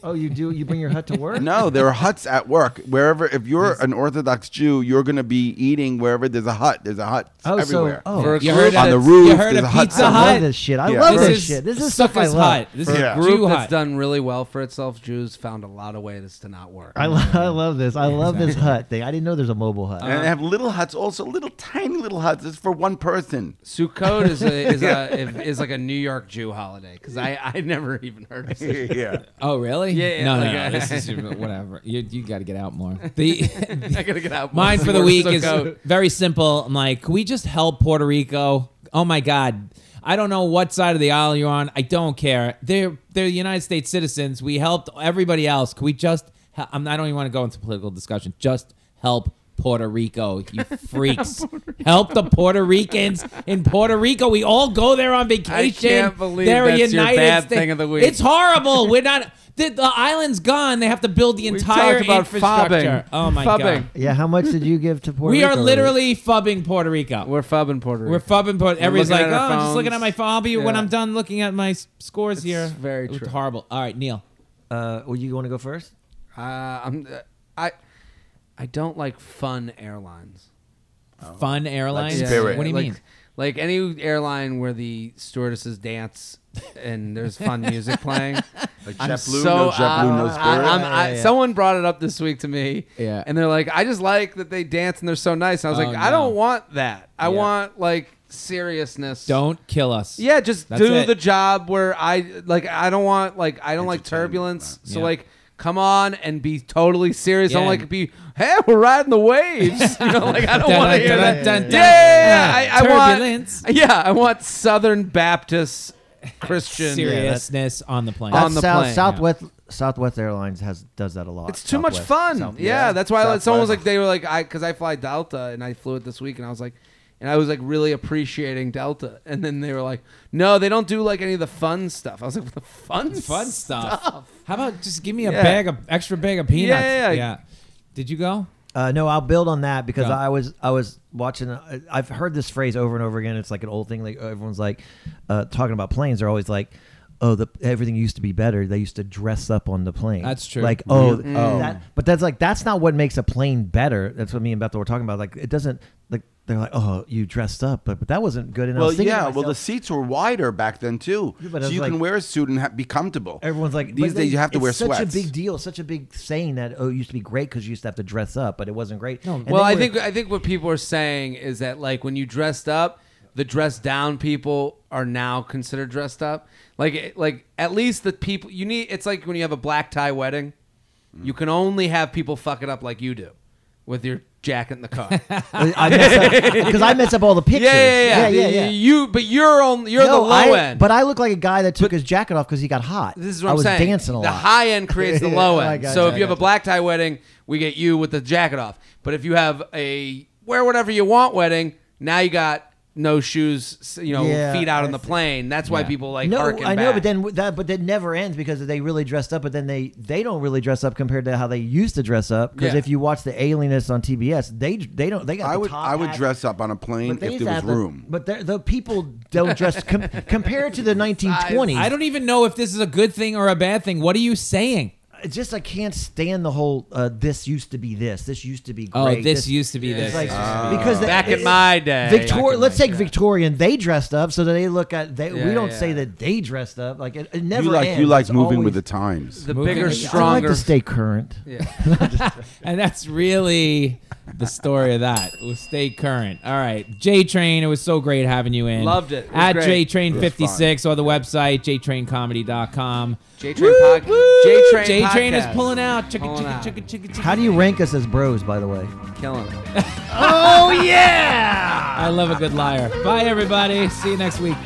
Speaker 7: Oh, you do. You bring your hut to work.
Speaker 6: *laughs* No, there are huts at work. Wherever, if you're an Orthodox Jew, you're going to be eating wherever there's a hut. There's a hut
Speaker 7: Oh,
Speaker 6: everywhere.
Speaker 7: so oh,
Speaker 9: For a
Speaker 8: You
Speaker 9: group-
Speaker 8: heard
Speaker 6: On
Speaker 8: of-
Speaker 6: the roof,
Speaker 8: You heard
Speaker 6: there's
Speaker 8: of
Speaker 6: a hut
Speaker 8: Pizza
Speaker 7: I
Speaker 6: somewhere.
Speaker 7: love
Speaker 8: Hut.
Speaker 7: this shit. I
Speaker 6: Yeah.
Speaker 7: love
Speaker 6: This
Speaker 7: this shit. This is stuff I
Speaker 8: Sucker's
Speaker 7: love.
Speaker 8: Hut. This is
Speaker 6: Yeah.
Speaker 8: Jew
Speaker 9: group
Speaker 8: Hut.
Speaker 9: that's done really well for itself, Jews found a lot of ways to not work.
Speaker 7: I, lo- I love this. I love this hut thing. I didn't know there's a mobile hut.
Speaker 6: and they have little huts, also little tiny little huts. It's for one
Speaker 7: *laughs*
Speaker 6: person.
Speaker 9: Sukkot is a, is a is like a New York Jew holiday because I I never even
Speaker 6: *laughs*
Speaker 9: heard of
Speaker 7: *laughs*
Speaker 9: it.
Speaker 6: yeah.
Speaker 8: Oh, really?
Speaker 9: Yeah, yeah,
Speaker 8: no, no,
Speaker 9: like,
Speaker 8: no.
Speaker 9: uh,
Speaker 8: this is whatever. You you got to get
Speaker 6: *laughs*
Speaker 8: out more. The
Speaker 9: I gotta get out.
Speaker 8: mine
Speaker 9: more
Speaker 8: for the
Speaker 9: Sukkot.
Speaker 8: week is
Speaker 9: Sukkot.
Speaker 8: very simple. I'm like, can we just help Puerto Rico? Oh my God, I don't know what side of the aisle you're on. I don't care. They're they're United States citizens. We helped everybody else. Can we just? he- I'm, I don't even want to go into political discussion. Just help. Puerto Rico,
Speaker 9: *laughs*
Speaker 8: you freaks. Help the Puerto Ricans in Puerto Rico. We all go there on vacation.
Speaker 9: believe
Speaker 8: They're a
Speaker 9: that's your
Speaker 8: United
Speaker 9: bad
Speaker 8: States-
Speaker 9: thing of the week.
Speaker 8: It's horrible. We're not. The, the island's gone. They have to build the
Speaker 9: We
Speaker 8: entire
Speaker 9: talked about
Speaker 8: infrastructure.
Speaker 9: fobbing.
Speaker 8: Oh my
Speaker 9: Fobbing.
Speaker 8: god.
Speaker 7: Yeah, how much did you give to Puerto
Speaker 8: We
Speaker 7: Rico?
Speaker 8: are literally fubbing Puerto Rico. We're,
Speaker 9: We're fubbing Puerto Rico.
Speaker 8: fubbing Puerto. Everybody's like,
Speaker 9: looking
Speaker 8: "Oh,
Speaker 9: at our
Speaker 8: I'm just
Speaker 9: phones."
Speaker 8: looking at my phone. I'll be when
Speaker 9: Yeah.
Speaker 8: I'm done looking at my s- scores here."
Speaker 9: very
Speaker 8: It was
Speaker 9: true.
Speaker 8: Horrible. All right, Neil.
Speaker 7: Uh, well, you want to go first?
Speaker 9: Uh, I'm, uh, I I don't like fun airlines.
Speaker 8: Fun airlines.
Speaker 9: Yeah,
Speaker 6: Spirit.
Speaker 9: Oh. yeah,
Speaker 8: What do you
Speaker 9: like-
Speaker 8: mean?
Speaker 9: Like any airline where the stewardesses dance and there's fun music playing.
Speaker 6: *laughs* Like
Speaker 9: I'm
Speaker 6: JetBlue,
Speaker 9: so
Speaker 6: no JetBlue, no
Speaker 9: out.
Speaker 6: Spirit.
Speaker 9: I, I'm- I-
Speaker 7: Yeah, yeah.
Speaker 9: Someone brought it up this week to me,
Speaker 8: Yeah.
Speaker 9: and they're like, "I just like that they dance and they're so nice." And I was
Speaker 8: Oh,
Speaker 9: like, "I
Speaker 8: no.
Speaker 9: don't want that. I
Speaker 8: Yeah.
Speaker 9: want like seriousness."
Speaker 8: Don't kill us.
Speaker 9: Yeah, just
Speaker 8: That's
Speaker 9: do
Speaker 8: it.
Speaker 9: the job where I like. I don't want like I don't like
Speaker 6: Entertainment,
Speaker 9: turbulence. So
Speaker 8: Yeah.
Speaker 9: like, come on and be totally serious.
Speaker 8: Yeah.
Speaker 9: Don't like be. Hey, we're riding the waves. *laughs* You know, like I don't want to hear that.
Speaker 8: Dun, dun, dun,
Speaker 9: Yeah,
Speaker 8: dun.
Speaker 9: I, I
Speaker 8: Turbulence.
Speaker 9: want. Yeah, I want Southern Baptist Christian.
Speaker 8: seriousness on the plane.
Speaker 9: On
Speaker 7: That's
Speaker 9: the
Speaker 7: South,
Speaker 9: plane,
Speaker 7: Southwest Southwest Airlines has does that a lot.
Speaker 9: It's too much
Speaker 7: Southwest.
Speaker 9: fun.
Speaker 7: Southwest.
Speaker 9: yeah, that's why it's
Speaker 6: Southwest.
Speaker 9: almost like they were like I because I fly Delta and I flew it this week and I was like, and I was like really appreciating Delta and then they were like, no, they don't do like any of the fun stuff. I was like, the fun *laughs*
Speaker 8: Fun stuff. How about just give me a
Speaker 9: Yeah.
Speaker 8: bag of extra bag of peanuts?
Speaker 9: Yeah, yeah, yeah.
Speaker 8: Did you go?
Speaker 7: Uh, no, I'll build on that because
Speaker 8: Go.
Speaker 7: I was I was watching. I- I've heard this phrase over and over again. It's like an old thing. Like everyone's like uh, talking about planes. They're always like, "Oh, the everything used to be better. They used to dress up on the plane."
Speaker 8: That's true.
Speaker 7: Like, oh, that, but that's like that's not what makes a plane better. That's what me and Bethel were talking about. Like, it doesn't like they're like, "Oh, you dressed up," but, but that wasn't good. And I
Speaker 6: Well,
Speaker 7: was thinking to
Speaker 6: yeah. Well, the
Speaker 7: myself,
Speaker 6: seats were wider back then too,
Speaker 7: Yeah, but
Speaker 6: so
Speaker 7: it's
Speaker 6: you can
Speaker 7: like-
Speaker 6: wear a suit and ha- be comfortable.
Speaker 7: Everyone's like
Speaker 6: these
Speaker 7: but
Speaker 6: days,
Speaker 7: they-
Speaker 6: you have to
Speaker 7: it's
Speaker 6: wear
Speaker 7: such
Speaker 6: sweats.
Speaker 7: a big deal, such a big saying that oh, it used to be great because you used to have to dress up, but it wasn't great. And
Speaker 9: well,
Speaker 7: then
Speaker 9: I
Speaker 7: we're-
Speaker 9: think
Speaker 7: *laughs*
Speaker 9: I think what people are saying is that like when you dressed up, the dressed down people are now considered dressed up. Like it- like at least the people you need. It's like when you have a black tie wedding,
Speaker 7: Mm-hmm.
Speaker 9: you can only have people fuck it up like you do, with your jacket in the
Speaker 7: *laughs*
Speaker 9: car. yeah,
Speaker 7: I mess
Speaker 9: *laughs*
Speaker 7: up because I mess up all the pictures.
Speaker 9: yeah, yeah,
Speaker 7: yeah, yeah.
Speaker 9: You, but you're on. You're
Speaker 7: No,
Speaker 9: the low
Speaker 7: I,
Speaker 9: end.
Speaker 7: But I look like a guy that took his jacket off because he got hot.
Speaker 9: This is what
Speaker 7: I
Speaker 9: I'm
Speaker 7: was
Speaker 9: saying.
Speaker 7: dancing a
Speaker 9: the
Speaker 7: lot.
Speaker 9: high end
Speaker 7: *laughs*
Speaker 9: creates the low
Speaker 7: I
Speaker 9: end.
Speaker 7: got
Speaker 9: so
Speaker 7: you,
Speaker 9: if
Speaker 7: I
Speaker 9: you have a
Speaker 7: got you.
Speaker 9: black tie wedding, we get you with the jacket off. But if you have a wear whatever you want wedding, now you got no shoes, s- you know,
Speaker 7: Yeah,
Speaker 9: feet out
Speaker 7: I
Speaker 9: on the
Speaker 7: see.
Speaker 9: plane. That's why
Speaker 8: Yeah.
Speaker 9: people like
Speaker 7: no,
Speaker 9: harken
Speaker 7: I know,
Speaker 9: back.
Speaker 7: but then that, but that never ends because they really dressed up, but then they they don't really dress up compared to how they used to dress up. Because
Speaker 9: Yeah.
Speaker 7: if you watch the Alienists on TBS, they they don't they got.
Speaker 6: I
Speaker 7: the
Speaker 6: would
Speaker 7: top
Speaker 6: I would
Speaker 7: hat,
Speaker 6: dress up on a plane
Speaker 7: but they
Speaker 6: if
Speaker 7: used to
Speaker 6: there was
Speaker 7: have the-
Speaker 6: room.
Speaker 7: but they're- the people don't dress com- compared to the 1920s.
Speaker 8: I don't even know if this is a good thing or a bad thing. What are you saying?
Speaker 7: It's just I can't stand the whole uh, this used to be this, this used to be
Speaker 8: Oh,
Speaker 7: great.
Speaker 8: this used to be this.
Speaker 7: It's like,
Speaker 8: Ah.
Speaker 7: because
Speaker 9: Back
Speaker 7: they-
Speaker 9: in my day. Back
Speaker 7: Victoria.
Speaker 9: in
Speaker 7: Let's
Speaker 9: my
Speaker 7: take Victorian. They dressed up, so that they look at. They,
Speaker 9: Yeah,
Speaker 7: we don't
Speaker 9: yeah.
Speaker 7: say that they dressed up. Like it, it never.
Speaker 6: You like
Speaker 7: ends.
Speaker 6: you like
Speaker 7: It's
Speaker 6: moving
Speaker 7: always-
Speaker 6: with the times.
Speaker 9: the
Speaker 8: Moving
Speaker 9: bigger,
Speaker 8: it.
Speaker 7: I like
Speaker 9: stronger.
Speaker 7: to stay current.
Speaker 9: yeah.
Speaker 8: *laughs* And that's really the story of that. We'll stay current. All right. J Train, it was so great having you in.
Speaker 9: Loved it. It was
Speaker 8: At J
Speaker 9: great.
Speaker 8: Train 56 or the website, jtraincomedy.com.
Speaker 9: J-Train
Speaker 8: Woo,
Speaker 9: podcast.
Speaker 8: woo.
Speaker 9: J-Train
Speaker 8: J-Train is
Speaker 9: podcast.
Speaker 8: pulling out. Chicka,
Speaker 9: Pulling
Speaker 8: chicka,
Speaker 9: out.
Speaker 8: chicka, chicka, chicka.
Speaker 7: How do you rank us as bros, by the way?
Speaker 9: Killing it.
Speaker 8: I love a good liar. Bye, everybody. See you next week.